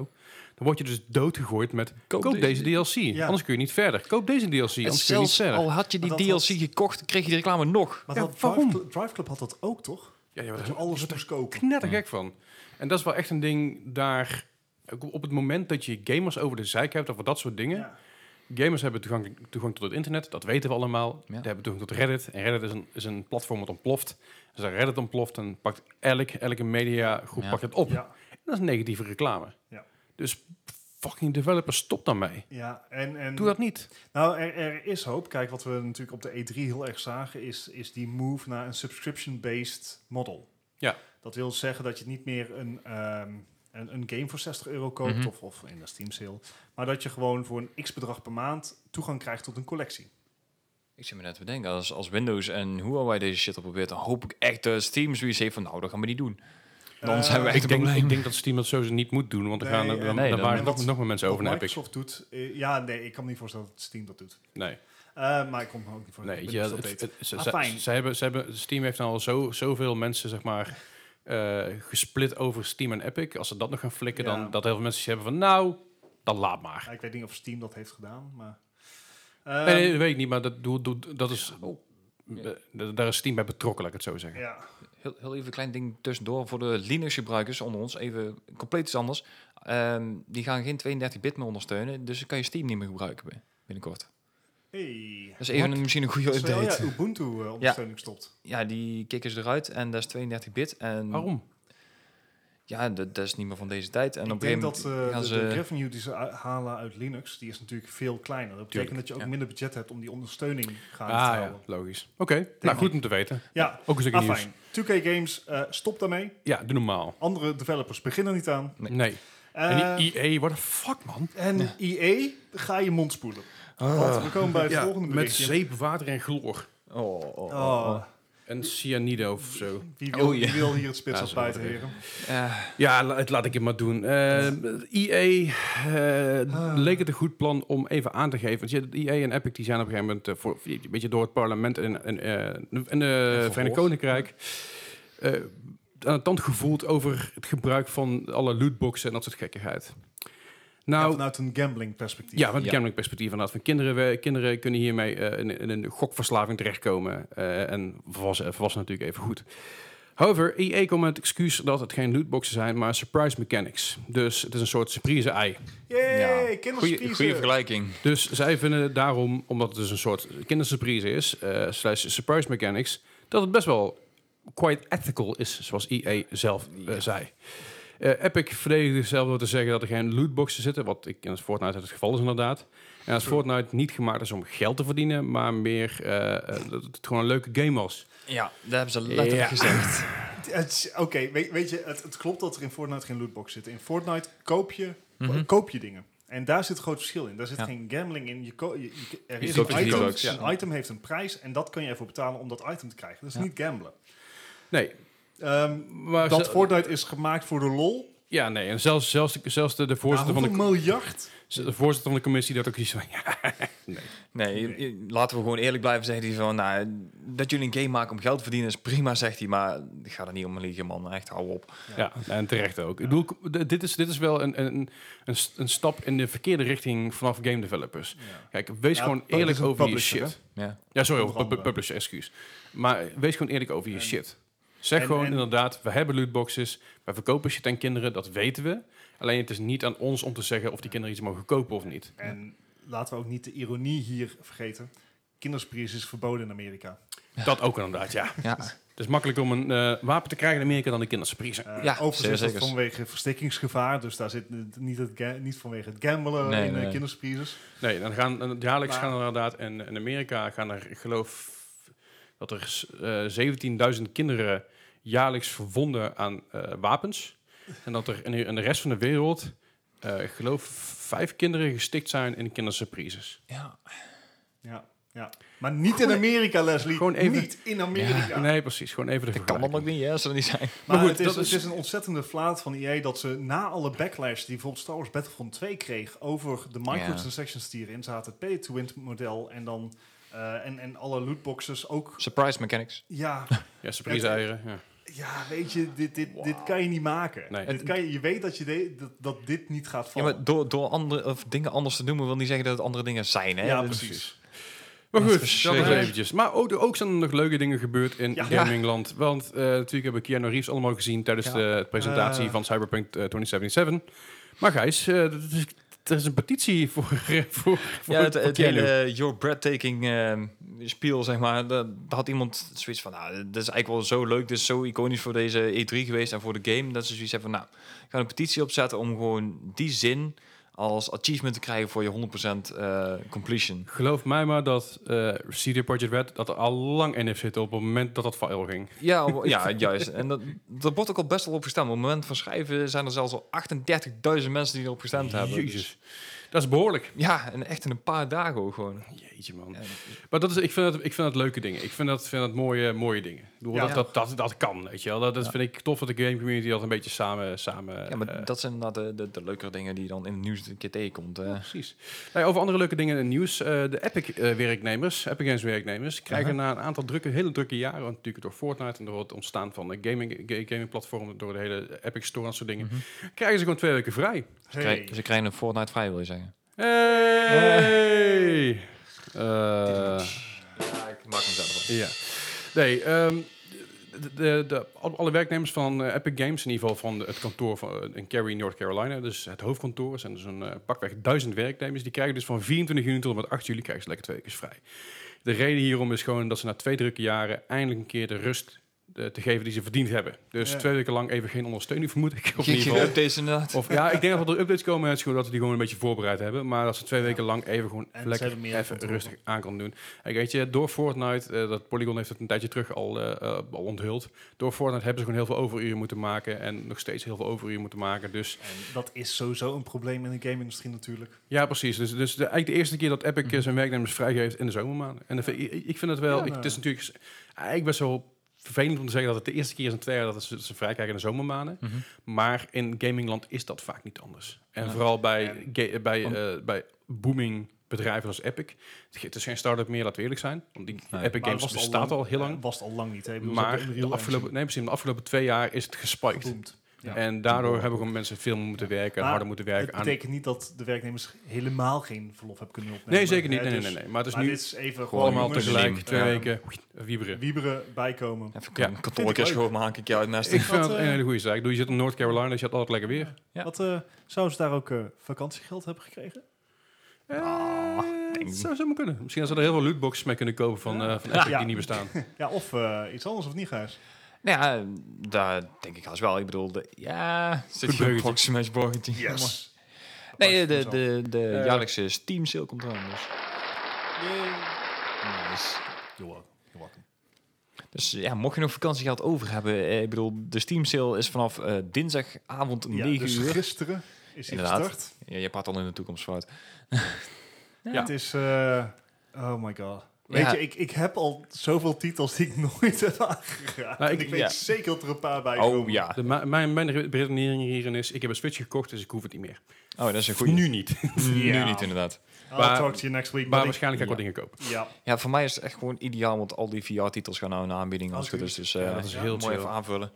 C: dan word je dus doodgegooid met koop,
A: Koop
C: deze, DLC.
B: Ja.
C: Anders kun je niet verder. Koop deze DLC,
A: En
C: anders kun je niet
A: zelfs
C: verder.
A: al had je die
B: Maar
A: DLC
B: dat was-
A: gekocht, kreeg je die reclame nog.
B: Maar
C: Ja,
B: dat
C: waarom?
B: Drive, Cl- Drive Club had dat ook, toch?
C: Ja, ja,
B: Dat
C: dat
B: je
C: is
B: alles moest kopen.
C: knettergek van. En dat is wel echt een ding daar... ook Op het moment dat je gamers over de zeik hebt over dat soort dingen...
B: Ja.
C: Gamers hebben toegang, toegang tot het internet, dat weten we allemaal.
A: Ja.
C: Ze hebben toegang tot Reddit. En Reddit is een, is een platform dat ontploft. Als daar Reddit ontploft, dan pakt elk, elke mediagroep
A: Ja.
C: pakt het op.
B: Ja.
C: En dat is negatieve reclame.
B: Ja. Mm.
C: Dus fucking developers, stop daarmee.
B: Ja, en, en
C: Doe dat niet.
B: Nou, er, er is hoop. Kijk, wat we natuurlijk op de E3 heel erg zagen, is, is die move naar een subscription-based model.
C: Ja.
B: Dat wil zeggen dat je niet meer een, ehm, een, een game voor 60 euro koopt
A: Mhm.
B: of, of in de Steam sale, maar dat je gewoon voor een x-bedrag per maand toegang krijgt tot een collectie.
A: Ik zit me net te bedenken, als, als Windows en Huawei deze shit al probeert, dan hoop ik echt dat Steam zoiets heeft van, nou, dat gaan we niet doen.
B: Eh,
A: Dan zijn we
B: Eh,
A: echt
C: Ik
A: een
C: denk,
A: probleem.
C: ik denk dat Steam dat sowieso niet moet doen, want dan,
B: Nee,
C: gaan, er-
B: eh,
C: dan,
A: nee,
C: dan
A: dat-
C: waren er
B: dat-
C: nog, nog meer mensen
B: Wat
C: over naar Epic.
B: Microsoft doet... eh, ja, nee, ik kan me niet voorstellen dat Steam dat doet.
C: Nee,
B: Eh, maar ik kom er ook niet voor.
C: nee
B: Ik ben
C: ja,
B: dus
C: het,
B: update.
C: het- ze,
B: Ah,
C: ze-
B: fijn.
C: ze hebben, ze hebben, Steam heeft nou al zo, zoveel mensen, zeg maar, eh, gesplit over Steam en Epic. Als ze dat nog gaan flikken,
B: Ja.
C: dan dat heel veel mensen hebben van, nou, dan laat maar.
B: Ja, ik weet niet of Steam dat heeft gedaan, maar...
C: nee,
B: Ehm, oh.
C: nee, dat weet ik niet, maar dat, doe- doe- dat is, eh, d- daar is Steam bij betrokken, laat ik het zo zeggen.
B: ehm, Ja,
A: Heel, heel even een klein ding tussendoor voor de Linux-gebruikers onder ons. Even compleet iets anders. Ehm, die gaan geen 32-bit meer ondersteunen, dus dan kan je Steam niet meer gebruiken bij- binnenkort.
B: hey.
A: Dat is even een, misschien een goede
B: Zo, oh
A: update.
B: ja, Ubuntu eh, ondersteuning stopt.
A: ja. die kikken ze eruit en dat is 32-bit. En
C: Waarom?
A: ja, dat, dat is niet meer van deze tijd. En op
B: ik
A: een
B: denk
A: gegeven
B: dat
A: moment
B: eh,
A: gaan
B: de,
A: ze...
B: de revenue die ze u- halen uit Linux, die is natuurlijk veel kleiner. Dat betekent dat je ook
A: ja.
B: minder budget hebt om die ondersteuning gaan
C: Ah
B: te
C: ja,
B: houden.
C: logisch. Oké, nou goed om te weten.
B: Ja,
C: Ook een stukje
B: ah,
C: nieuws.
B: fijn. 2K Games, eh stop daarmee.
C: Ja, doe normaal.
B: Andere developers beginnen niet aan.
C: Nee.
A: Nee.
C: en
B: Eh,
C: die EA, what the fuck, man. Ah.
B: en EA, ga je mond spoelen. Want we komen bij het volgende
C: met
B: berichtje.
C: zeep, water en chloor.
A: Oh, oh, oh,
B: Oh,
A: oh.
C: En cyanide of zo.
B: wie, wil,
A: Oh, ja.
B: wie wil hier het spits
C: Ja,
B: ja,
C: zo
B: buiten,
C: wordt
B: heren?
A: Eh,
C: Ja, la- het laat ik het maar doen. Eh, IE eh, leek het een goed plan om even aan te geven. Want je IE en Epic die zijn op een gegeven moment eh, voor, een beetje door het parlement en, en, eh, en de Verenigd Koninkrijk eh, aan het tand gevoeld over het gebruik van alle lootboxen en dat soort gekkigheid.
B: Ja,
C: Nou,
B: vanuit een gambling perspectief.
C: ja, want
A: Ja.
C: het gambling perspectief inderdaad. Van kinderen, we- kinderen kunnen hiermee eh, in, in een gokverslaving terechtkomen. eh, en volwassenen, volwassenen natuurlijk even goed. However, EA komt met het excuus dat het geen lootboxen zijn, maar surprise mechanics. Dus het is een soort surprise-ei.
B: Yay,
A: Ja. goeie,
B: kinderspieren.
A: goeie vergelijking.
C: Dus zij vinden het daarom, omdat het dus een soort kindersurprise is, eh, slash surprise mechanics, dat het best wel quite ethical is, zoals EA zelf eh, zei. Eh, Epic verdedigde zichzelf door te zeggen dat er geen lootboxen zitten, wat ik in het Fortnite het geval is inderdaad. En als Fortnite niet gemaakt is om geld te verdienen, maar meer eh, eh, dat het gewoon een leuke game was.
A: Ja, dat hebben ze letterlijk
C: Ja.
A: gezegd.
B: Het is- Oké, weet, weet je, het, het klopt dat er in Fortnite geen lootbox zitten. In Fortnite koop je, koop je dingen. En daar zit groot verschil in. Daar zit
A: Mhm. Ja.
B: geen gambling in. Je ko- je, je- er
A: Je
B: is
A: koopt
B: een
A: die
B: item,
A: lootbox, ja.
B: een item heeft een prijs en dat kan je ervoor betalen om dat item te krijgen. Dat is
A: Ja.
B: niet gamblen.
C: Nee,
B: Ehm,
C: maar
B: dat
C: ze-
B: Fortnite is gemaakt voor de lol.
C: ja, nee. En zelfs, zelfs, de, zelfs de, de
B: Nou,
C: voorzitter van de,
B: hoeveel miljard?
C: de voorzitter van de commissie dat ook iets van ja,
A: Nee, je- je- laten we gewoon eerlijk blijven, zegt hij van... Nou, dat jullie een game maken om geld te verdienen is prima, zegt hij. Maar het gaat er niet om liegen, man. Echt, hou op.
C: Ja, en terecht ook. Ik bedoel, k- d- dit is, dit is wel een, een, een, st- een stap in de verkeerde richting vanaf game developers. Kijk, wees
B: Ja,
C: gewoon
B: dat is
C: eerlijk
B: een
C: over je
B: publisher,
C: shit.
A: Ja.
C: Ja, sorry,
B: Onder
C: over pu- pu-
B: andere.
C: publisher, excuus. Maar wees gewoon eerlijk over je shit. Zeg
B: en-
C: gewoon
B: en-
C: inderdaad, we hebben lootboxes, wij verkopen shit aan kinderen, dat weten we. Alleen het is niet aan ons om te zeggen of die kinderen iets mogen kopen of niet.
B: En laten we ook niet de ironie hier vergeten. Kinderspieren is verboden in Amerika.
C: Dat ook inderdaad, ja.
A: Ja.
C: Het is makkelijk om een eh, wapen te krijgen in Amerika dan de kindersurprise.
B: Eh
A: Ja,
B: overigens is dat
A: zeker.
B: vanwege verstikkingsgevaar. Dus daar zit n- niet, het ga- niet vanwege het gamblen
A: Nee,
B: in eh,
A: nee.
B: nee. kinderspieren.
C: Nee, dan gaan dan jaarlijks
B: Maar-
C: gaan er inderdaad in, in Amerika gaan er, ik geloof dat er s- eh 17.000 kinderen jaarlijks verwonden aan eh, wapens. En dat er in, de- in de rest van de wereld, eh, ik geloof, vijf kinderen gestikt zijn in kindersurprises.
A: ja.
B: Ja, ja. Maar niet in Amerika, Leslie.
C: gewoon even-
B: Niet in Amerika.
C: Nee, precies. Gewoon even de
A: Dat kan
C: vergelijking.
A: dan ook niet, ja, ze er niet zijn.
B: Maar,
C: Maar goed,
B: het, is,
C: dat
B: het
C: is-
B: is een ontzettende flaat van EA dat ze na alle backlash die bijvoorbeeld Star Wars Battlefront 2 kreeg over de microtransactions die erin zaten, het pay-to-win model en dan eh, en, en alle lootboxes ook.
A: Surprise mechanics.
B: Ja,
C: Ja, surprise eieren. Ja.
B: ja weet je, dit, dit, dit kan je niet maken.
C: Nee.
B: Dit kan je, je weet dat, je de- dat, dat dit niet gaat
A: Ja,
B: vallen.
A: maar door, door andere, of dingen anders te noemen wil niet zeggen dat het andere dingen zijn, hè?
B: Ja,
A: Dat-
B: precies.
C: Maar
A: Dat is
C: goed, dat is
A: verschrikkelijk.
C: eventjes. Maar ook, ook zijn er nog leuke dingen gebeurd in
B: Ja.
C: gamingland. Want eh, natuurlijk hebben we Keanu Reeves allemaal gezien tijdens
A: Ja.
C: de presentatie
B: Eh.
C: van Cyberpunk eh, 2077. Maar Gijs, eh, dat is- er is een petitie voor, voor, voor,
A: Ja, het,
C: voor
A: het
C: Keanu.
A: hele eh, Your Breathtaking ehm spiel, zeg maar. Daar daar had iemand zoiets van, nou, dat is eigenlijk wel zo leuk. Dit is zo iconisch voor deze E3 geweest en voor de game. Dat ze zoiets hebben van, nou, ik ga een petitie opzetten om gewoon die zin als achievement te krijgen voor je 100% eh, completion.
C: Geloof mij maar dat eh CD Projekt Red dat er al lang in heeft zitten op het moment dat dat fail ging.
A: Ja, w- ja juist. En dat, dat wordt ook al best wel op gestemd. Op het moment van schrijven zijn er zelfs al 38.000 mensen die erop gestemd hebben. Dus-
C: Jezus. Dat Dat is behoorlijk.
A: Ja, en echt in een paar dagen ook gewoon.
C: Jeetje, man.
A: Ja,
C: Maar dat is, ik, vind dat, ik vind dat leuke dingen. Ik vind dat, vind dat mooie, mooie dingen. Ik bedoel,
B: Ja.
C: dat, dat, dat, dat kan, weet je wel. Dat, dat
A: Ja.
C: vind ik tof dat de game community dat een beetje samen... samen
A: ja, maar
C: eh,
A: dat zijn inderdaad de, de, de leukere dingen die je dan in het nieuws een keer tegenkomt. eh.
C: Precies. Nou ja, over andere leuke dingen in het nieuws. eh, de Epic-werknemers, Epic Games-werknemers, krijgen
A: Uh-huh.
C: na een aantal drukke, hele drukke jaren, want natuurlijk door Fortnite en door het ontstaan van eh, gaming, ga- gaming-platformen, door de hele Epic Store en soort dingen,
A: Mhm.
C: krijgen ze gewoon twee weken vrij.
B: Hey.
A: Krij- Ze krijgen een Fortnite vrij, wil je zeggen.
C: Hey! Eh,
A: Ja, ik maak hem zelf
C: ja. Nee, ehm, de, de, de- al- alle werknemers van eh, Epic Games, in ieder geval van het kantoor van, eh, in Cary, North Carolina, dus het hoofdkantoor, er zijn dus een eh, pakweg duizend werknemers, die krijgen dus van 24 juni tot en met 8 juli krijgen ze lekker twee weken vrij. De reden hierom is gewoon dat ze na twee drukke jaren eindelijk een keer de rust eh, te geven die ze verdiend hebben. Dus
B: Ja.
C: twee weken lang even geen ondersteuning, vermoed ik. Of in ieder
A: Kijk,
C: geval.
A: updates inderdaad.
C: Of ja, ik denk dat er updates komen, het is gewoon dat ze die gewoon een beetje voorbereid hebben. Maar dat ze twee weken lang even gewoon
B: En ze
C: lekker
B: hebben meer
C: even
B: controle.
C: rustig aan kan doen. En weet je, door Fortnite, eh, dat Polygon heeft het een tijdje terug al, eh, eh, al onthuld. Door Fortnite hebben ze gewoon heel veel overuren moeten maken. En nog steeds heel veel overuren moeten maken. Dus
B: En dat is sowieso een probleem in de gaming-industrie natuurlijk.
C: ja, precies. Dus, dus de, eigenlijk de eerste keer dat Epic eh, zijn werknemers vrijgeeft in de zomermaanden. En dat vind ik, ik vind het wel,
B: Mhm. Ja,
C: ik-
B: nou.
C: het is natuurlijk s- eigenlijk best wel vervelend om te zeggen dat het de eerste keer is in twee jaar dat ze, ze vrij krijgen in de zomermaanden.
A: Mhm.
C: Maar in gamingland is dat vaak niet anders. En
A: Ja.
C: vooral bij,
B: En-
C: ga- bij,
A: Want-
C: eh, bij booming bedrijven als Epic. Het is geen start-up meer, laten we eerlijk zijn. Want die
A: Nee.
C: Epic
B: Maar
C: Games
B: was het
C: bestaat al, heel
B: ja,
C: lang.
B: was het al lang niet. Hè? Ik bedoel, ze hebben
C: maar de
B: Unreal
C: afgelopen, nee, precies, de afgelopen twee jaar is het
B: Engine
C: gespiked.
B: geboomd. Ja.
C: En daardoor hebben gewoon mensen veel meer moeten werken, en
B: Maar
C: harder moeten werken.
B: Het betekent niet dat de werknemers helemaal geen verlof hebben kunnen opnemen.
C: nee, zeker niet.
B: hè,
C: Nee, nee,
B: dus-
C: nee, nee. Maar het is
B: maar
C: nu
B: dit is even gewoon
C: allemaal
B: jongens,
C: tegelijk, twee
B: ja,
C: weken, wieberen.
B: Wieberen bijkomen.
A: Even
C: Ja.
A: een kantoorkist gewoon maken, ik jou uit naast.
C: Ik vind
B: had,
C: het
B: eh,
C: een hele goede zaak. Ik bedoel, Je zit in North Carolina, dus je had altijd lekker weer.
A: Ja.
B: Wat, eh, zouden ze daar ook eh, vakantiegeld hebben gekregen?
A: Ah,
C: Eh,
A: denk
C: het
A: ik.
C: zou zo maar kunnen. Misschien hadden ze er heel veel lootboxes mee kunnen kopen van, eh, van Epic
B: Ja.
C: die niet bestaan.
B: Ja, of eh, iets anders of niet, Gijs?
A: Nou ja, daar denk ik haast wel. Ik bedoel, de, ja, zit
C: Goed
A: hier een
C: bruggetje.
A: Fox Smash Broggetje. Nee, de, de, de
C: Eh.
A: jaarlijkse Steam sale komt eraan. Dus. Nice.
B: You're welcome. You're welcome.
A: Dus ja, mocht je nog vakantiegeld over hebben, eh, ik bedoel, de Steam sale is vanaf eh, dinsdagavond om
B: Ja,
A: 9
B: dus
A: uur.
B: gisteren is hij
A: Inderdaad.
B: gestart.
A: Ja, je praat al in de toekomst fout.
C: Ja.
B: Het is... eh, oh my god. Weet
A: Ja.
B: je, ik, ik heb al zoveel titels die ik nooit heb aangeraakt.
C: Nou, ik-
B: En ik weet
A: ja.
B: zeker dat er een paar bij
A: Oh
B: komen.
A: ja.
C: Ah. De, ma- mijn, mijn re- redenering hierin is, ik heb een Switch gekocht, dus ik hoef het niet meer.
A: Oh, dat is een goede.
C: Nu niet.
A: Nu
B: Ja.
A: niet, inderdaad.
B: I'll
C: Maar-
B: talk to you next week.
C: Maar
B: buddy.
C: waarschijnlijk ga ik wel dingen kopen.
B: Ja.
A: Ja, voor mij is het echt gewoon ideaal, want al die VR-titels gaan nou in de aanbieding als
B: Oh,
A: het goed is. Dus eh,
C: Ja, dat is
B: ja,
C: heel
A: mooi
C: chill.
A: even aanvullen.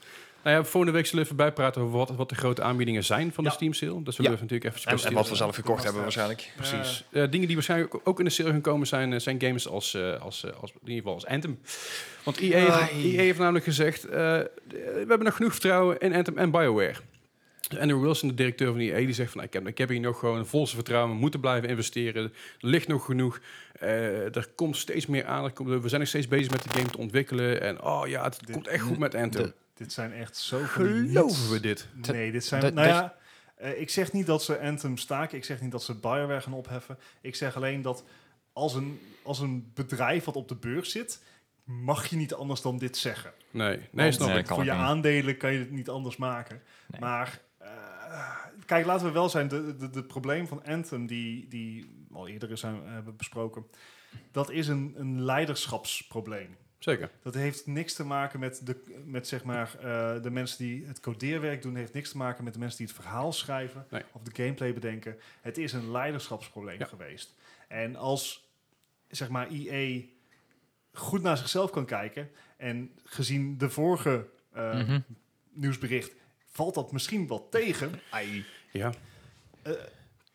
C: Nou ja, volgende week zullen we even bijpraten over wat, wat de grote aanbiedingen zijn van de
B: Ja.
C: Steam sale. Dat
A: Ja.
C: zullen we natuurlijk even
A: En, en wat we zelf gekocht
B: Ja.
A: hebben waarschijnlijk.
C: Precies. Eh, dingen die waarschijnlijk ook- ook in de sale gaan komen zijn, eh, zijn games als, eh, als, eh, als, in ieder geval als Anthem. Want EA, heeft- EA heeft namelijk gezegd, eh, we hebben nog genoeg vertrouwen in Anthem en Bioware. Dus Andrew Wilson, de directeur van EA, die zegt van, "Nou, ik heb, ik heb hier nog gewoon volste vertrouwen, we moeten blijven investeren, er ligt nog genoeg, Eh, er komt steeds meer aan, Er komt- we zijn nog steeds bezig met de game te ontwikkelen en oh ja, het
B: Dit-
C: komt echt goed met Anthem.
A: dit-
B: Dit zijn echt zo
C: Geloven we dit?
A: Te-
B: Nee, dit zijn...
A: dat-
B: nou
A: dat-
B: ja, eh, ik zeg niet dat ze Anthem staken. Ik zeg niet dat ze Bioware gaan opheffen. Ik zeg alleen dat als een, als een bedrijf wat op de beurs zit... mag je niet anders dan dit zeggen.
C: Nee, nee,
B: Want
C: snap
A: Nee,
C: ik.
A: kan
B: voor
A: ook
B: je
A: niet.
B: aandelen kan je het niet anders maken.
A: Nee.
B: Maar... eh, Kijk, laten we wel zijn, de, de, de probleem van Anthem, die, die we al eerder zijn, hebben besproken, dat is een, een leiderschapsprobleem.
C: Zeker.
B: Dat heeft niks te maken met, de, met zeg maar, eh, de mensen die het codeerwerk doen. heeft niks te maken met de mensen die het verhaal schrijven
C: Nee.
B: of de gameplay bedenken. Het is een leiderschapsprobleem
C: Ja.
B: geweest. En als zeg maar EA goed naar zichzelf kan kijken en gezien de vorige eh,
A: Mhm.
B: nieuwsbericht valt dat misschien wel tegen.
C: Ja.
B: Eh,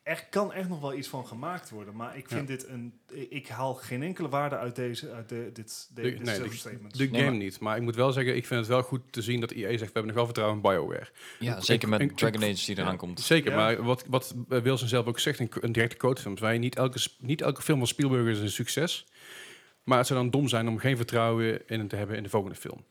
B: er kan echt nog wel iets van gemaakt worden, maar ik vind dit een. Ik haal geen enkele waarde uit deze, uit de, dit,
C: De-
B: de, dit
C: nee, de-
B: statement.
C: De
A: Nee,
C: game
A: maar-
C: niet. Maar ik moet wel zeggen, ik vind het wel goed te zien dat EA zegt... we hebben nog wel vertrouwen in Bioware.
A: Ja,
C: Ik-
A: zeker
C: ik- ik-
A: met Dragon Age die eraan komt.
C: Zeker,
B: Ja.
C: maar wat, wat eh, Wilson zelf ook zegt in co- een directe quotefilms... Wij niet, elke, sp- niet elke film van Spielberg is een succes. Maar het zou dan dom zijn om geen vertrouwen in te hebben in de volgende film.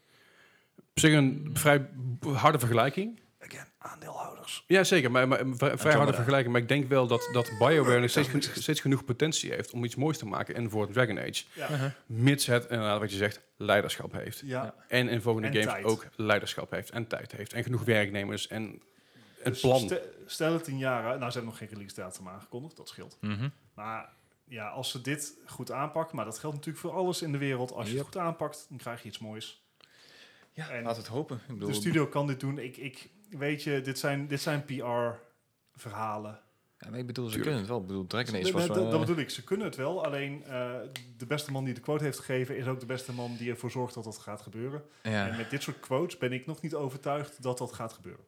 C: Op zich een vrij b- harde vergelijking.
B: Again, aandeelhouders.
C: Ja, zeker, maar, maar een vri- vrij harde
A: Andromeda.
C: vergelijking. Maar ik denk wel dat, dat Bioware nog steeds, geno- steeds genoeg potentie heeft... om iets moois te maken in voor Dragon Age.
B: Ja.
C: Mits het, inderdaad wat je zegt, leiderschap heeft.
B: Ja.
C: En in volgende
B: En
C: games
B: tijd.
C: ook leiderschap heeft en tijd heeft. En genoeg werknemers en een
B: Dus
C: plan.
B: ste- stel het tien jaar uit. Nou, ze hebben nog geen release datum aangekondigd. Dat scheelt.
A: Mhm.
B: Maar ja, als ze dit goed aanpakken, maar dat geldt natuurlijk voor alles in de wereld. Als je
A: Yep.
B: het goed aanpakt, dan krijg je iets moois.
A: Ja,
B: En
A: laat het hopen. Ik
C: Dus
A: bedoel,
B: De studio kan dit doen. Ik, ik weet je, dit zijn, dit zijn PR-verhalen.
A: ja, maar ik bedoel, ze
C: Tuurlijk.
A: kunnen het wel. Ik bedoel, Dragon Age
B: Nee,
A: was
B: nee, dat, dat
A: wel... eh,
B: bedoel ik. Ze kunnen het wel. Alleen eh, de beste man die de quote heeft gegeven, is ook de beste man die ervoor zorgt dat dat gaat gebeuren. En
A: eh, Ja,
B: met dit soort quotes ben ik nog niet overtuigd dat dat gaat gebeuren.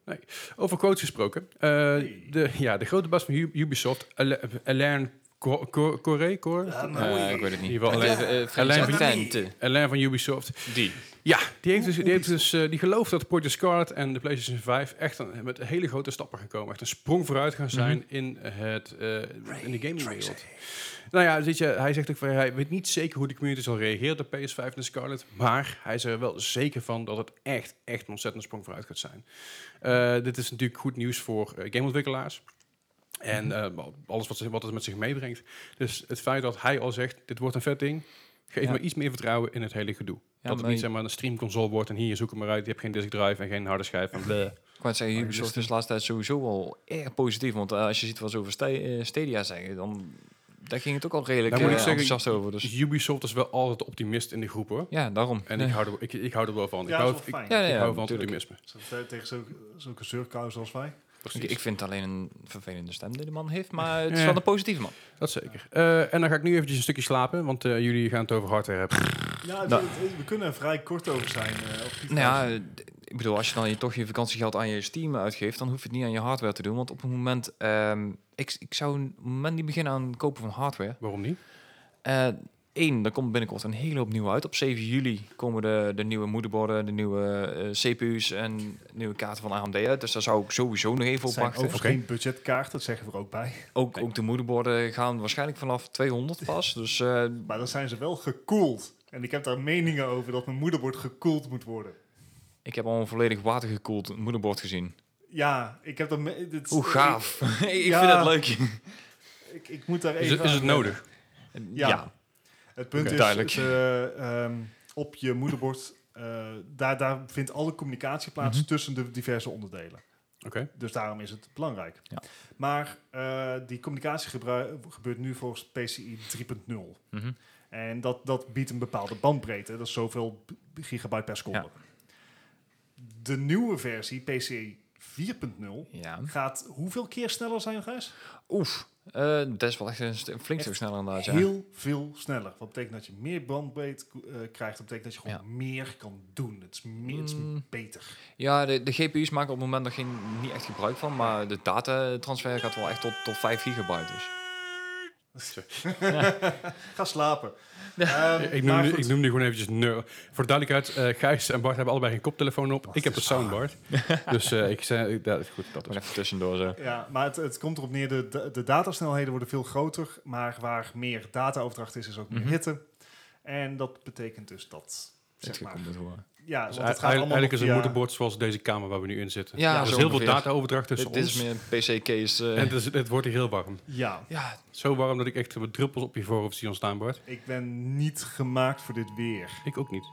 C: Over quotes gesproken. Eh, de, ja, de grote baas van U- Ubisoft, Ala- Alain Co- Co- Coré, Cor?
A: Eh, ik weet het
C: In
A: niet.
C: ieder geval,
A: Alleen-
C: Alain-
A: eh, Frans
C: Alain-
A: Attente.
C: Alain van Ubisoft.
A: Die.
C: Ja, die, heeft dus, die, heeft dus, eh, die gelooft dat Project Scarlet en de PlayStation 5 echt een- met hele grote stappen gaan komen. Echt een sprong vooruit gaan zijn in, het, eh, in de gamingwereld. Nou ja, weet je, hij zegt ook van, hij weet niet zeker hoe de community zal reageren op de PS5 en Scarlet. Maar hij is er wel zeker van dat het echt, echt een ontzettend sprong vooruit gaat zijn. Eh, dit is natuurlijk goed nieuws voor eh, gameontwikkelaars. En eh, alles wat, ze- wat het met zich meebrengt. Dus het feit dat hij al zegt, dit wordt een vet ding. Geef
A: Ja.
C: me iets meer vertrouwen in het hele gedoe.
A: Ja,
C: dat het
A: maar
C: niet
A: je-
C: zeg maar, een streamconsole wordt en hier zoek hem maar uit. Je hebt geen disk drive en geen harde schijf. En bleh.
A: Ik wou net zeggen, Ubisoft is de laatste tijd sowieso al erg positief. Want eh, als je ziet wat ze over Sta- eh, Stadia zeggen, dan daar ging het ook al redelijk
C: Nou, moet
A: eh,
C: ik zeggen,
A: enthousiast over. Dus
C: Ubisoft is wel altijd de optimist in de groepen.
A: ja, daarom.
C: En
A: Nee.
C: ik, hou er, ik, ik hou er wel van.
B: Ja,
C: ik
B: dat
C: hou,
B: is
C: ik,
B: wel fijn.
A: Ja, ja,
C: ik
A: ja,
C: hou van het
A: natuurlijk.
C: optimisme.
B: Zo- Tegen zo- zulke zeurkous als wij.
A: Ik,
C: Precies.
A: ik vind alleen een vervelende stem die de man heeft, maar het is
C: Ja.
A: wel een positieve man.
C: Dat zeker. Eh, en dan ga ik nu eventjes een stukje slapen, want eh, jullie gaan het over hardware hebben.
B: Ja, het-
A: Nou.
B: het- we kunnen er vrij kort over zijn. eh, op die
A: Nou ja,
B: fase.
A: eh, d- ik bedoel, als je dan je, toch je vakantiegeld aan je Steam uitgeeft, dan hoef je het niet aan je hardware te doen. Want op het moment, ehm, ik, ik zou een moment niet beginnen aan het kopen van hardware.
C: Waarom niet?
A: Eén, er komt binnenkort een hele hoop nieuw uit. Op 7 juli komen de, de nieuwe moederborden, de nieuwe eh, CPU's en nieuwe kaarten van AMD uit. Dus daar zou ik sowieso nog even
B: Het
A: op
B: zijn
A: wachten.
B: overigens
C: Oké.
B: geen budgetkaart, dat zeggen we er ook bij.
A: Ook, ook de moederborden gaan waarschijnlijk vanaf 200 pas. Dus eh,
B: Maar dan zijn ze wel gekoeld. En ik heb daar meningen over dat mijn moederbord gekoeld moet worden.
A: ik heb al een volledig watergekoeld moederbord gezien.
B: Ja, ik heb daar... me- dit-
A: Hoe gaaf. ik
B: Ja.
A: vind dat leuk.
B: Ik, ik, ik moet daar
C: Is,
B: even...
C: het- is het
B: aan-
C: nodig?
B: Ja.
A: ja.
B: Het punt
A: Oké.
B: is,
A: Duidelijk.
B: ze, ehm, op je moederbord, eh, daar, daar vindt alle communicatie plaats
A: Mhm.
B: tussen de diverse onderdelen.
C: Oké.
B: Dus daarom is het belangrijk.
A: Ja.
B: Maar eh, die communicatie gebru- gebeurt nu volgens PCI 3.0.
A: Mhm.
B: En dat, dat biedt een bepaalde bandbreedte. Dat is zoveel b- gigabyte per seconde. De nieuwe versie, PCI 4.0,
A: ja.
B: gaat hoeveel keer sneller zijn, Gijs?
A: Oef. Eh, dat is wel echt een st- een flink
B: Echt
A: stuk sneller inderdaad. Ja.
B: Heel veel sneller. Wat betekent dat je meer bandbreedte eh, krijgt. Dat betekent dat je gewoon
A: Ja.
B: meer kan doen. Het is, meer, het is
A: Mm.
B: beter.
A: Ja, de, de GPU's maken op het moment nog geen, niet echt gebruik van, maar de datatransfer gaat wel echt tot, tot 5 gigabyte. Dus.
B: Ga slapen. Ehm,
C: Ik
B: maar
C: noemde,
B: goed.
C: ik noemde gewoon eventjes nul. Voor de duidelijkheid, eh, Gijs en Bart hebben allebei geen koptelefoon op. ik heb een soundbar. dus eh, ik zei, ik- dat is goed. Dat is.
A: Gewoon even tussendoor zo.
B: Ja, maar het, het komt erop neer, de, de, de datasnelheden worden veel groter, maar waar meer dataoverdracht is, is ook meer
A: Mhm.
B: hitte. En dat betekent dus dat,
A: Het
B: zeg maar,
A: komt het hoor.
B: ja,
C: Dus
B: want
C: eigenlijk
B: het gaat allemaal
C: eigenlijk
B: nog
C: is een
B: via-
C: moederbord zoals deze kamer waar we nu in zitten.
A: Ja,
C: er is
A: zo
C: heel veel
A: ongeveer.
C: dataoverdracht tussen
A: Dit, dit
C: ons.
A: is meer een PC-case.
C: En het, is- het wordt hier heel warm.
B: Ja,
A: ja,
C: Zo warm dat ik echt wat druppels op je voorhoofd zie ontstaan, Bart.
B: ik ben niet gemaakt voor dit weer.
C: Ik ook niet.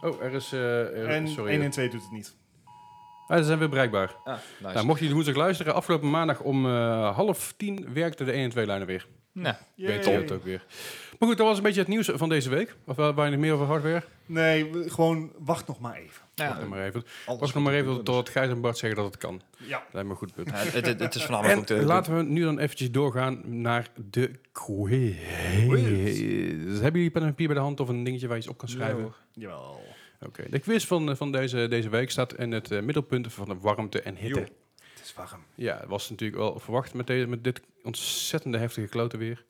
C: Oh, er is... eh, er-
B: En
C: sorry.
B: 1 en 2 doet het niet.
C: Ah, ze zijn weer bereikbaar.
A: ah, nice.
C: Nou, mocht je de woensdag luisteren, afgelopen maandag om eh, half tien werkte de 1 en 2 lijnen weer.
A: Nou,
C: Weet je
B: Yay.
C: het ook weer. Maar goed, dat was een beetje het nieuws van deze week. Of waar waar je nog meer over hardware?
B: Nee, we- gewoon wacht nog maar even.
A: nou,
C: Wacht nog maar even.
A: alles
C: Wacht nog
A: goed
C: maar
A: te
C: even
A: doen, dus.
C: tot Gijs en Bart zeggen dat het kan.
B: Ja,
C: Dat lijkt me een goed punt.
A: Ja, het, het, het is voornamelijk ook de...
C: En
A: de-
C: laten we nu dan eventjes doorgaan naar de quiz. Hebben jullie pen en papier bij de hand of een dingetje waar je iets op kan schrijven?
A: Nee, hoor.
B: jawel.
C: Oké, de quiz van, eh, van deze, deze week staat in het eh, middelpunt van de warmte en hitte.
A: Jo.
B: Het is warm.
C: Ja, het was natuurlijk wel verwacht met, deze, met dit ontzettende heftige klote weer.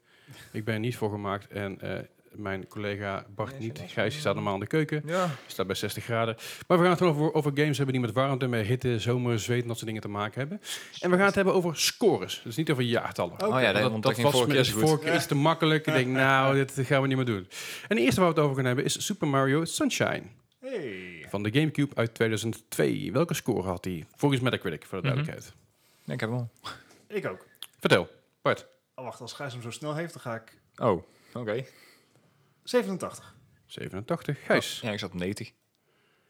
C: Ik ben er niet voor gemaakt en eh, mijn collega Bart
A: Nee,
C: niet.
A: ze was-
C: Gijs die staat normaal in de keuken,
A: Ja.
C: staat bij 60 graden. Maar we gaan het over, over games hebben die met warmte, met hitte, zomer, zweet en dat soort dingen te maken hebben. En we gaan het hebben over scores, dus niet over jaartallen.
B: Oh
A: Oh ja,
C: Want
A: dat,
C: dat,
A: want
C: dat
A: dat ging
C: was
A: vorige keer
C: met
A: zo
C: de
A: goed.
C: vorige keer iets te makkelijk. Ik denk, nou, dit gaan we niet meer doen. En de eerste waar we het over gaan hebben is Super Mario Sunshine
B: Hey.
C: van de Gamecube uit 2002. Welke score had hij? Volgens Metacritic, voor de
A: Mhm.
C: duidelijkheid.
A: Nee, ik heb hem
B: Ik ook.
C: Vertel, Bart.
B: Oh, wacht, als Gijs hem zo snel heeft, dan ga ik
A: al. Oh, oké.
B: 87.
C: 87. Gijs.
A: Ja, ik zat op 90.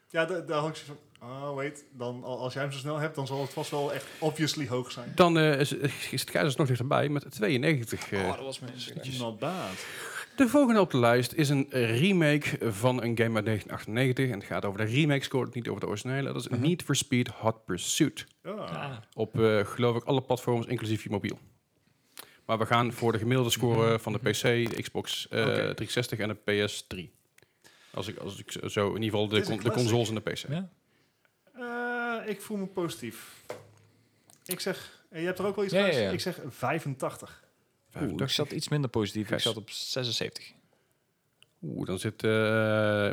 B: Ja, da- daar hang ik zo van. Oh, wait. Dan, al- als jij hem zo snel hebt, dan zal het vast wel echt obviously hoog zijn.
C: Dan eh, is, is het Keizers nog dichterbij met 92. eh.
A: Oh, dat was mijn succes.
B: Not bad.
C: De volgende op de lijst is een eh, remake van een game uit 1998. En het gaat over de remake score, niet over de originele. Dat is
A: Mhm.
C: Need for Speed Hot Pursuit.
B: Ja.
A: Ah.
C: Op, eh, geloof ik, alle platforms, inclusief je mobiel. Maar we gaan voor de gemiddelde score van de PC, de Xbox eh, 360 en de PS3. Als ik, als ik zo, in ieder geval de,
B: Het is een
C: con- de
B: classic.
C: consoles en de PC.
A: Ja.
B: Eh, ik voel me positief. Ik zeg, eh, je hebt er ook wel iets
A: Ja,
B: van.
A: ja, ja.
B: Ik zeg 85.
A: Oeh, ik
C: 85.
A: zat iets minder positief.
C: Gijs.
A: Ik zat op 76.
C: Oeh, dan zit eh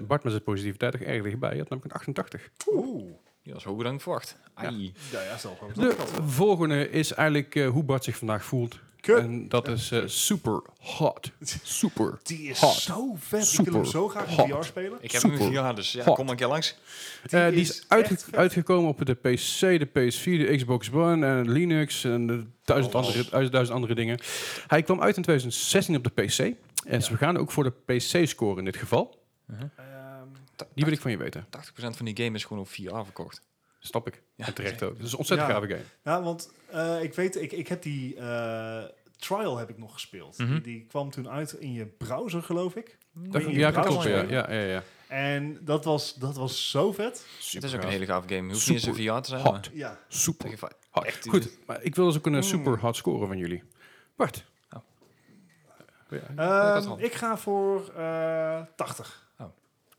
C: Bart met zijn positiviteit toch erg dichtbij. Je had namelijk een 88.
B: Oeh.
A: Die was hoger dan ik verwacht. Ai.
B: Ja, ja, zelf ook.
C: De volgende is eigenlijk eh, hoe Bart zich vandaag voelt.
B: Kut.
C: En dat is eh, super hot. Super.
B: Die is
C: Hot.
B: zo vet. Ik
C: Super
B: wil hem zo graag in
C: hot.
B: VR spelen.
A: Ik heb
C: Super.
A: hem ja, dus ja,
C: Hot.
A: kom een keer langs.
B: Die
C: Eh, die
B: is
C: is uitge-
B: echt vet.
C: uitgekomen op de PC, de PS4, de Xbox One en Linux en de duizend,
B: Alles.
C: andere, duizend, duizend andere dingen. Hij kwam uit in 2016 op de PC. En dus we gaan ook voor de PC scoren in dit geval.
A: Mhm.
B: Ehm,
C: Die wil ik van je weten.
A: 80% van die game is gewoon op VR verkocht.
C: Snap ik. en terecht ook. Het is een ontzettend
B: Ja.
C: gave game.
B: nou, want eh, ik weet, ik, ik heb die eh, trial heb ik nog gespeeld.
A: Mhm.
B: die, die kwam toen uit in je browser, geloof ik.
C: Dat,
B: je
C: ja,
B: browser
C: klopt. Ja,
B: spelen?
C: ja, ja, ja.
B: En dat was, dat was zo vet.
A: Het is ook
C: gaaf.
A: een hele gaaf game. Je hoeft niet eens
C: Super
A: een VR te zijn.
C: Hot.
B: Ja.
C: Super
A: maar je va-
C: hot.
A: echt-
C: Goed, maar ik wil dus ook een eh,
B: Hmm.
C: super hot scoren van jullie. Bart.
A: Oh.
C: Ja,
A: had
B: Ehm,
A: al.
B: ik ga voor eh 80.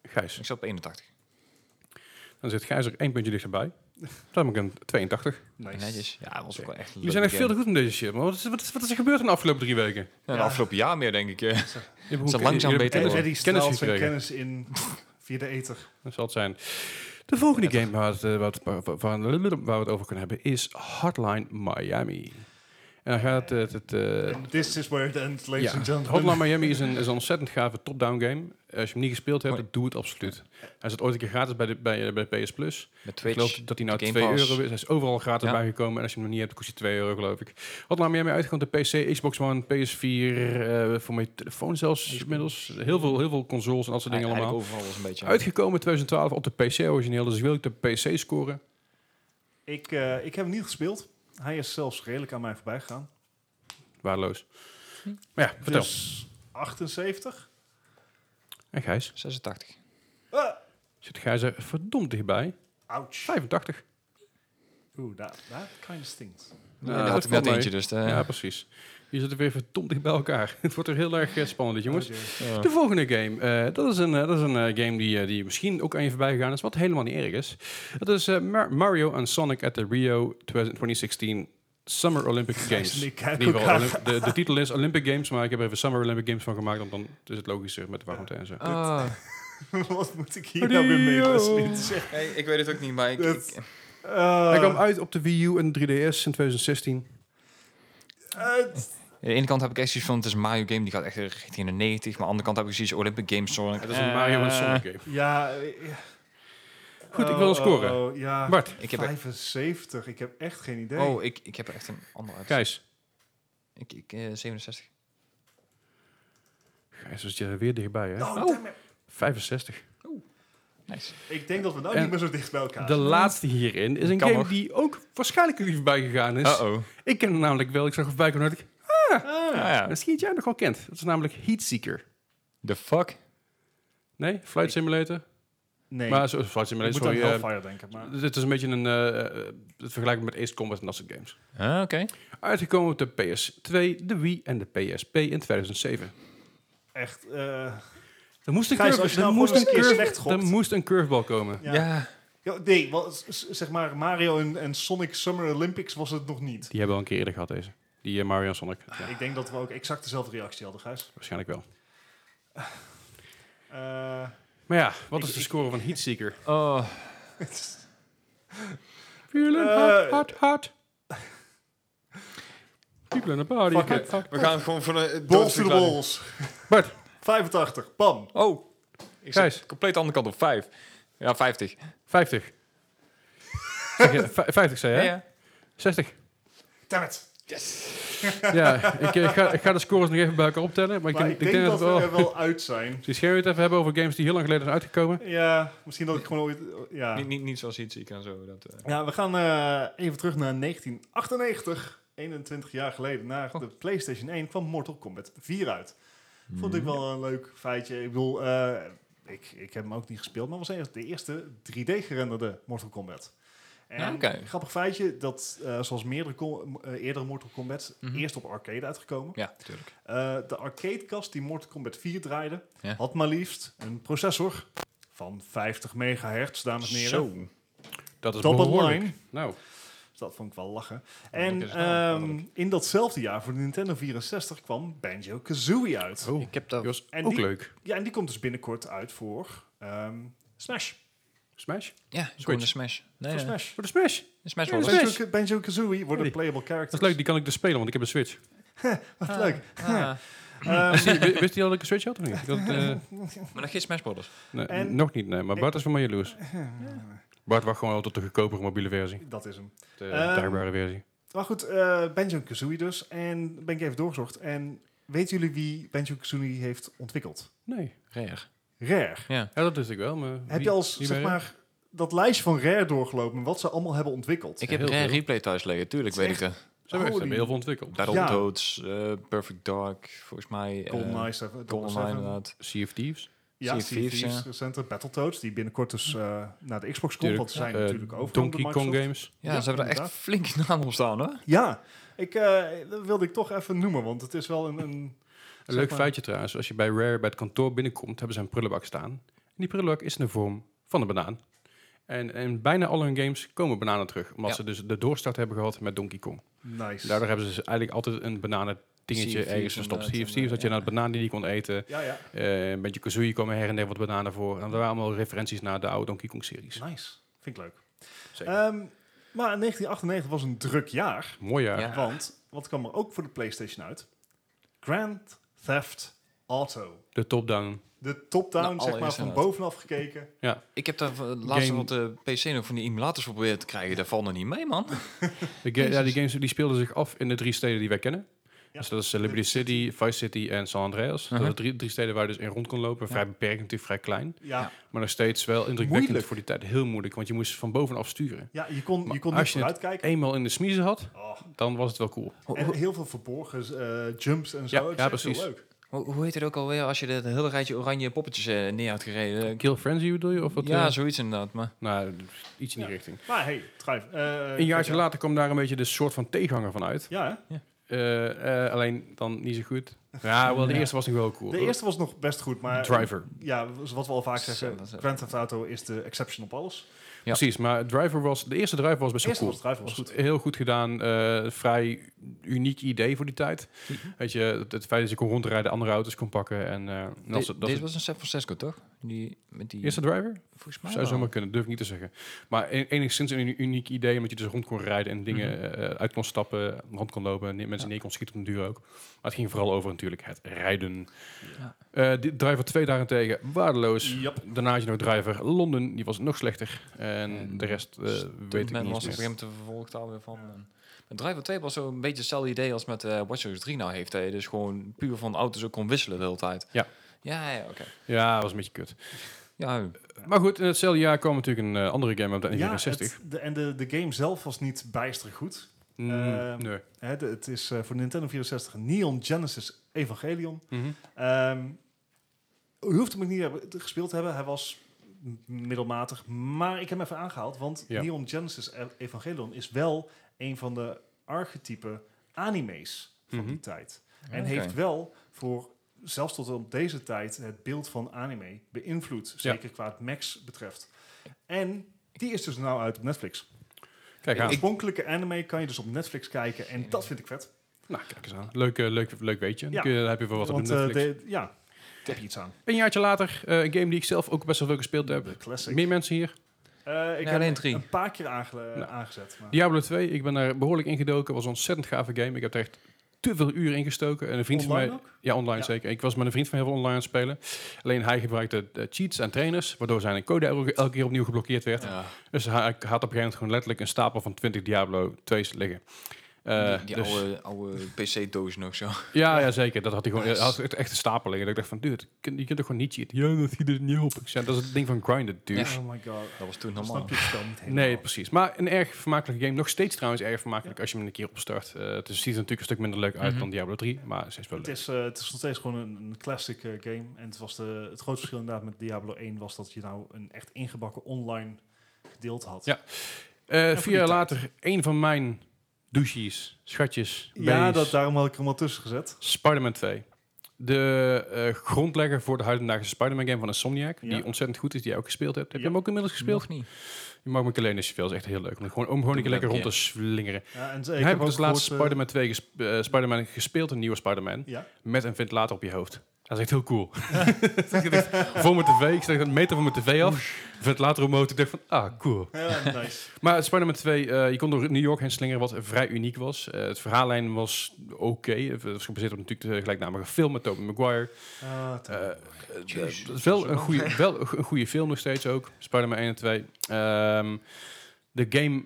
C: Gijs.
A: Ik zat op 81.
C: Dan zit Gijs er één puntje dichterbij. Dan heb ik een 82.
A: Netjes. Ja, dat was ook wel echt een
C: Jullie zijn echt
A: leuke
C: veel te
A: game.
C: goed in deze shit, man. Wat is, wat is, wat is er gebeurd in de afgelopen drie weken?
A: Ja, de Afgelopen jaar meer, denk ik. eh.
C: Je
A: Ze langzaam beter
B: En
A: worden.
C: kennis
B: Eddie straalt zijn
C: gekregen.
B: kennis in via de ether.
C: Dat zal het zijn. De volgende game waar, het, eh, wat- waar, waar- waar- waar we het over kunnen hebben is Hotline Miami. En dan gaat het... het eh,
B: And this is where it ends, ladies
C: ja.
B: and gentlemen.
C: Hotline Miami is een, is een ontzettend gave top-down game. Als je hem niet gespeeld hebt,
A: Mooi.
C: doe het absoluut. Hij zat ooit een keer gratis bij, de, bij, eh, bij PS Plus.
A: Met
C: Ik geloof
A: Twitch.
C: dat hij nou
A: Game
C: 2
A: Pass.
C: euro is. Hij is overal gratis
A: Ja.
C: bijgekomen. En als je hem nog niet hebt, kost hij 2 euro, geloof ik. Wat laat meer mee uitgekomen? De PC, Xbox One, PS4, eh, voor mijn telefoon zelfs inmiddels. Heel veel, heel veel consoles en dat soort dingen
A: Eigenlijk
C: allemaal.
A: overal was een beetje.
C: Uitgekomen in 2012 op de PC origineel. Dus ik wil ik de PC scoren.
B: Ik, eh, ik heb hem niet gespeeld. Hij is zelfs redelijk aan mij voorbij gegaan.
C: Waardeloos.
A: Hm.
C: Maar ja, vertel.
B: Dus 78.
C: En Gijs?
A: 86.
B: Ah,
C: Zit Gijs er verdomd dichtbij?
B: ouch.
C: 85.
B: Oeh, dat that kind of stinkt.
A: Nee,
C: dat
A: daar had ik
C: valt
A: net
C: mee.
A: eentje, dus... eh,
C: Ja, precies. Je zit er weer verdomd dicht bij elkaar. het wordt er heel erg eh, spannend, dit, jongens.
B: Oh, dear.
A: ja.
C: De volgende game, eh, dat is een, eh, dat is een eh, game die, eh, die misschien ook aan je voorbij gegaan is, wat helemaal niet erg is. Dat is eh, Mar- Mario en Sonic at the Rio 2016 Summer Olympic Games.
B: Die
C: In
B: kijken
C: ieder geval,
B: elkaar
C: Olymp- de, de titel is Olympic Games, maar ik heb er even Summer Olympic Games van gemaakt, want dan is het logischer met de warmte en zo.
B: Eh,
A: Ah.
B: Wat moet ik hier nou weer mee?
C: Rio.
B: Dat is niet te zeggen.
A: Hey, ik weet het ook niet, maar ik...
B: Dat-
A: ik-
B: Eh,
C: Hij kwam uit op de Wii U en 3DS in 2016.
B: het-
A: aan de ene kant heb ik echt zoiets van, het is een Mario game, die gaat echt richting de 90. Maar aan de andere kant heb ik zoiets Olympic Games, Sonic.
C: Het is een Mario en Sonic game.
B: ja. eh,
C: Goed, ik
B: oh,
C: wil een scoren.
B: oh, oh, ja.
C: Bart,
A: Ik heb er-
B: 75. Ik heb echt geen idee.
A: Oh, ik, ik heb er echt een ander uit.
C: Gijs.
A: Ik, ik, eh, 67.
C: Gijs was je weer dichtbij, hè?
B: Oh, damn it.
C: 65.
A: Nice.
B: Ik denk dat we nou
C: En
B: niet meer zo dicht bij elkaar
C: De
B: zijn.
C: laatste hierin is een
A: Kan
C: game
A: nog.
C: die ook waarschijnlijk jullie voorbij gegaan is.
A: oh
C: Ik ken hem namelijk wel. Ik zag hem voorbij komen en dacht ik,
A: Ah, ja.
C: misschien dat jij hem nog wel kent. Dat is namelijk Heatseeker.
A: The fuck?
C: Nee? Flight Simulator?
B: Nee,
C: Maar zo, Flight
B: ik moet
C: Simulator,
B: aan
C: sorry. eh,
B: Hellfire denken. Maar
C: dit is een beetje een... eh, eh, het vergelijkt met Ace Combat en dat soort games.
A: Ah, oké.
C: Uitgekomen op de PS2, de Wii en de PSP in 2007.
B: echt, eh,
C: Er moest een,
B: Gijs,
C: curve,
B: als je
C: er
B: nou
C: moest
B: gewoon
C: een,
B: eens een keer
C: curve,
B: weggokt.
C: er moest een curveball komen.
B: ja.
A: Ja.
B: Ja, nee, wel, s- s- zeg maar Mario en, en Sonic Summer Olympics was het nog niet.
C: Die hebben we al een keer eerder gehad, deze. Die eh, Mario en Sonic. Ja,
B: Ik denk dat we ook exact dezelfde reactie hadden, Gijs.
C: waarschijnlijk wel.
B: Eh,
C: Maar ja, wat
B: Ik-
C: is de
B: ik-
C: score van Heatseeker?
A: Oh,
B: het is-
C: Feeling
B: Eh,
C: hot, hot, hot. People in the party.
B: Fuck
C: hot,
B: it.
C: hot.
A: we gaan gewoon voor de...
B: balls to the balls.
C: Bart.
B: 85, bam.
A: Oh. Ik
C: Gijs.
A: zit compleet de andere kant op 5. Ja, 50.
C: 50. Zeg je, vij- 50 zei
A: Ja,
C: je? hè?
A: ja.
C: 60.
B: Damn it.
A: Yes.
C: ja, ik, eh, ga, ik ga de scores nog even bij elkaar optellen. Maar ik,
B: Maar
C: denk, ik denk dat,
B: we er
C: we wel...
B: wel uit zijn.
C: Misschien gaan we het even hebben over games die heel lang geleden zijn uitgekomen.
B: Ja, misschien dat ik gewoon ooit... Ja,
A: Niet, niet, niet zoals Hitchik en zo. Dat, eh,
B: ja we gaan eh, even terug naar 1998. 21 jaar geleden, na
A: Oh.
B: de PlayStation 1, kwam Mortal Kombat 4 uit.
C: Hmm.
B: Vond
A: Mhm.
B: ik wel een leuk feitje. Ik bedoel, eh, ik, ik heb hem ook niet gespeeld, maar was eigenlijk de eerste 3D-gerenderde Mortal Kombat. En
A: Ah, oké.
B: grappig feitje, dat eh, zoals meerdere co- eh, eerdere Mortal Kombat,
A: Mhm.
B: eerst op arcade uitgekomen.
A: Ja, natuurlijk.
B: Eh, de arcadekast die Mortal Kombat 4 draaide,
A: Ja.
B: had maar liefst een processor van 50 megahertz, dames en heren.
A: Zo.
C: Dat is
B: Top of
C: behoorlijk.
B: line.
C: Nou,
B: Dus dat vond ik wel lachen.
A: Ja,
B: en
A: dat is wel
B: ehm, in datzelfde jaar voor de Nintendo 64 kwam Banjo-Kazooie uit.
C: oh,
A: Ik heb
C: die
A: dat...
C: was
B: En
C: ook
B: die-
C: leuk.
B: Ja, en die komt dus binnenkort uit voor ehm, Smash.
C: Smash?
A: Ja, is gewoon een Smash. Nee, nee,
B: Voor Smash.
C: Voor de Smash.
A: een Smash
C: Ja,
A: Bros.
C: dat is-
B: Banjo- Banjo-Kazooie worden
C: Ja, die-
B: playable
C: Dat is
B: characters.
C: leuk, die kan ik dus spelen, want ik heb een Switch.
B: Wat leuk.
A: Ah,
B: Ehm,
C: Zie je, wi- Wist hij al dat ik een Switch had of niet? Dat, eh,
A: maar nog geen Smash Bros.
C: nee,
B: En-
C: nog niet, nee. Maar Bart is van mij jaloers. Bart wacht gewoon al tot de goedkopere mobiele versie.
B: dat is hem.
C: De
B: Ehm,
C: draagbare versie.
B: Maar goed, eh Banjo-Kazooie dus. En ben ik even doorgezocht. En weten jullie wie Banjo-Kazooie heeft ontwikkeld?
C: Nee.
A: Rare.
B: Rare.
A: Ja.
C: Ja, dat wist ik wel, maar...
B: Heb je als, zeg maar, dat lijstje van Rare doorgelopen, wat ze allemaal hebben ontwikkeld?
A: Ik heb
C: Heel
A: Rare
C: veel.
A: Replay thuis liggen, tuurlijk
B: Het
A: weet
B: is
A: ik dat.
C: Ze hebben echt- ze hebben
B: Holy-
C: heel veel ontwikkeld.
A: Battletoads, eh, Perfect Dark, volgens mij. eh,
B: GoldenEye, Seven- Double
A: GoldenEye
B: Seven.
A: inderdaad.
C: Sea of Thieves.
B: Ja,
A: Sea of
B: Sea of
A: Thieves,
B: Thieves
A: ja.
B: recenter, Battletoads, die binnenkort dus eh, naar de Xbox komt, want ze zijn
C: Eh,
B: natuurlijk over
C: Donkey Kong games.
A: Ja,
B: Ja,
A: ze hebben er echt
B: inderdaad.
A: flinke namen op staan, hoor.
B: Ja, ik, eh, dat wilde ik toch even noemen, want het is wel een... een
C: Een leuk
B: maar-
C: feitje trouwens, als je bij Rare bij het kantoor binnenkomt, hebben ze een prullenbak staan. En die prullenbak is in de vorm van een banaan. En in bijna alle hun games komen bananen terug, omdat
A: Ja.
C: ze dus de doorstart hebben gehad met Donkey Kong.
B: nice.
C: Daardoor hebben ze dus eigenlijk altijd een bananen
A: Sea
C: dingetje
A: of
C: ergens
A: Thieves
C: verstopt.
A: inderdaad,
C: Sea of Thieves, dat je
A: ja.
C: naar de banaan die je kon eten.
B: ja, ja.
C: eh, een beetje kazooie kwam her en der wat bananen voor. En dat waren allemaal referenties naar de oude Donkey Kong series.
B: Nice. Vind ik leuk.
C: Zeker.
B: Ehm, maar 1998 was een druk jaar,
C: Mooi jaar.
A: Ja.
B: want wat kwam er ook voor de PlayStation uit? Grand Theft Auto.
C: De top-down.
B: De top-down,
A: De
B: zeg maar,
A: allereerste
B: van
A: uit.
B: bovenaf gekeken.
A: Ik heb daar eh, laatst
C: Game-
A: wat de PC nog van die emulators voor proberen te krijgen. Daar valt er niet mee, man.
C: De ga- ja, die games die speelden zich af in de drie steden die wij kennen.
B: Ja.
C: Dus dat is eh, Liberty City, Vice City en San Andreas. Dat
A: Mhm.
C: waren drie, drie steden waar je dus in rond kon lopen.
A: Ja.
C: Vrij beperkt, natuurlijk vrij klein.
B: Ja,
C: Maar nog steeds wel indrukwekkend
B: Moeilijk.
C: voor die tijd. Heel moeilijk, want je moest van bovenaf sturen.
B: ja je kon, je
C: Maar
B: kon
C: als
B: niet
C: je het
B: vooruit kijken.
C: Eenmaal in de smiezen had,
B: Oh,
C: dan was het wel cool.
B: en heel veel verborgen eh, jumps en zo.
C: Ja,
B: Het is
C: ja,
B: echt heel
C: precies.
B: leuk.
A: Hoe, hoe heet het ook alweer als je dat hele rijtje oranje poppetjes eh, neer had gereden?
C: Kill Frenzy bedoel je? Of wat,
A: ja,
C: eh?
A: zoiets inderdaad, maar...
C: nou, iets in die
B: Ja.
C: richting.
B: Maar hey, drijf. eh,
C: Een jaartje
B: ja.
C: later kwam daar een beetje de soort van tegenhanger van uit.
B: Ja, hè?
C: Eh, eh, alleen dan niet zo goed. Ja, wel, de
A: Ja.
C: eerste was nog wel cool.
B: de eerste was nog best goed, maar... eh,
C: Driver.
B: Ja, zoals wat we al vaak
A: Zo,
B: zeggen,
A: dat is-
B: Grand Theft Auto is de exception op alles.
A: Ja.
C: Precies, maar Driver was, de eerste Driver was best
B: De
C: wel
B: eerste
C: cool.
B: was Driver was
C: was
B: goed.
C: Heel goed gedaan. eh, vrij uniek idee voor die tijd.
A: Mhm.
C: Weet je, het, het feit dat je kon rondrijden, andere auto's kon pakken. En, eh en dat is-
A: De-
C: dat is
A: deze was een San Francisco, toch? Die, met die...
C: de eerste driver?
A: volgens mij
C: Zou
A: Ah, wel.
C: zomaar kunnen, durf ik niet te zeggen. Maar en- enigszins een uniek idee, omdat je dus rond kon rijden en dingen
A: Mhm.
C: eh, uit kon stappen, rond kon lopen, ne- mensen neer kon schieten op de duur ook. Maar het ging vooral over natuurlijk het rijden.
A: Ja.
C: Eh, die driver 2 daarentegen, waardeloos.
B: Yep.
C: Daarna had je nog Driver Londen, die was nog slechter. En
A: En
C: de rest eh, weet ik
A: Stuntman
C: niet
A: was er
C: eens
A: op
C: meer.
A: een te vervolgd daar weer van. eh, En- Maar Driver 2 was zo'n beetje hetzelfde idee als met eh Watch Dogs 3 nou heeft. Dat je dus gewoon puur van auto's ook kon wisselen de hele tijd.
C: Ja.
A: Ja, ja, oké.
C: Ja, dat was een beetje kut.
A: Ja, hm.
C: Maar goed, in hetzelfde jaar kwam natuurlijk een eh, andere game uit de
B: Ja,
C: 64.
B: het- de, en de, de game zelf was niet bijster goed.
C: Mm,
B: eh,
C: nee.
B: Hè, de- het is eh, voor de Nintendo 64 Neon Genesis Evangelion.
C: Mhm.
B: Ehm u hoeft hem ook niet hebben- te- gespeeld te hebben. Hij was m- middelmatig. Maar ik heb hem even aangehaald. Want
C: Ja.
B: Neon Genesis E- Evangelion is wel een van de archetype animes van
C: Mhm.
B: die tijd. En
A: Oké.
B: heeft wel voor, zelfs tot op deze tijd, het beeld van anime beïnvloed. Zeker qua het Max betreft. En die is dus nou uit op Netflix.
C: Kijk aan.
B: De oorspronkelijke anime kan je dus op Netflix kijken. En
A: Geen
B: dat
A: idee.
B: vind ik vet.
C: nou, kijk eens aan. Leuk, eh, leuk, leuk weetje.
B: Ja.
C: Dan kun je- dan heb je wel wat op
B: Want, eh,
C: Netflix.
B: de- ja, daar heb je iets aan.
C: Een jaartje later, eh, een game die ik zelf ook best wel veel gespeeld heb.
B: De classic.
C: Meer mensen hier.
B: Eh, ik
A: Nee,
B: heb
A: alleen
B: hem
A: drie.
B: een paar keer aange-
C: Nou.
B: aangezet. Maar
C: Diablo 2, ik ben daar behoorlijk ingedoken. was een ontzettend gave game. Ik heb er echt te veel uren in gestoken. En een vriend
B: Online
C: van mij...
B: ook?
C: Ja, online
B: Ja.
C: zeker. Ik was met een vriend van heel veel online aan het spelen. Alleen hij gebruikte eh, cheats en trainers, waardoor zijn code elke, elke keer opnieuw geblokkeerd werd.
A: ja.
C: Dus hij, hij had op een gegeven moment gewoon letterlijk een stapel van 20 Diablo 2's liggen. Eh, Eh,
A: die die
C: dus-
A: oude, oude PC-doos nog zo.
C: ja, ja, zeker. Dat had hij gewoon. Hij had echt echt een stapeling. En ik dacht van, dude, je kunt- je kunt toch gewoon niet cheaten? Ja, dat ziet er niet op. Ik zei, dat is het ding van grinden, dude.
A: Ja.
B: Oh my god.
A: Dat was toen
B: Dan
A: normaal.
B: snap je het spel niet helemaal.
C: Nee, precies. Maar een erg vermakelijke game. Nog steeds trouwens erg vermakelijk als je hem een keer opstart. Eh, het is- ziet er natuurlijk een stuk minder leuk uit
A: Mhm.
C: dan Diablo 3, maar steeds wel
B: Het
C: leuk.
B: is, eh, het is nog steeds gewoon een, een classic eh, game. En het, was de, het grootste verschil inderdaad met Diablo 1 was dat je nou een echt ingebakken online gedeelte had.
C: Ja. Eh,
B: voor
C: vier
B: die
C: jaar
B: tijd.
C: later, een van mijn douchies, schatjes,
B: Ja,
C: bees,
B: dat, daarom had ik er hem al tussen gezet.
C: Spider-Man 2. De eh, grondlegger voor de huidendaagse Spider-Man game van Insomniac.
B: Ja.
C: Die ontzettend goed is, die jij ook gespeeld hebt. Heb je
B: Ja.
C: hem ook inmiddels gespeeld?
A: Nog niet.
C: Je mag me alleen als je wil, is echt heel leuk. Om gewoon, om gewoon een keer lekker rond te slingeren.
B: Ja, en, eh,
C: Ik heb dus
B: ook
C: laatst
B: gehoord, eh,
C: Spider-Man 2 ges- eh, Spider-Man gespeeld, een nieuwe Spider-Man.
B: Ja.
C: met een ventilator op je hoofd. Dat is echt heel cool. ik dacht, voor mijn tv, ik zag een meter van mijn tv af, ventilator omhoog. Ik dacht van, ah, cool.
B: Ja, nice.
C: Maar Spider-Man 2, eh, je kon door New York heen slingeren, wat vrij uniek was. Eh, het verhaallijn was oké. Het was gebaseerd op natuurlijk de gelijknamige film met Tobey Maguire.
B: Ah,
C: Eh,
B: te-
C: eh,
A: Jezus,
C: dat is wel
A: dat
C: een,
A: is
C: goede, wel een goede film nog steeds ook. Spider-Man 1 en 2. Ehm, de game,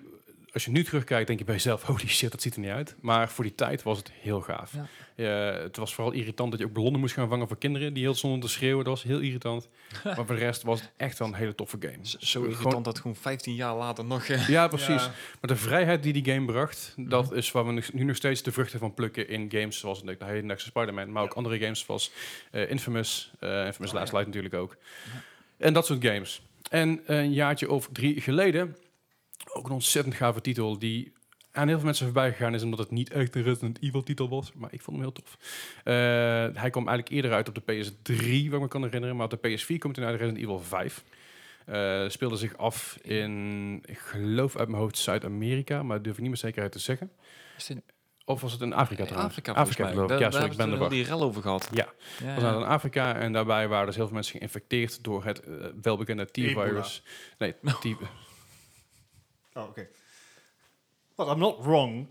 C: als je nu terugkijkt, denk je bij jezelf... holy shit, dat ziet er niet uit. Maar voor die tijd was het heel gaaf.
A: Ja.
C: Eh, het was vooral irritant dat je ook ballonnen moest gaan vangen voor kinderen... die heel stonden te schreeuwen. Dat was heel irritant. maar voor de rest was het echt wel een hele toffe game.
A: Zo zo
C: Gewoon-
A: irritant dat gewoon 15 jaar later nog... eh,
C: Ja, precies.
B: Ja.
C: Maar de vrijheid die die game bracht...
A: Mhm.
C: dat is waar we nu- nu nog steeds de vruchten van plukken... in games zoals de hedendaagse Spider-Man... maar ook andere games zoals eh, Infamous. eh, Infamous
A: Oh, ja.
C: Last Light natuurlijk ook. En dat soort games. En een jaartje of drie geleden... ook een ontzettend gave titel... die aan heel veel mensen voorbij gegaan is... omdat het niet echt een Resident Evil titel was. Maar ik vond hem heel tof. Eh, hij kwam eigenlijk eerder uit op de PS3... wat ik me kan herinneren. Maar op de PS4 komt hij nou uit Resident Evil 5... Eh, speelde zich af in, ik geloof uit mijn hoofd, Zuid-Amerika, maar dat durf ik niet met zekerheid te zeggen.
A: is dit-
C: Of was het in Afrika
A: Afrika,
C: trouwens?
A: volgens mij.
C: geloof ik.
A: Daar-
C: Ja,
A: daar
C: sorry, ik
A: hebben
C: ben
A: we toen
C: de war.
A: heel die rel over gehad.
C: Ja.
A: Ja,
C: was
A: ja.
C: uit in Afrika en daarbij waren dus heel veel mensen geïnfecteerd door het eh, welbekende T-virus. Nee, T-
B: Oh, oké. Well, I'm not wrong.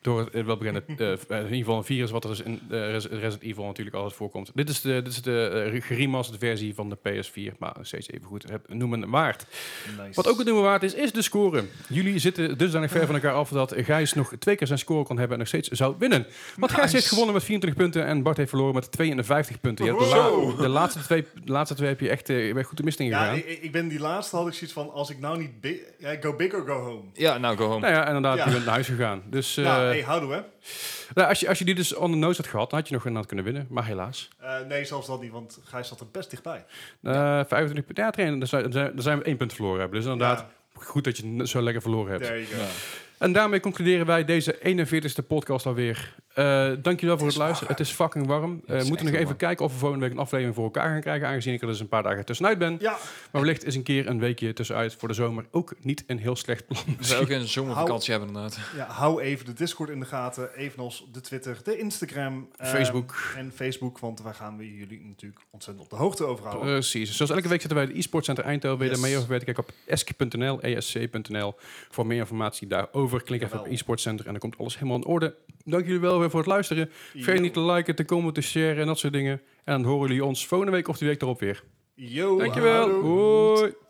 C: door het eh, welbekende, eh, in ieder geval een virus wat er dus in eh, Res- Resident Evil natuurlijk altijd voorkomt. Dit is de, dit is de eh, geremasterd versie van de PS4, maar nog steeds even goed. Het noemen waard.
B: Nice.
C: Wat ook het nummer waard is, is de score. Jullie zitten dusdanig ver van elkaar af dat Gijs nog twee keer zijn score kan hebben en nog steeds zou winnen. Want Gijs heeft gewonnen met 24 punten en Bart heeft verloren met 52 punten. Je hebt de, la- de laatste, twee, de laatste twee heb je echt eh, je bent goed de mist
B: ja,
C: ingegaan.
B: ik, ik ben die laatste had ik zoiets van, als ik nou niet... bi- Ja, go big or go home.
A: Ja, nou, go home.
C: nou ja, inderdaad,
B: Ja.
C: je bent naar huis gegaan. Dus eh,
B: nou, hey, houdoe hè.
C: nou, als, je, als je die dus on the nose had gehad, dan had je nog inderdaad kunnen winnen. Maar helaas.
B: Eh, nee, zelfs dat niet, want Gijs zat er best dichtbij.
C: Eh, 25 punten. Ja, trainen, daar zijn, daar zijn- daar zijn we één punt verloren hebben. Dus inderdaad, goed dat je het zo lekker verloren
B: Ja,
C: hebt.
B: there you go.
A: Ja.
C: En daarmee concluderen wij deze 41ste podcast alweer. Eh dankjewel voor het, luisteren. Het is fucking warm. Eh,
A: is
C: we
A: echt
C: moeten nog
A: heel
C: even
A: warm.
C: kijken of we volgende week een aflevering voor elkaar gaan krijgen. Aangezien ik er dus een paar dagen tussenuit ben.
B: Ja,
C: Maar wellicht is een keer een weekje tussenuit voor de zomer ook niet een heel slecht plan.
A: We zouden ook een eh, zomervakantie hebben, inderdaad.
B: ja, hou even de Discord in de gaten, evenals de Twitter, de Instagram. eh,
C: Facebook.
B: En Facebook, want daar gaan we jullie natuurlijk ontzettend op de hoogte over
C: Eh,
B: houden.
C: Precies. Dus Zoals elke week zitten wij het e-sport center Eindhoven. Wil je
B: Oh. Yes.
C: daar mee over weten? Kijk op esc.nl, esc.nl voor meer informatie daarover. Klik even op
B: Jawel.
C: e-sport center en dan komt alles helemaal in orde. Dank jullie wel weer voor het luisteren. Vergeet niet te liken, te komen, te sharen en dat soort dingen. En dan horen jullie ons volgende week of die week erop weer.
B: Yo,
C: Dankjewel.
B: houdoe.
C: Hoi.